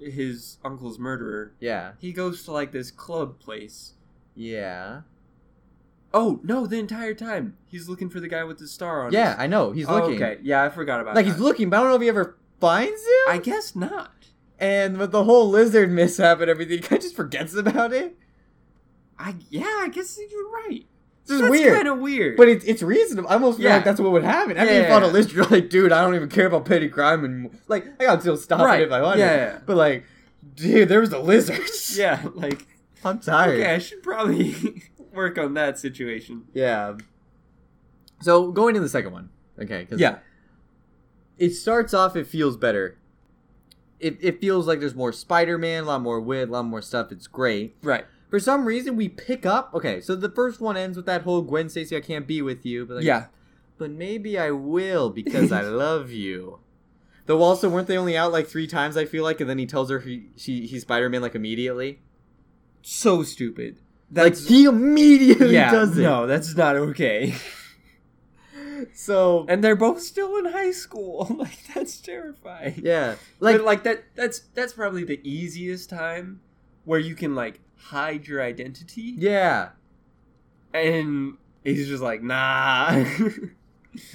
[SPEAKER 2] his uncle's murderer,
[SPEAKER 1] Yeah.
[SPEAKER 2] he goes to like this club place.
[SPEAKER 1] Yeah.
[SPEAKER 2] Oh no! The entire time he's looking for the guy with the star on.
[SPEAKER 1] Yeah,
[SPEAKER 2] his-
[SPEAKER 1] I know. He's
[SPEAKER 2] Oh,
[SPEAKER 1] looking.
[SPEAKER 2] Okay, yeah, I forgot about.
[SPEAKER 1] Like,
[SPEAKER 2] that.
[SPEAKER 1] he's looking, but I don't know if he ever finds him.
[SPEAKER 2] I guess not.
[SPEAKER 1] And with the whole lizard mishap and everything, he kind of just forgets about it.
[SPEAKER 2] I yeah, I guess you're right.
[SPEAKER 1] It's just
[SPEAKER 2] That's
[SPEAKER 1] weird.
[SPEAKER 2] kind of weird.
[SPEAKER 1] but it's it's reasonable. I almost feel
[SPEAKER 2] Yeah.
[SPEAKER 1] like that's what would happen. After you
[SPEAKER 2] Yeah.
[SPEAKER 1] fought a list, you're like, dude, I don't even care about petty crime and like I gotta still stop
[SPEAKER 2] Right.
[SPEAKER 1] it if I want
[SPEAKER 2] Yeah,
[SPEAKER 1] to.
[SPEAKER 2] yeah.
[SPEAKER 1] But like, dude, there was a lizard.
[SPEAKER 2] yeah, like
[SPEAKER 1] I'm tired.
[SPEAKER 2] okay, I should probably work on that situation.
[SPEAKER 1] Yeah. So going to the second one, okay? 'cause it starts off. It feels better. It it feels like there's more Spider-Man, a lot more wit, a lot more stuff. It's great.
[SPEAKER 2] right.
[SPEAKER 1] For some reason, we pick up. Okay, so the first one ends with that whole Gwen Stacy, I can't be with you. But like,
[SPEAKER 2] yeah,
[SPEAKER 1] but maybe I will because I love you. Though also weren't they only out like three times? I feel like, and then he tells her he she he's Spider Man like immediately.
[SPEAKER 2] so stupid.
[SPEAKER 1] like he immediately
[SPEAKER 2] yeah,
[SPEAKER 1] does it.
[SPEAKER 2] no, that's not okay.
[SPEAKER 1] So
[SPEAKER 2] And they're both still in high school. Like that's terrifying.
[SPEAKER 1] yeah,
[SPEAKER 2] Like,
[SPEAKER 1] like
[SPEAKER 2] like that that's that's probably the easiest time where you can like hide your identity.
[SPEAKER 1] yeah,
[SPEAKER 2] And he's just like, nah.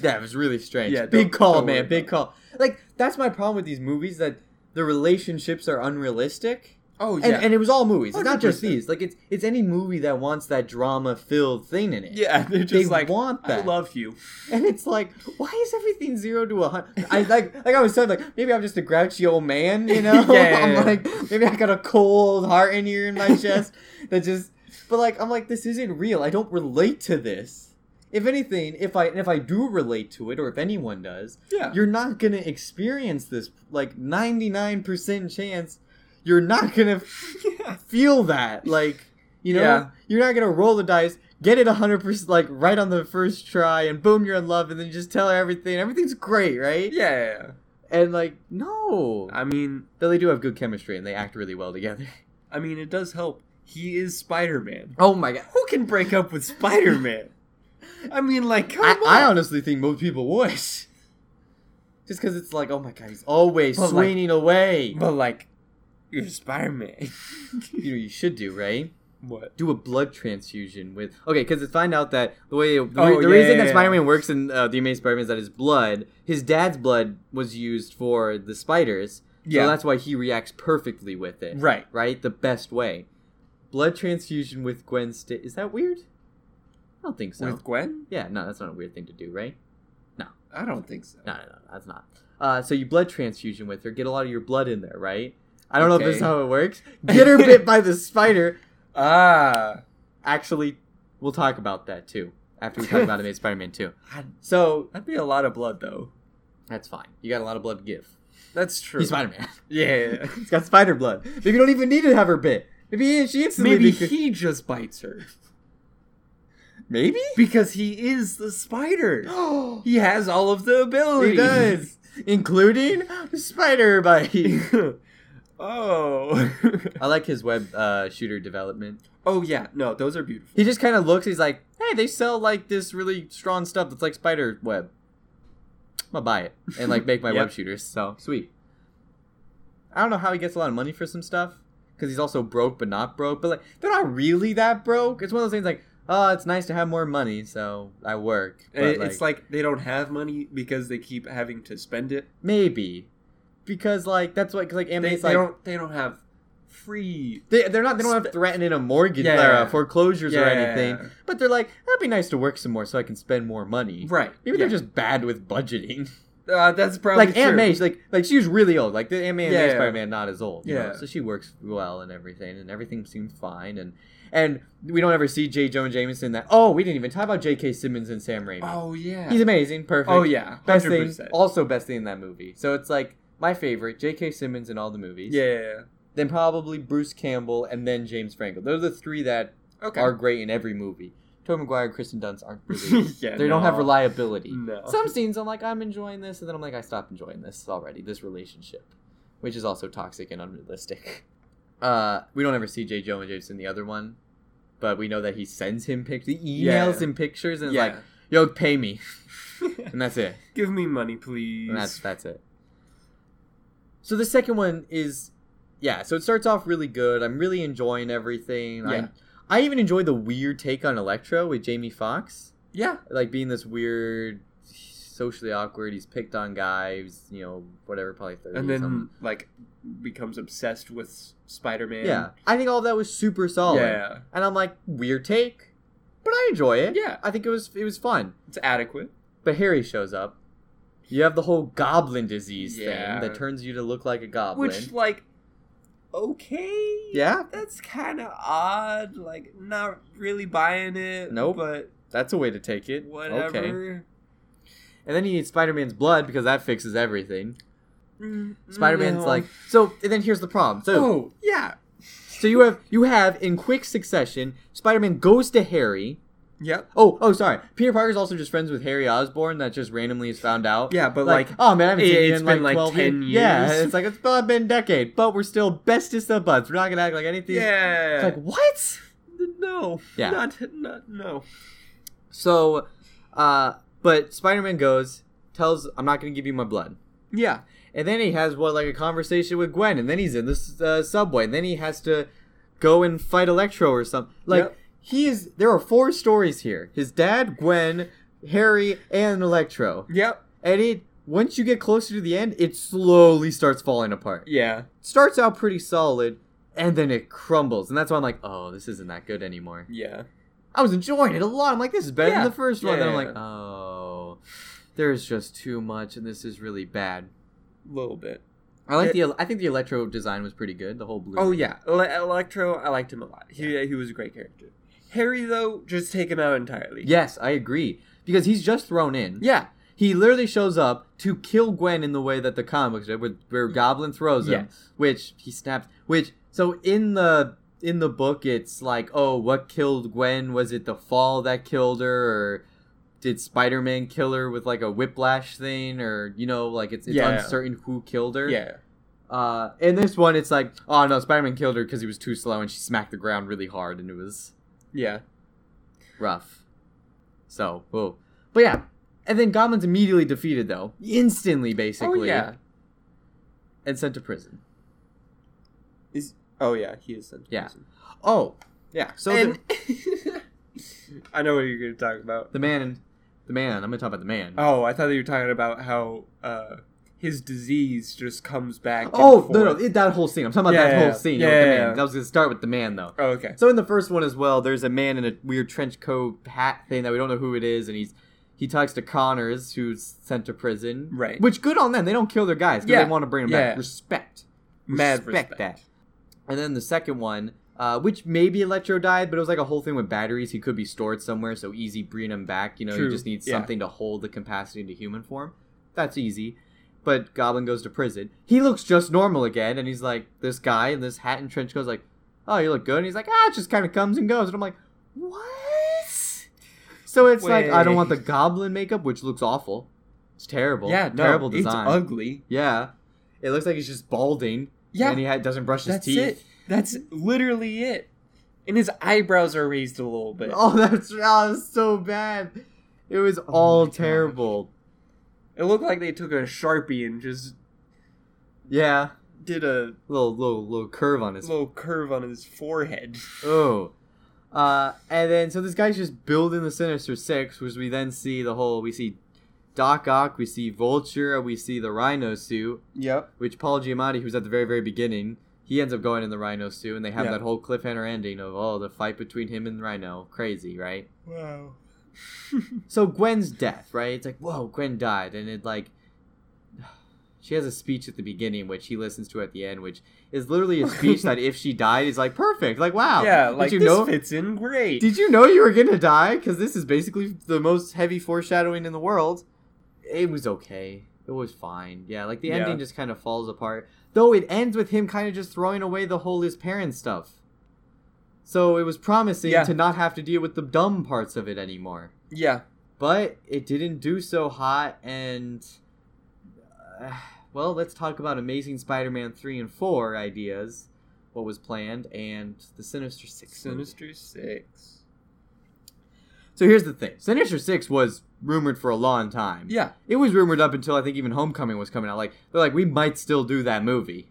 [SPEAKER 1] that was really strange.
[SPEAKER 2] Yeah,
[SPEAKER 1] big
[SPEAKER 2] don't-
[SPEAKER 1] call,
[SPEAKER 2] don't worry
[SPEAKER 1] man. Big call. Like that's my problem with these movies that the relationships are unrealistic.
[SPEAKER 2] oh
[SPEAKER 1] And, and it was all movies. It's not just
[SPEAKER 2] 100%.
[SPEAKER 1] these. Like it's it's any movie that wants that drama filled thing in it.
[SPEAKER 2] yeah, they're just
[SPEAKER 1] they
[SPEAKER 2] like
[SPEAKER 1] want
[SPEAKER 2] I
[SPEAKER 1] that.
[SPEAKER 2] love you.
[SPEAKER 1] And it's like, why is everything zero to a hundred? I like, like I was saying, like maybe I'm just a grouchy old man, you know?
[SPEAKER 2] Yeah, yeah, yeah.
[SPEAKER 1] I'm like, maybe I got a cold heart in here in my chest that just. But like, I'm like, this isn't real. I don't relate to this. If anything, if I and if I do relate to it, or if anyone does,
[SPEAKER 2] Yeah.
[SPEAKER 1] you're not gonna experience this. Like 99% chance, you're not gonna
[SPEAKER 2] yeah.
[SPEAKER 1] feel that. Like, you know,
[SPEAKER 2] Yeah.
[SPEAKER 1] you're not gonna roll the dice, get it 100%, like right on the first try, and boom, you're in love, and then just tell her everything. Everything's great, right?
[SPEAKER 2] yeah, yeah.
[SPEAKER 1] And like, no.
[SPEAKER 2] I mean
[SPEAKER 1] Though they do have good chemistry and they act really well together.
[SPEAKER 2] I mean it does help. He is Spider Man.
[SPEAKER 1] Oh my god.
[SPEAKER 2] Who can break up with Spider Man? I mean like come
[SPEAKER 1] I,
[SPEAKER 2] on.
[SPEAKER 1] I honestly think most people would. Just because it's like, oh my god, he's always
[SPEAKER 2] But, like-
[SPEAKER 1] swinging away.
[SPEAKER 2] But like, you're Spider Man.
[SPEAKER 1] You know, you should do, right?
[SPEAKER 2] what?
[SPEAKER 1] do a blood transfusion with okay because it's find out that the way the,
[SPEAKER 2] Oh,
[SPEAKER 1] re- the
[SPEAKER 2] yeah,
[SPEAKER 1] reason
[SPEAKER 2] yeah,
[SPEAKER 1] that
[SPEAKER 2] yeah.
[SPEAKER 1] spider-man works in uh, the amazing spider-man is that his blood his dad's blood was used for the spiders so that's why he reacts perfectly with it
[SPEAKER 2] right.
[SPEAKER 1] right the best way blood transfusion with gwen Sta- is that weird i don't think so
[SPEAKER 2] With Gwen?
[SPEAKER 1] yeah no that's not a weird thing to do right
[SPEAKER 2] I don't think so.
[SPEAKER 1] no no no that's not uh, so you blood transfusion with her get a lot of your blood in there right i don't know if this is
[SPEAKER 2] Okay.
[SPEAKER 1] how it works get her bit by the spider
[SPEAKER 2] Ah,
[SPEAKER 1] actually we'll talk about that too after we talk about Amazing Spider-Man 2. So
[SPEAKER 2] that'd be a lot of blood, though.
[SPEAKER 1] that's fine. You got a lot of blood to give.
[SPEAKER 2] That's true.
[SPEAKER 1] He's Spider-Man.
[SPEAKER 2] yeah.
[SPEAKER 1] He's got spider blood. Maybe you don't even need to have her bit. Maybe she instantly
[SPEAKER 2] Maybe
[SPEAKER 1] beca-
[SPEAKER 2] he just bites her
[SPEAKER 1] maybe Oh,
[SPEAKER 2] because he is the spider. He has all of the abilities.
[SPEAKER 1] he does, including spider bite.
[SPEAKER 2] oh.
[SPEAKER 1] I like his web uh, shooter development.
[SPEAKER 2] oh yeah. No, those are beautiful.
[SPEAKER 1] He just kind of looks. He's like, hey, they sell like this really strong stuff that's like spider web. I'm gonna buy it and like make my
[SPEAKER 2] Yep.
[SPEAKER 1] web shooters. So sweet. I don't know how he gets a lot of money for some stuff because he's also broke but not broke. But like they're not really that broke. It's one of those things like, oh, it's nice to have more money, so I work. But,
[SPEAKER 2] It- it's like they don't have money because they keep having to spend it.
[SPEAKER 1] maybe because like that's what 'cause, like
[SPEAKER 2] They,
[SPEAKER 1] Anime's
[SPEAKER 2] they
[SPEAKER 1] like
[SPEAKER 2] don't. They don't have free.
[SPEAKER 1] They, they're not. They don't have threatening a mortgage,
[SPEAKER 2] Yeah.
[SPEAKER 1] or, uh, foreclosures or
[SPEAKER 2] Yeah.
[SPEAKER 1] anything. But they're like, that'd be nice to work some more so I can spend more money.
[SPEAKER 2] Right.
[SPEAKER 1] Maybe
[SPEAKER 2] yeah.
[SPEAKER 1] they're just bad with budgeting.
[SPEAKER 2] Uh, that's probably
[SPEAKER 1] like
[SPEAKER 2] true.
[SPEAKER 1] Aunt May, she's like like she was really old. Like the Aunt May and
[SPEAKER 2] Yeah,
[SPEAKER 1] Mary's
[SPEAKER 2] yeah.
[SPEAKER 1] Spider-Man not as old. Yeah.
[SPEAKER 2] Yeah.
[SPEAKER 1] So she works well and everything, and everything seems fine. And and we don't ever see J. Jonah Jameson. That oh, we didn't even talk about J.K. Simmons and Sam Raimi.
[SPEAKER 2] Oh yeah.
[SPEAKER 1] He's amazing. Perfect.
[SPEAKER 2] oh yeah.
[SPEAKER 1] Best
[SPEAKER 2] Hundred
[SPEAKER 1] thing.
[SPEAKER 2] percent.
[SPEAKER 1] Also best thing in that movie. So it's like my favorite J.K. Simmons in all the movies.
[SPEAKER 2] Yeah. yeah, yeah.
[SPEAKER 1] Then probably Bruce Campbell and then James Franco. Those are the three that
[SPEAKER 2] Okay.
[SPEAKER 1] are great in every movie. Tobey Maguire, Kristen Dunst aren't really.
[SPEAKER 2] yeah,
[SPEAKER 1] they don't have
[SPEAKER 2] no.
[SPEAKER 1] reliability.
[SPEAKER 2] No.
[SPEAKER 1] Some scenes I'm like, I'm enjoying this, and then I'm like, I stopped enjoying this already, this relationship, which is also toxic and unrealistic. Uh, we don't ever see J. Joe and Jason the other one, but we know that he sends him pictures, he
[SPEAKER 2] Yeah.
[SPEAKER 1] emails him pictures, and is
[SPEAKER 2] yeah.
[SPEAKER 1] like, yo, pay me. And that's it.
[SPEAKER 2] Give me money, please.
[SPEAKER 1] And that's that's it. So the second one is, yeah. So it starts off really good. I'm really enjoying everything.
[SPEAKER 2] Yeah.
[SPEAKER 1] I, I even enjoyed the weird take on Electro with Jamie Foxx
[SPEAKER 2] yeah.
[SPEAKER 1] like being this weird, socially awkward. He's picked on guy. He's you know whatever, probably thirty.
[SPEAKER 2] And
[SPEAKER 1] or
[SPEAKER 2] then
[SPEAKER 1] something.
[SPEAKER 2] like becomes obsessed with Spider-Man.
[SPEAKER 1] yeah, I think all of that was super solid.
[SPEAKER 2] Yeah.
[SPEAKER 1] And I'm like weird take, but I enjoy it.
[SPEAKER 2] Yeah.
[SPEAKER 1] I think it was it was fun.
[SPEAKER 2] It's adequate.
[SPEAKER 1] But Harry shows up. You have the whole goblin disease
[SPEAKER 2] Yeah.
[SPEAKER 1] thing that turns you to look like a goblin.
[SPEAKER 2] Which like okay.
[SPEAKER 1] yeah,
[SPEAKER 2] That's kind of odd. Like not really buying it.
[SPEAKER 1] Nope.
[SPEAKER 2] But
[SPEAKER 1] that's a way to take it.
[SPEAKER 2] whatever.
[SPEAKER 1] Okay. And then he needs Spider Man's blood because that fixes everything.
[SPEAKER 2] Mm,
[SPEAKER 1] Spider Man's
[SPEAKER 2] no.
[SPEAKER 1] like so. And then here's the problem. So
[SPEAKER 2] Oh, yeah.
[SPEAKER 1] So you have you have in quick succession, Spider-Man goes to Harry.
[SPEAKER 2] Yep.
[SPEAKER 1] Oh, oh, sorry. Peter Parker's also just friends with Harry Osborn that just randomly is found out.
[SPEAKER 2] Yeah, but like,
[SPEAKER 1] oh man, I haven't
[SPEAKER 2] it-
[SPEAKER 1] seen you
[SPEAKER 2] it's
[SPEAKER 1] in
[SPEAKER 2] been,
[SPEAKER 1] like,
[SPEAKER 2] like,
[SPEAKER 1] 12
[SPEAKER 2] 10
[SPEAKER 1] years. Yeah,
[SPEAKER 2] years.
[SPEAKER 1] it's like it's probably been a decade, but we're still bestest of buds. We're not gonna act like anything.
[SPEAKER 2] yeah.
[SPEAKER 1] It's like what?
[SPEAKER 2] no.
[SPEAKER 1] Yeah.
[SPEAKER 2] Not not no.
[SPEAKER 1] So, uh, but Spider-Man goes, tells, "I'm not gonna give you my blood."
[SPEAKER 2] Yeah.
[SPEAKER 1] And then he has what like a conversation with Gwen, and then he's in this uh, subway, and then he has to go and fight Electro or something. Like
[SPEAKER 2] Yep.
[SPEAKER 1] he is. There are four stories here: his dad, Gwen, Harry, and Electro.
[SPEAKER 2] Yep.
[SPEAKER 1] And it once you get closer to the end, it slowly starts falling apart.
[SPEAKER 2] Yeah.
[SPEAKER 1] starts out pretty solid, and then it crumbles, and that's why I'm like, oh, this isn't that good anymore.
[SPEAKER 2] Yeah.
[SPEAKER 1] I was enjoying it a lot. I'm like, this is better
[SPEAKER 2] Yeah.
[SPEAKER 1] than the first one.
[SPEAKER 2] Yeah,
[SPEAKER 1] Then I'm
[SPEAKER 2] yeah,
[SPEAKER 1] like, oh, there's just too much, and this is really bad.
[SPEAKER 2] A little bit.
[SPEAKER 1] I like
[SPEAKER 2] It-
[SPEAKER 1] the I think the electro design was pretty good. The whole blue.
[SPEAKER 2] Oh yeah, Ele- Electro. I liked him a lot. He he was a great character. Harry though, just take him out entirely.
[SPEAKER 1] Yes, I agree because he's just thrown in.
[SPEAKER 2] Yeah.
[SPEAKER 1] He literally shows up to kill Gwen in the way that the comics did, where, where Goblin throws him, which he snaps. Which so in the in the book, it's like, oh, what killed Gwen? Was it the fall that killed her, or did Spider Man kill her with like a whiplash thing, or you know, like it's, it's
[SPEAKER 2] Yeah.
[SPEAKER 1] uncertain who killed her.
[SPEAKER 2] Yeah.
[SPEAKER 1] Uh, in this one, it's like, oh no, Spider Man killed her because he was too slow and she smacked the ground really hard, and it was
[SPEAKER 2] Yeah. Oh,
[SPEAKER 1] rough. So, whoa. But yeah. And then Goblin's immediately defeated, though. Instantly, basically.
[SPEAKER 2] Oh yeah.
[SPEAKER 1] And sent to prison.
[SPEAKER 2] Is oh yeah, he is sent to
[SPEAKER 1] Yeah.
[SPEAKER 2] prison.
[SPEAKER 1] Oh,
[SPEAKER 2] Yeah.
[SPEAKER 1] So
[SPEAKER 2] So and, I know what you're going to talk about.
[SPEAKER 1] the man. The man. I'm going to talk about the man.
[SPEAKER 2] Oh, I thought you were talking about how uh his disease just comes back. and
[SPEAKER 1] oh, no, no.
[SPEAKER 2] forth.
[SPEAKER 1] It, that whole scene. I'm talking about
[SPEAKER 2] Yeah,
[SPEAKER 1] that
[SPEAKER 2] yeah,
[SPEAKER 1] whole
[SPEAKER 2] yeah.
[SPEAKER 1] scene.
[SPEAKER 2] Yeah,
[SPEAKER 1] with the
[SPEAKER 2] yeah,
[SPEAKER 1] man.
[SPEAKER 2] yeah.
[SPEAKER 1] I was going to start with the man, though.
[SPEAKER 2] oh, okay.
[SPEAKER 1] So in the first one as well, there's a man in a weird trench coat hat thing that we don't know who it is, and he's he talks to Connors, who's sent to prison.
[SPEAKER 2] Right.
[SPEAKER 1] Which good on them. They don't kill their guys because
[SPEAKER 2] Yeah.
[SPEAKER 1] they want to bring them back.
[SPEAKER 2] Yeah.
[SPEAKER 1] Respect.
[SPEAKER 2] Mad
[SPEAKER 1] respect,
[SPEAKER 2] respect.
[SPEAKER 1] that. And then the second one, uh, which maybe Electro died, but it was like a whole thing with batteries. He could be stored somewhere, so easy bringing him back. You know, you
[SPEAKER 2] True.
[SPEAKER 1] just need
[SPEAKER 2] Yeah.
[SPEAKER 1] something to hold the capacity into human form. That's easy. But Goblin goes to prison. He looks just normal again, and he's like, this guy in this hat and trench coat's like, oh, you look good. And he's like, ah, it just kind of comes and goes. And I'm like, what? So it's like, I don't want the
[SPEAKER 2] Wait.
[SPEAKER 1] Goblin makeup, which looks awful. It's terrible.
[SPEAKER 2] Yeah, no,
[SPEAKER 1] terrible
[SPEAKER 2] it's
[SPEAKER 1] design.
[SPEAKER 2] ugly.
[SPEAKER 1] Yeah. It looks like he's just balding.
[SPEAKER 2] Yeah.
[SPEAKER 1] And he ha- doesn't brush his
[SPEAKER 2] That's
[SPEAKER 1] teeth.
[SPEAKER 2] it. That's literally it. And his eyebrows are raised a little bit.
[SPEAKER 1] Oh, that's oh, that's so bad. It was all
[SPEAKER 2] Oh my gosh.
[SPEAKER 1] terrible.
[SPEAKER 2] It looked like they took a sharpie and just
[SPEAKER 1] Yeah.
[SPEAKER 2] did a
[SPEAKER 1] Little little little curve on his.
[SPEAKER 2] little curve on his forehead.
[SPEAKER 1] Oh. Uh, and then so this guy's just building the Sinister Six, which we then see the whole. We see Doc Ock, we see Vulture, we see the Rhino suit,
[SPEAKER 2] Yep.
[SPEAKER 1] which Paul Giamatti, who's at the very very beginning, he ends up going in the Rhino suit, and they have
[SPEAKER 2] Yeah.
[SPEAKER 1] that whole cliffhanger ending of oh the fight between him and Rhino, crazy, right?
[SPEAKER 2] Wow.
[SPEAKER 1] So Gwen's death, right? It's like, whoa, Gwen died, and it like she has a speech at the beginning, which he listens to at the end, which is literally a speech that if she died is like perfect, like wow,
[SPEAKER 2] yeah,
[SPEAKER 1] Did
[SPEAKER 2] like
[SPEAKER 1] you
[SPEAKER 2] this
[SPEAKER 1] know,
[SPEAKER 2] fits in great.
[SPEAKER 1] did you know you were gonna die? Because this is basically the most heavy foreshadowing in the world. It was okay. It was fine. Yeah, like the
[SPEAKER 2] Yeah.
[SPEAKER 1] ending just kind of falls apart. Though it ends with him kind of just throwing away the whole his parents stuff. So it was promising
[SPEAKER 2] Yeah.
[SPEAKER 1] to not have to deal with the dumb parts of it anymore
[SPEAKER 2] yeah.
[SPEAKER 1] but it didn't do so hot and uh, well let's talk about amazing spider-man 3 and 4 ideas what was planned and the sinister six movie.
[SPEAKER 2] Sinister Six.
[SPEAKER 1] so here's the thing sinister six was rumored for a long time
[SPEAKER 2] Yeah.
[SPEAKER 1] it was rumored up until i think even homecoming was coming out like they're like we might still do that movie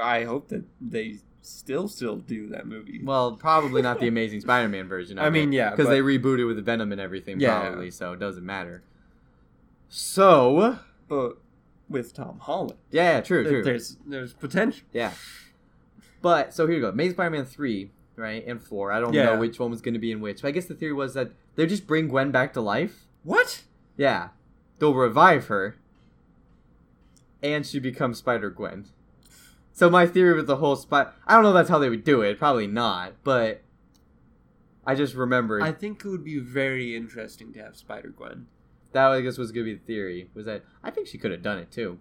[SPEAKER 2] I hope that they still still do that movie.
[SPEAKER 1] well probably not the amazing spider-man version of
[SPEAKER 2] I mean, yeah,
[SPEAKER 1] because
[SPEAKER 2] but-
[SPEAKER 1] they rebooted with the venom and everything
[SPEAKER 2] Yeah.
[SPEAKER 1] probably so it doesn't matter so
[SPEAKER 2] but with Tom Holland,
[SPEAKER 1] yeah true
[SPEAKER 2] There-
[SPEAKER 1] true
[SPEAKER 2] there's there's potential.
[SPEAKER 1] Yeah. But so here you go. Amazing Spider-Man three, right, and four. I don't
[SPEAKER 2] Yeah.
[SPEAKER 1] know which one was going to be in which. But I guess the theory was that they just bring Gwen back to life.
[SPEAKER 2] What?
[SPEAKER 1] Yeah, they'll revive her, and she becomes Spider Gwen. So my theory with the whole spot, I don't know if that's how they would do it. Probably not. But I just remembered
[SPEAKER 2] I think it would be very interesting to have Spider Gwen.
[SPEAKER 1] that. I guess was going to be the theory was that I think she could have done it too.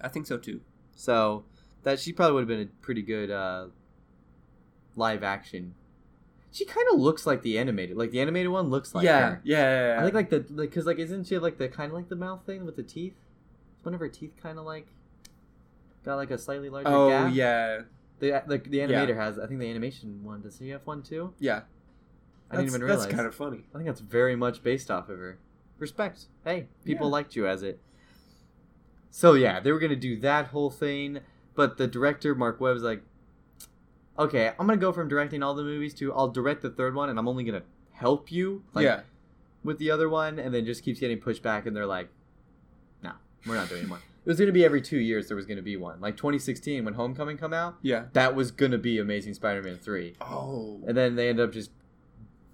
[SPEAKER 2] I think so too.
[SPEAKER 1] So that she probably would have been a pretty good uh, live action. She kind of looks like the animated, like the animated one looks like
[SPEAKER 2] yeah,
[SPEAKER 1] her.
[SPEAKER 2] yeah, yeah, yeah.
[SPEAKER 1] I think like the like because like isn't she like the kind of like the mouth thing with the teeth? Is one of her teeth kind of like got like a slightly larger
[SPEAKER 2] oh
[SPEAKER 1] gap.
[SPEAKER 2] yeah,
[SPEAKER 1] the uh, like the
[SPEAKER 2] Yeah.
[SPEAKER 1] animator has. I think the animation one does. He have one too?
[SPEAKER 2] yeah.
[SPEAKER 1] I didn't
[SPEAKER 2] That's-
[SPEAKER 1] even realize.
[SPEAKER 2] That's kind of funny.
[SPEAKER 1] I think that's very much based off of her. Respect. Hey, people
[SPEAKER 2] Yeah.
[SPEAKER 1] liked you as it. So yeah, they were gonna do that whole thing, but the director Mark Webb's like, okay, I'm gonna go from directing all the movies to I'll direct the third one, and I'm only gonna help you, like,
[SPEAKER 2] yeah,
[SPEAKER 1] with the other one, and then just keeps getting pushed back, and they're like, no, we're not doing one. It was gonna be every two years there was gonna be one, like 2016 when Homecoming come out,
[SPEAKER 2] yeah.
[SPEAKER 1] that was gonna be Amazing Spider-Man three
[SPEAKER 2] Oh,
[SPEAKER 1] and then they end up just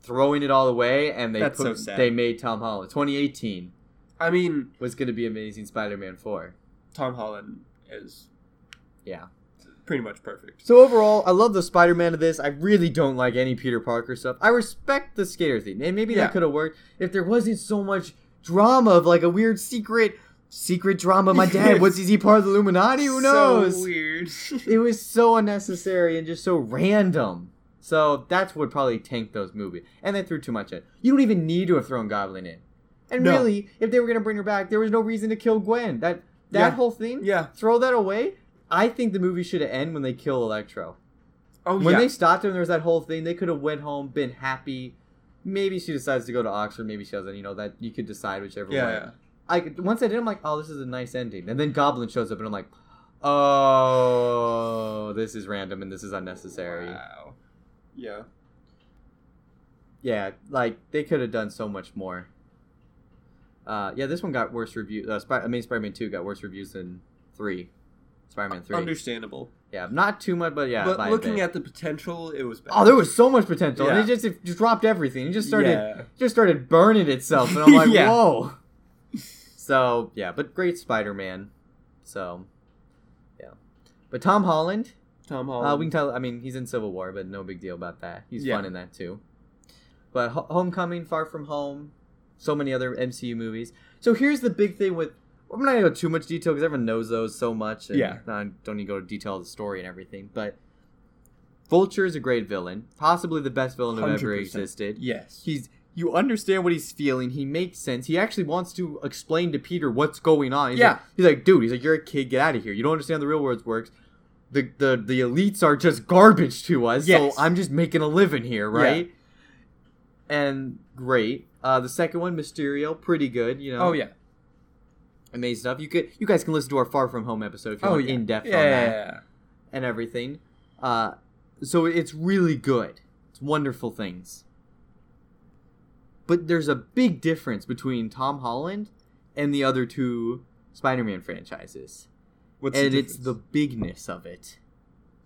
[SPEAKER 1] throwing it all away and they
[SPEAKER 2] That's
[SPEAKER 1] put,
[SPEAKER 2] so sad.
[SPEAKER 1] they made Tom Holland. 2018
[SPEAKER 2] I mean
[SPEAKER 1] was going to be Amazing Spider-Man 4.
[SPEAKER 2] Tom Holland is
[SPEAKER 1] Yeah.
[SPEAKER 2] pretty much perfect.
[SPEAKER 1] So overall, I love the Spider-Man of this. I really don't like any Peter Parker stuff. I respect the skater thing. And maybe
[SPEAKER 2] Yeah.
[SPEAKER 1] that could have worked if there wasn't so much drama of like a weird secret secret drama. My dad was is he part of the Illuminati? Who knows?
[SPEAKER 2] So weird.
[SPEAKER 1] it was so unnecessary and just so random. So that's what probably tanked those movies. And they threw too much in. You don't even need to have thrown Goblin in. And
[SPEAKER 2] No.
[SPEAKER 1] really, if they were gonna bring her back, there was no reason to kill Gwen. That that
[SPEAKER 2] Yeah.
[SPEAKER 1] whole thing,
[SPEAKER 2] yeah.
[SPEAKER 1] throw that away. I think the movie should have end when they kill Electro.
[SPEAKER 2] Oh
[SPEAKER 1] When
[SPEAKER 2] yeah.
[SPEAKER 1] they stopped her and there was that whole thing, they could have went home, been happy. Maybe she decides to go to Oxford, maybe she doesn't. You know that you could decide whichever
[SPEAKER 2] yeah,
[SPEAKER 1] way.
[SPEAKER 2] yeah.
[SPEAKER 1] I could- once I did, I'm like, oh, this is a nice ending. And then Goblin shows up, and I'm like, oh, this is random and this is unnecessary.
[SPEAKER 2] Wow. Yeah.
[SPEAKER 1] Yeah, like they could have done so much more. Uh, yeah, this one got worse reviews. Uh, Spy- I mean, Spider-Man Two got worse reviews than three. Spider-Man Three.
[SPEAKER 2] Understandable.
[SPEAKER 1] yeah, not too much, but yeah. by
[SPEAKER 2] but
[SPEAKER 1] a
[SPEAKER 2] looking
[SPEAKER 1] bit.
[SPEAKER 2] at the potential, it was bad.
[SPEAKER 1] oh, there was so much potential, and
[SPEAKER 2] Yeah.
[SPEAKER 1] it just it just dropped everything. It just started
[SPEAKER 2] Yeah.
[SPEAKER 1] just started burning itself, and I'm like,
[SPEAKER 2] Yeah.
[SPEAKER 1] whoa. So yeah, but great Spider-Man. So yeah, but Tom Holland,
[SPEAKER 2] Tom
[SPEAKER 1] uh, we can
[SPEAKER 2] Holland.
[SPEAKER 1] tell. I mean, he's in Civil War, but no big deal about that. He's
[SPEAKER 2] Um, Yeah.
[SPEAKER 1] fun in that too. But Ho- Homecoming, Far From Home, so many other MCU movies. So here's the big thing with. I'm not gonna go too much detail because everyone knows those so much. And
[SPEAKER 2] Yeah.
[SPEAKER 1] I don't need to go to detail of the story and everything, but. Vulture is a great villain, possibly the best villain who ever
[SPEAKER 2] 100%.
[SPEAKER 1] existed
[SPEAKER 2] yes.
[SPEAKER 1] he's you understand what he's feeling. He makes sense. He actually wants to explain to Peter what's going on. He's
[SPEAKER 2] Yeah.
[SPEAKER 1] like, he's like, dude, he's like, you're a kid. Get out of here. You don't understand the real world works. The the the elites are just garbage to us.
[SPEAKER 2] Yes.
[SPEAKER 1] So I'm just making a living here, right? And great. Uh, the second one, Mysterio, pretty good. You know.
[SPEAKER 2] oh yeah.
[SPEAKER 1] amazing stuff. You could you guys can listen to our Far From Home episode
[SPEAKER 2] Oh,
[SPEAKER 1] if you want in depth on that and everything. Uh, so it's really good. It's wonderful things. But there's a big difference between Tom Holland and the other two Spider-Man franchises,
[SPEAKER 2] What's
[SPEAKER 1] and
[SPEAKER 2] the
[SPEAKER 1] it's the bigness of it.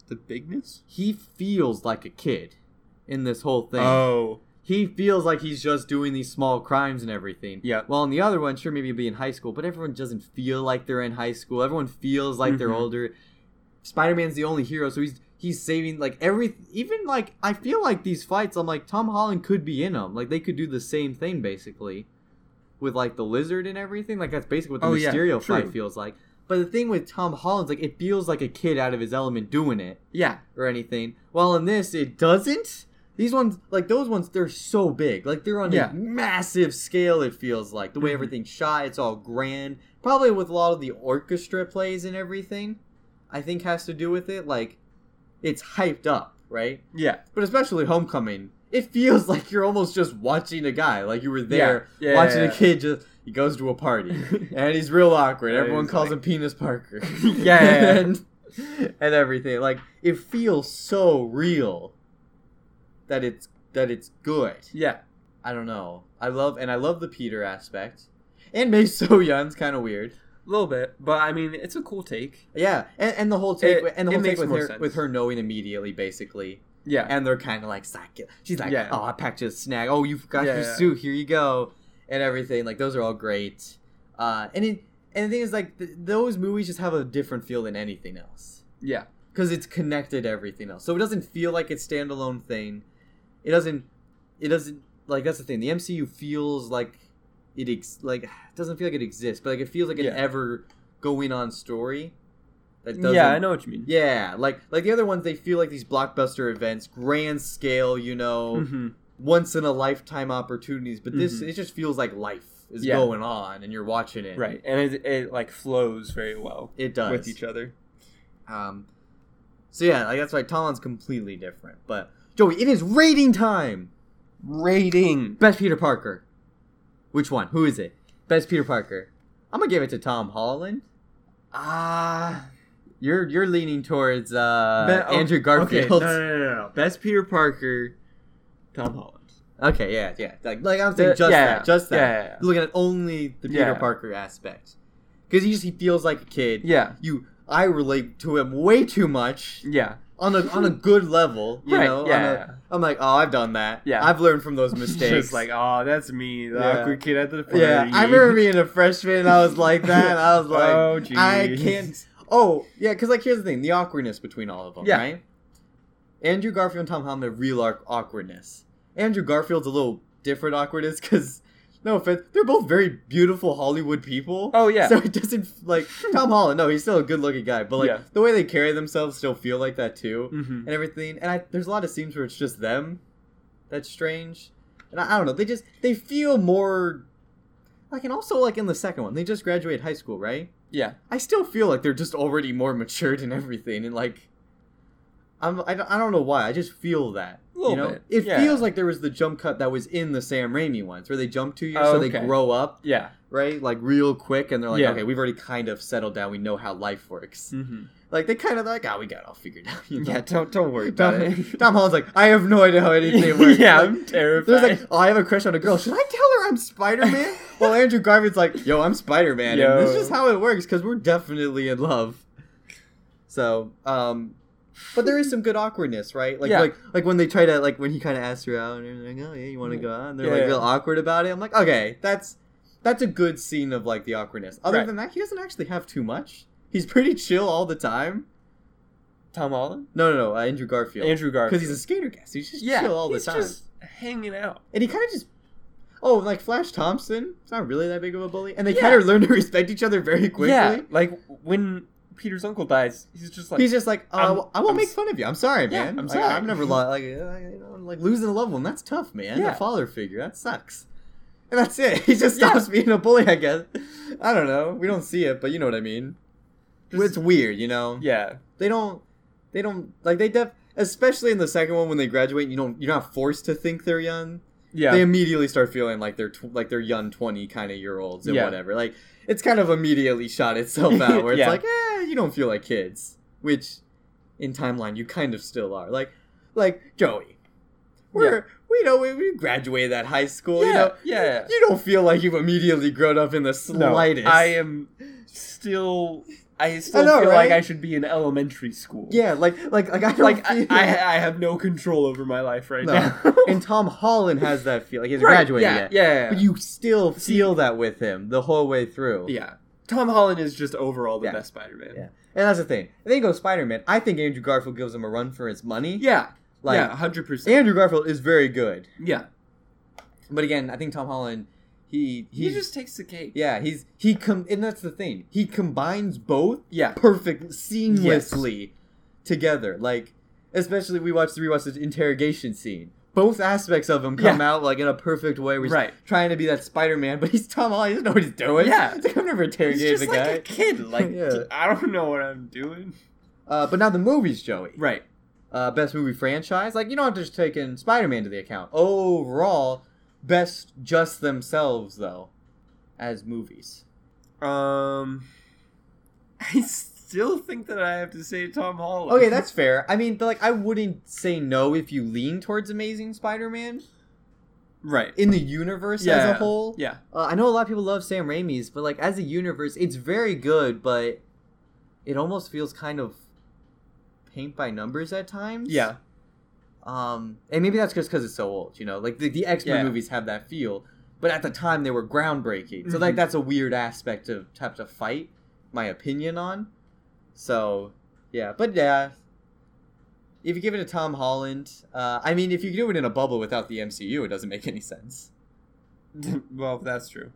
[SPEAKER 2] the bigness?
[SPEAKER 1] He feels like a kid in this whole thing.
[SPEAKER 2] Oh,
[SPEAKER 1] He feels like he's just doing these small crimes and everything.
[SPEAKER 2] Yeah.
[SPEAKER 1] Well, in the other one, sure, maybe he'll be in high school, but everyone doesn't feel like they're in high school. Everyone feels like they're
[SPEAKER 2] Mhm.
[SPEAKER 1] older. Spider Man's the only hero, so he's he's saving like every even like I feel like these fights. I'm like Tom Holland could be in them. Like they could do the same thing basically, with like the lizard and everything. Like that's basically what the
[SPEAKER 2] Oh, yeah,
[SPEAKER 1] Mysterio
[SPEAKER 2] true.
[SPEAKER 1] fight feels like. But the thing with Tom Holland's like it feels like a kid out of his element doing it
[SPEAKER 2] yeah.
[SPEAKER 1] or anything. While in this, it doesn't. These ones, like those ones, they're so big. Like they're on
[SPEAKER 2] Yeah.
[SPEAKER 1] a massive scale. It feels like the way
[SPEAKER 2] Mhm.
[SPEAKER 1] everything's shot, it's all grand. Probably with a lot of the orchestra plays and everything, I think has to do with it. Like it's hyped up, right?
[SPEAKER 2] Yeah.
[SPEAKER 1] But especially Homecoming, it feels like you're almost just watching a guy. Like you were there
[SPEAKER 2] Yeah. Yeah,
[SPEAKER 1] watching
[SPEAKER 2] yeah,
[SPEAKER 1] a kid just. He goes to a party and he's real awkward.
[SPEAKER 2] Yeah,
[SPEAKER 1] Everyone
[SPEAKER 2] he's
[SPEAKER 1] calls
[SPEAKER 2] like-
[SPEAKER 1] him Penis Parker.
[SPEAKER 2] Yeah.
[SPEAKER 1] and, and everything. Like it feels so real that it's that it's good.
[SPEAKER 2] Yeah.
[SPEAKER 1] I don't know. I love and I love the Peter aspect. And Mae So Young's kind of weird.
[SPEAKER 2] A little bit, but I mean, it's a cool take.
[SPEAKER 1] Yeah, and, and the whole take
[SPEAKER 2] It-
[SPEAKER 1] and the
[SPEAKER 2] it
[SPEAKER 1] whole take
[SPEAKER 2] makes
[SPEAKER 1] with
[SPEAKER 2] more
[SPEAKER 1] her
[SPEAKER 2] sense.
[SPEAKER 1] with her knowing immediately, basically,
[SPEAKER 2] Yeah.
[SPEAKER 1] and they're kind of like psychic. She's like,
[SPEAKER 2] Yeah.
[SPEAKER 1] "Oh, I packed you a snack. Oh, you forgot
[SPEAKER 2] Yeah,
[SPEAKER 1] your
[SPEAKER 2] yeah.
[SPEAKER 1] suit. Here you go," and everything. Like those are all great. Uh, and it, and the thing is, like th- those movies just have a different feel than anything else.
[SPEAKER 2] yeah.
[SPEAKER 1] because it's connected to everything else. So it doesn't feel like it's standalone thing. It doesn't. It doesn't like that's the thing. The MCU feels like it ex- like it doesn't feel like it exists, but like it feels like
[SPEAKER 2] Yeah.
[SPEAKER 1] an ever going on story. That doesn't,
[SPEAKER 2] Yeah, I know what you mean.
[SPEAKER 1] Yeah, like like the other ones, they feel like these blockbuster events, grand scale, you know,
[SPEAKER 2] Mm-hmm.
[SPEAKER 1] once in a lifetime opportunities. But this,
[SPEAKER 2] Mhm.
[SPEAKER 1] it just feels like life is
[SPEAKER 2] Yeah.
[SPEAKER 1] going on, and you're watching it.
[SPEAKER 2] Right, and it, it like flows very well
[SPEAKER 1] it does
[SPEAKER 2] with each other.
[SPEAKER 1] Um, so yeah, like that's why Tomlin's completely different. But Joey, it is rating time.
[SPEAKER 2] Rating.
[SPEAKER 1] Best Peter Parker. Which one? Who is it? Best Peter Parker. I'm gonna give it to Tom Holland.
[SPEAKER 2] Ah.
[SPEAKER 1] You're you're leaning towards uh,
[SPEAKER 2] Be- oh,
[SPEAKER 1] Andrew Garfield.
[SPEAKER 2] Okay, no, no, no, no, no. Best Peter Parker, Tom Holland.
[SPEAKER 1] Okay, yeah, yeah. Like, like I'm saying, just
[SPEAKER 2] Yeah,
[SPEAKER 1] that, just that.
[SPEAKER 2] yeah, yeah, yeah.
[SPEAKER 1] Looking at only the Peter
[SPEAKER 2] Yeah.
[SPEAKER 1] Parker aspect, because he just he feels like a kid.
[SPEAKER 2] Yeah,
[SPEAKER 1] You, I relate to him way too much
[SPEAKER 2] yeah,
[SPEAKER 1] on a on a good level. You
[SPEAKER 2] Right,
[SPEAKER 1] know, on
[SPEAKER 2] yeah,
[SPEAKER 1] a-
[SPEAKER 2] yeah.
[SPEAKER 1] I'm like, oh, I've done that.
[SPEAKER 2] Yeah.
[SPEAKER 1] I've learned from those mistakes.
[SPEAKER 2] Just like, oh, that's me, the
[SPEAKER 1] Yeah.
[SPEAKER 2] awkward kid at the party.
[SPEAKER 1] yeah, I remember being a freshman and I was like that. and I was like,
[SPEAKER 2] Oh,
[SPEAKER 1] I
[SPEAKER 2] jeez.
[SPEAKER 1] can't. Oh, yeah, because like here's the thing: the awkwardness between all of them,
[SPEAKER 2] Yeah.
[SPEAKER 1] right? Andrew Garfield and Tom Holland have real ar- awkwardness. Andrew Garfield's a little different awkwardness because, no offense, they're both very beautiful Hollywood people.
[SPEAKER 2] Oh, yeah.
[SPEAKER 1] So it doesn't like Tom Holland. No, he's still a good-looking guy, but like
[SPEAKER 2] Yeah.
[SPEAKER 1] the way they carry themselves still feel like that too
[SPEAKER 2] Mhm.
[SPEAKER 1] and everything. And I, there's a lot of scenes where it's just them. That's strange. And I, I don't know. They just they feel more like, and also like in the second one, they just graduated high school, right?
[SPEAKER 2] Yeah,
[SPEAKER 1] I still feel like they're just already more matured and everything, and like. I'm, I, don't, I don't know why. I just feel that.
[SPEAKER 2] Little
[SPEAKER 1] you know?
[SPEAKER 2] bit,
[SPEAKER 1] It
[SPEAKER 2] yeah.
[SPEAKER 1] feels like there was the jump cut that was in the Sam Raimi ones, where they jump two years,
[SPEAKER 2] Oh,
[SPEAKER 1] so
[SPEAKER 2] okay.
[SPEAKER 1] they grow up,
[SPEAKER 2] yeah.
[SPEAKER 1] right? Like real quick, and they're like,
[SPEAKER 2] Yeah.
[SPEAKER 1] okay, we've already kind of settled down. We know how life works.
[SPEAKER 2] Mm-hmm.
[SPEAKER 1] Like they kind of like, ah, we got it all figured out. You know?
[SPEAKER 2] Yeah, don't don't worry about
[SPEAKER 1] Tom,
[SPEAKER 2] it.
[SPEAKER 1] Tom Holland's like, I have no idea how anything works.
[SPEAKER 2] yeah,
[SPEAKER 1] Like,
[SPEAKER 2] I'm terrified.
[SPEAKER 1] there's like, oh, I have a crush on a girl. Should I tell her I'm Spider Man? well, Andrew Garfield's like, yo, I'm Spider Man.
[SPEAKER 2] Yo.
[SPEAKER 1] This is how it works because we're definitely in love. So, um, but there is some good awkwardness, right? Like,
[SPEAKER 2] Yeah.
[SPEAKER 1] like, like when they try to, like, when he kind of asks her out, and they're like, oh yeah, you want to go out, and they're like
[SPEAKER 2] Yeah.
[SPEAKER 1] real awkward about it. I'm like, okay, that's that's a good scene of like the awkwardness. Other
[SPEAKER 2] Right.
[SPEAKER 1] than that, he doesn't actually have too much. He's pretty chill all the time.
[SPEAKER 2] Tom Holland,
[SPEAKER 1] No, no, no, uh, Andrew Garfield
[SPEAKER 2] Andrew Garfield,
[SPEAKER 1] because he's a skater guy, so he's just
[SPEAKER 2] yeah,
[SPEAKER 1] chill all the
[SPEAKER 2] he's
[SPEAKER 1] time.
[SPEAKER 2] just hanging out.
[SPEAKER 1] And he kind of just, oh, like Flash Thompson, it's not really that big of a bully, and they
[SPEAKER 2] Yeah.
[SPEAKER 1] kind of learn to respect each other very quickly.
[SPEAKER 2] Yeah, like when Peter's uncle dies, he's just like,
[SPEAKER 1] he's just like, oh, I
[SPEAKER 2] I'm-
[SPEAKER 1] w- I won't
[SPEAKER 2] I'm
[SPEAKER 1] make
[SPEAKER 2] s-
[SPEAKER 1] fun of you. I'm sorry,
[SPEAKER 2] Yeah,
[SPEAKER 1] man.
[SPEAKER 2] I'm
[SPEAKER 1] Like,
[SPEAKER 2] sorry."
[SPEAKER 1] I've never lost like, uh, you know, like losing a loved one. That's tough, man.
[SPEAKER 2] Yeah.
[SPEAKER 1] A father figure that sucks. And that's it. He just stops being a bully, I guess. I don't know. We don't see it, but you know what I mean.
[SPEAKER 2] Just-
[SPEAKER 1] It's weird, you know.
[SPEAKER 2] yeah,
[SPEAKER 1] they don't they don't like they def especially in the second one when they graduate you don't you're not forced to think they're young
[SPEAKER 2] Yeah.
[SPEAKER 1] they immediately start feeling like they're tw- like they're young twenty kind of year olds and
[SPEAKER 2] Yeah.
[SPEAKER 1] whatever. Like it's kind of immediately shot itself out where it's
[SPEAKER 2] Yeah.
[SPEAKER 1] like, eh, you don't feel like kids, which in timeline you kind of still are. Like, like Joey, we're we know we, we graduated that high school. You
[SPEAKER 2] Yeah,
[SPEAKER 1] know,
[SPEAKER 2] yeah.
[SPEAKER 1] you don't feel like you've immediately grown up in the slightest.
[SPEAKER 2] I am still. I still
[SPEAKER 1] know,
[SPEAKER 2] feel like
[SPEAKER 1] right?
[SPEAKER 2] I should be in elementary school.
[SPEAKER 1] yeah, like like like I don't
[SPEAKER 2] Like I,
[SPEAKER 1] feel-
[SPEAKER 2] I, I have no control over my life right
[SPEAKER 1] no.
[SPEAKER 2] now.
[SPEAKER 1] and Tom Holland has that feel. Like he hasn't
[SPEAKER 2] Right,
[SPEAKER 1] graduated
[SPEAKER 2] yeah,
[SPEAKER 1] yet.
[SPEAKER 2] Yeah.
[SPEAKER 1] But you still feel that with him the whole way through.
[SPEAKER 2] yeah. Tom Holland is just overall the
[SPEAKER 1] Yeah.
[SPEAKER 2] best Spider-Man.
[SPEAKER 1] Yeah. And that's the thing. And then you go Spider Man. I think Andrew Garfield gives him a run for his money.
[SPEAKER 2] Yeah.
[SPEAKER 1] Like
[SPEAKER 2] yeah, 100%.
[SPEAKER 1] Andrew Garfield is very good.
[SPEAKER 2] yeah.
[SPEAKER 1] But again, I think Tom Holland he
[SPEAKER 2] He
[SPEAKER 1] he's,
[SPEAKER 2] just takes the cake.
[SPEAKER 1] Yeah, he's he com and that's the thing. He combines both
[SPEAKER 2] Yeah.
[SPEAKER 1] perfect seamlessly together. Like especially we watched the rewatch the interrogation scene. Both aspects of him come out like in a perfect way. Where he's
[SPEAKER 2] Right.
[SPEAKER 1] trying to be that Spider Man, but he's Tom Holland. He doesn't know what he's doing.
[SPEAKER 2] Yeah.
[SPEAKER 1] He's like, I've never
[SPEAKER 2] He's
[SPEAKER 1] interrogated
[SPEAKER 2] just
[SPEAKER 1] the
[SPEAKER 2] like
[SPEAKER 1] guy.
[SPEAKER 2] a kid. Like,
[SPEAKER 1] Yeah.
[SPEAKER 2] I don't know what I'm doing.
[SPEAKER 1] Uh, but now the movie's Joey.
[SPEAKER 2] Right.
[SPEAKER 1] uh, best movie franchise. Like you don't have to just take in Spider Man to the account. Overall, best just themselves though, as movies.
[SPEAKER 2] Um, I still think that I have to say Tom Holland.
[SPEAKER 1] Okay, that's fair. I mean, but, like I wouldn't say no if you lean towards Amazing Spider Man
[SPEAKER 2] right.
[SPEAKER 1] in the universe as
[SPEAKER 2] Yeah.
[SPEAKER 1] a whole.
[SPEAKER 2] Yeah.
[SPEAKER 1] Uh, I know a lot of people love Sam Raimi's, but like as a universe, it's very good, but it almost feels kind of paint by numbers at times.
[SPEAKER 2] Yeah.
[SPEAKER 1] Um, and maybe that's just because it's so old, you know. Like the, the X Men
[SPEAKER 2] Yeah.
[SPEAKER 1] movies have that feel, but at the time they were groundbreaking. So like
[SPEAKER 2] Mhm.
[SPEAKER 1] that's a weird aspect to have to fight my opinion on. So yeah, but yeah, if you give it to Tom Holland, uh, I mean, if you do it in a bubble without the MCU, it doesn't make any sense.
[SPEAKER 2] well, that's true.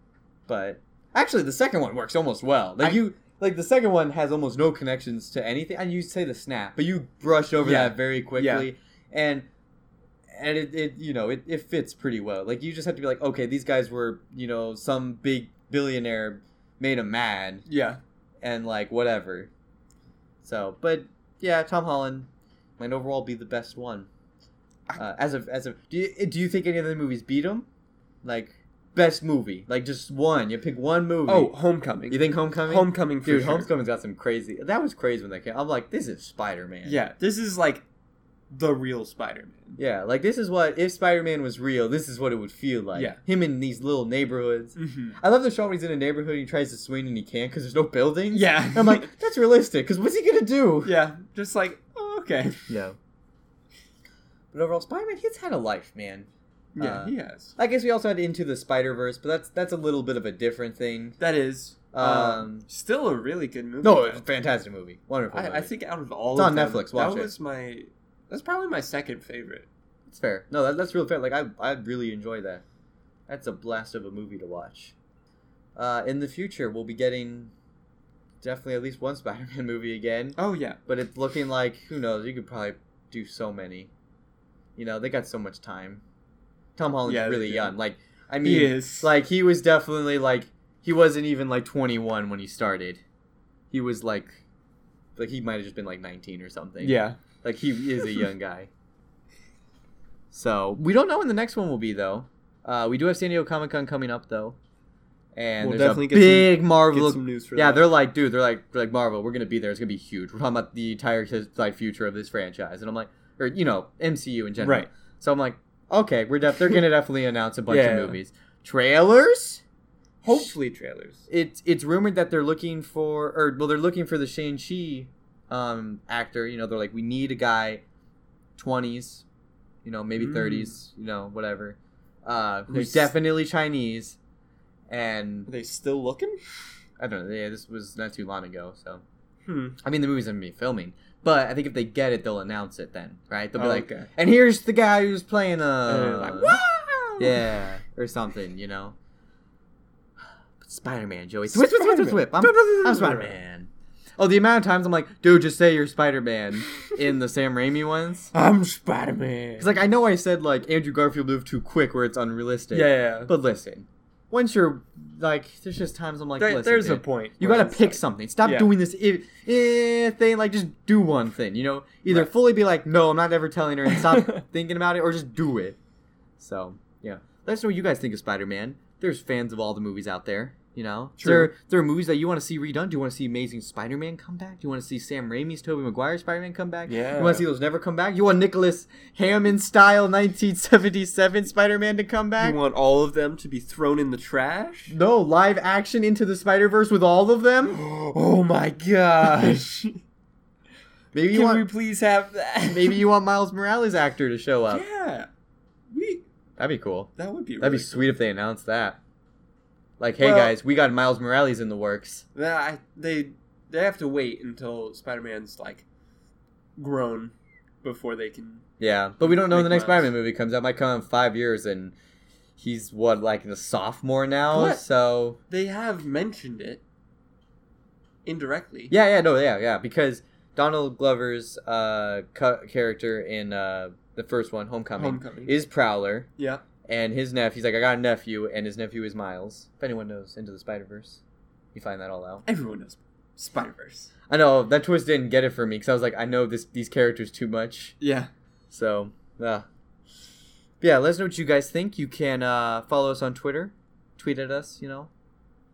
[SPEAKER 1] But actually, the second one works almost well. Like
[SPEAKER 2] I-
[SPEAKER 1] you. Like the second one has almost no connections to anything, and you say the snap, but you brush over
[SPEAKER 2] Yeah.
[SPEAKER 1] that very quickly, and and it, it you know it, it fits pretty well. Like you just have to be like, okay, these guys were you know some big billionaire made them mad,
[SPEAKER 2] Yeah.
[SPEAKER 1] and like whatever. So, but yeah, Tom Holland might overall be the best one. Uh, as of as of, do you, eh, do you think any of the movies beat him? Like best movie, like just one. You pick one movie.
[SPEAKER 2] Oh, Homecoming.
[SPEAKER 1] you think Homecoming?
[SPEAKER 2] Homecoming, for
[SPEAKER 1] Dude,
[SPEAKER 2] sure.
[SPEAKER 1] Homecoming's got some crazy. That was crazy when that came. I'm like, this is Spider Man.
[SPEAKER 2] Yeah, this is like the real Spider-Man.
[SPEAKER 1] Yeah, like this is what if Spider Man was real, this is what it would feel like.
[SPEAKER 2] Yeah.
[SPEAKER 1] Him in these little neighborhoods.
[SPEAKER 2] Mm-hmm.
[SPEAKER 1] I love the shot when he's in a neighborhood and he tries to swing and he can't because there's no buildings.
[SPEAKER 2] Yeah.
[SPEAKER 1] I'm like, that's realistic, because what's he gonna do?
[SPEAKER 2] yeah, just like oh, okay.
[SPEAKER 1] No. But overall, Spider Man, he's had a life, man.
[SPEAKER 2] Yeah,
[SPEAKER 1] Uh,
[SPEAKER 2] he has.
[SPEAKER 1] I guess we also had Into the Spider Verse, but that's that's a little bit of a different thing. Uh,
[SPEAKER 2] That is um,
[SPEAKER 1] Um,
[SPEAKER 2] still a really good movie.
[SPEAKER 1] No,
[SPEAKER 2] though.
[SPEAKER 1] it's a fantastic movie. Wonderful.
[SPEAKER 2] I, I
[SPEAKER 1] movie.
[SPEAKER 2] think out of all
[SPEAKER 1] It's
[SPEAKER 2] of
[SPEAKER 1] on
[SPEAKER 2] them,
[SPEAKER 1] Netflix, watch
[SPEAKER 2] that
[SPEAKER 1] it.
[SPEAKER 2] was my that's probably my second favorite.
[SPEAKER 1] That's fair. No, that, that's real fair. Like I, I really enjoy that. That's a blast of a movie to watch. Uh, in the future, we'll be getting definitely at least one Spider-Man movie again.
[SPEAKER 2] Oh yeah,
[SPEAKER 1] But it's looking like who knows? You could probably do so many. You know, they got so much time. Tom Holland's
[SPEAKER 2] Yeah, they
[SPEAKER 1] really
[SPEAKER 2] do.
[SPEAKER 1] young. Like I
[SPEAKER 2] he
[SPEAKER 1] mean,
[SPEAKER 2] is
[SPEAKER 1] like he was definitely like he wasn't even like 21 when he started. He was like, like he might have just been like 19 or something.
[SPEAKER 2] yeah.
[SPEAKER 1] Like he is a young guy. So we don't know when the next one will be though. Uh, we do have San Diego Comic Con coming up though, and
[SPEAKER 2] We'll
[SPEAKER 1] there's
[SPEAKER 2] definitely
[SPEAKER 1] a
[SPEAKER 2] get some-
[SPEAKER 1] big Marvel.
[SPEAKER 2] Get some news for
[SPEAKER 1] yeah,
[SPEAKER 2] that.
[SPEAKER 1] they're like, dude, they're like, they're like Marvel. We're gonna be there. It's gonna be huge. We're talking about the entire like future of this franchise, and I'm like, or you know, MCU in general.
[SPEAKER 2] Right.
[SPEAKER 1] So I'm like, okay, we're def- they're gonna definitely announce a bunch
[SPEAKER 2] Yeah.
[SPEAKER 1] of movies, trailers.
[SPEAKER 2] Hopefully trailers.
[SPEAKER 1] It's it's rumored that they're looking for or well they're looking for the Shane Chi um actor, you know, they're like we need a guy 20s, you know, maybe
[SPEAKER 2] Mm.
[SPEAKER 1] 30s, you know, whatever. Uh who's
[SPEAKER 2] Who's-
[SPEAKER 1] definitely Chinese and
[SPEAKER 2] they still looking?
[SPEAKER 1] I don't know, yeah, this was not too long ago, so
[SPEAKER 2] Hmm.
[SPEAKER 1] I mean the movie's gonna be filming. But I think if they get it, they'll announce it then, right? They'll be
[SPEAKER 2] Oh,
[SPEAKER 1] like,
[SPEAKER 2] okay.
[SPEAKER 1] and here's the guy who's playing
[SPEAKER 2] And
[SPEAKER 1] uh,
[SPEAKER 2] they're like, wow.
[SPEAKER 1] yeah, or something, you know. But Spider-Man, Joey. Swip, swip, swip, swip, swip. I'm, I'm Spider-Man. Oh, the amount of times I'm like, dude, just say you're Spider-Man in the Sam Raimi ones.
[SPEAKER 2] I'm Spider Man.
[SPEAKER 1] It's like I know I said like Andrew Garfield moved too quick where it's unrealistic.
[SPEAKER 2] yeah, yeah.
[SPEAKER 1] But listen, once you're like, there's just times I'm like,
[SPEAKER 2] There-
[SPEAKER 1] listen,
[SPEAKER 2] there's a
[SPEAKER 1] dude,
[SPEAKER 2] point.
[SPEAKER 1] You
[SPEAKER 2] where
[SPEAKER 1] gotta
[SPEAKER 2] it's
[SPEAKER 1] pick
[SPEAKER 2] like-
[SPEAKER 1] something. Stop
[SPEAKER 2] Yeah.
[SPEAKER 1] doing this if, if thing. Like, just do one thing. You know, either
[SPEAKER 2] Right.
[SPEAKER 1] fully be like, "No, I'm not ever telling her," and stop thinking about it, or just do it. So, Let us know what you guys think of Spider Man. There's fans of all the movies out there. You know,
[SPEAKER 2] True.
[SPEAKER 1] there there are movies that you want to see redone. Do you want to see Amazing Spider Man come back? Do you want to see Sam Raimi's Tobey Maguire Spider Man come back?
[SPEAKER 2] Yeah.
[SPEAKER 1] You want to see those never come back? You want Nicholas Hammond style 1977 Spider Man to come back?
[SPEAKER 2] You want all of them to be thrown in the trash?
[SPEAKER 1] no live action into the Spider Verse with all of them.
[SPEAKER 2] Oh my gosh.
[SPEAKER 1] Maybe you
[SPEAKER 2] Can
[SPEAKER 1] want
[SPEAKER 2] we please have that?
[SPEAKER 1] maybe you want Miles Morales actor to show up.
[SPEAKER 2] Yeah. We
[SPEAKER 1] That'd be cool.
[SPEAKER 2] that would be
[SPEAKER 1] That'd be
[SPEAKER 2] really-
[SPEAKER 1] sweet if they announced that. Like, hey
[SPEAKER 2] Well-
[SPEAKER 1] guys, we got Miles Morales in the works.
[SPEAKER 2] Nah, I, they they have to wait until Spider-Man's like grown before they can
[SPEAKER 1] Yeah, but we don't know when the
[SPEAKER 2] Make
[SPEAKER 1] next
[SPEAKER 2] Miles.
[SPEAKER 1] Spider-Man movie comes out. Might come in five years, and he's what like a sophomore now.
[SPEAKER 2] What?
[SPEAKER 1] So
[SPEAKER 2] They have mentioned it indirectly.
[SPEAKER 1] yeah, yeah, no, yeah, yeah, because Donald Glover's uh cu- character in uh the first one, Homecoming,
[SPEAKER 2] Homecoming.
[SPEAKER 1] is Prowler,
[SPEAKER 2] yeah.
[SPEAKER 1] and his nephew. He's like, I got a nephew, and his nephew is Miles. If anyone knows Into the Spider Verse, you find that all out.
[SPEAKER 2] Everyone knows Spider-Verse.
[SPEAKER 1] I know that twist didn't get it for me because I was like, I know this these characters too much.
[SPEAKER 2] Yeah.
[SPEAKER 1] So, uh, yeah, let us know what you guys think. You can uh, follow us on Twitter, tweet at us, you know,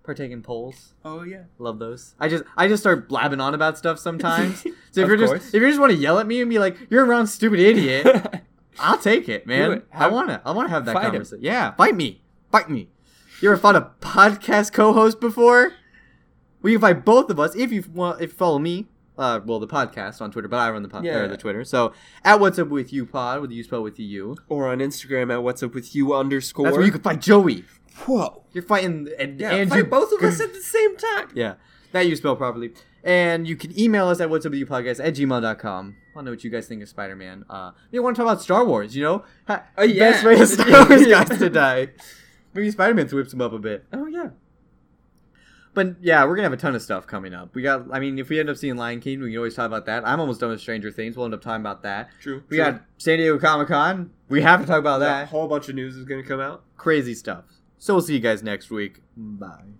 [SPEAKER 1] partake in polls.
[SPEAKER 2] Oh yeah.
[SPEAKER 1] Love those. I just I just start blabbing on about stuff sometimes. So if
[SPEAKER 2] Of
[SPEAKER 1] you're
[SPEAKER 2] course.
[SPEAKER 1] just if you just want to yell at me and be like, "You're a round stupid idiot," I'll take it, man.
[SPEAKER 2] Do it.
[SPEAKER 1] I wanna I wanna have that
[SPEAKER 2] Fight him.
[SPEAKER 1] conversation. Yeah, fight me, fight me. You ever fought a podcast co-host before? We can fight both of us if you want. If you follow me, uh, well, the podcast on Twitter, but I run the pod,
[SPEAKER 2] Yeah.
[SPEAKER 1] or the Twitter. So at What's Up with You Pod with the U spell with the U.
[SPEAKER 2] or on Instagram at what's up with you underscore.
[SPEAKER 1] That's where you can fight Joey.
[SPEAKER 2] Whoa.
[SPEAKER 1] You're fighting and
[SPEAKER 2] Yeah.
[SPEAKER 1] Andrew.
[SPEAKER 2] fight both of us at the same time.
[SPEAKER 1] Yeah, that you spell properly. And you can email us at what's up with you podcast at gmail.com. I want to know what you guys think of Spider Man. Uh, you want to talk about Star Wars, you know? Ha-
[SPEAKER 2] Oh, yeah.
[SPEAKER 1] Best way of Star Wars
[SPEAKER 2] Yeah.
[SPEAKER 1] guys to die. Maybe Spider Man whips them up a bit.
[SPEAKER 2] Oh yeah.
[SPEAKER 1] But yeah, we're going to have a ton of stuff coming up. We got, I mean, if we end up seeing Lion King, we can always talk about that. I'm almost done with Stranger Things. We'll end up talking about that.
[SPEAKER 2] True.
[SPEAKER 1] We got San Diego Comic Con. We have to talk about
[SPEAKER 2] a
[SPEAKER 1] that.
[SPEAKER 2] whole bunch of news is gonna come out.
[SPEAKER 1] Crazy stuff. So we'll see you guys next week. Bye.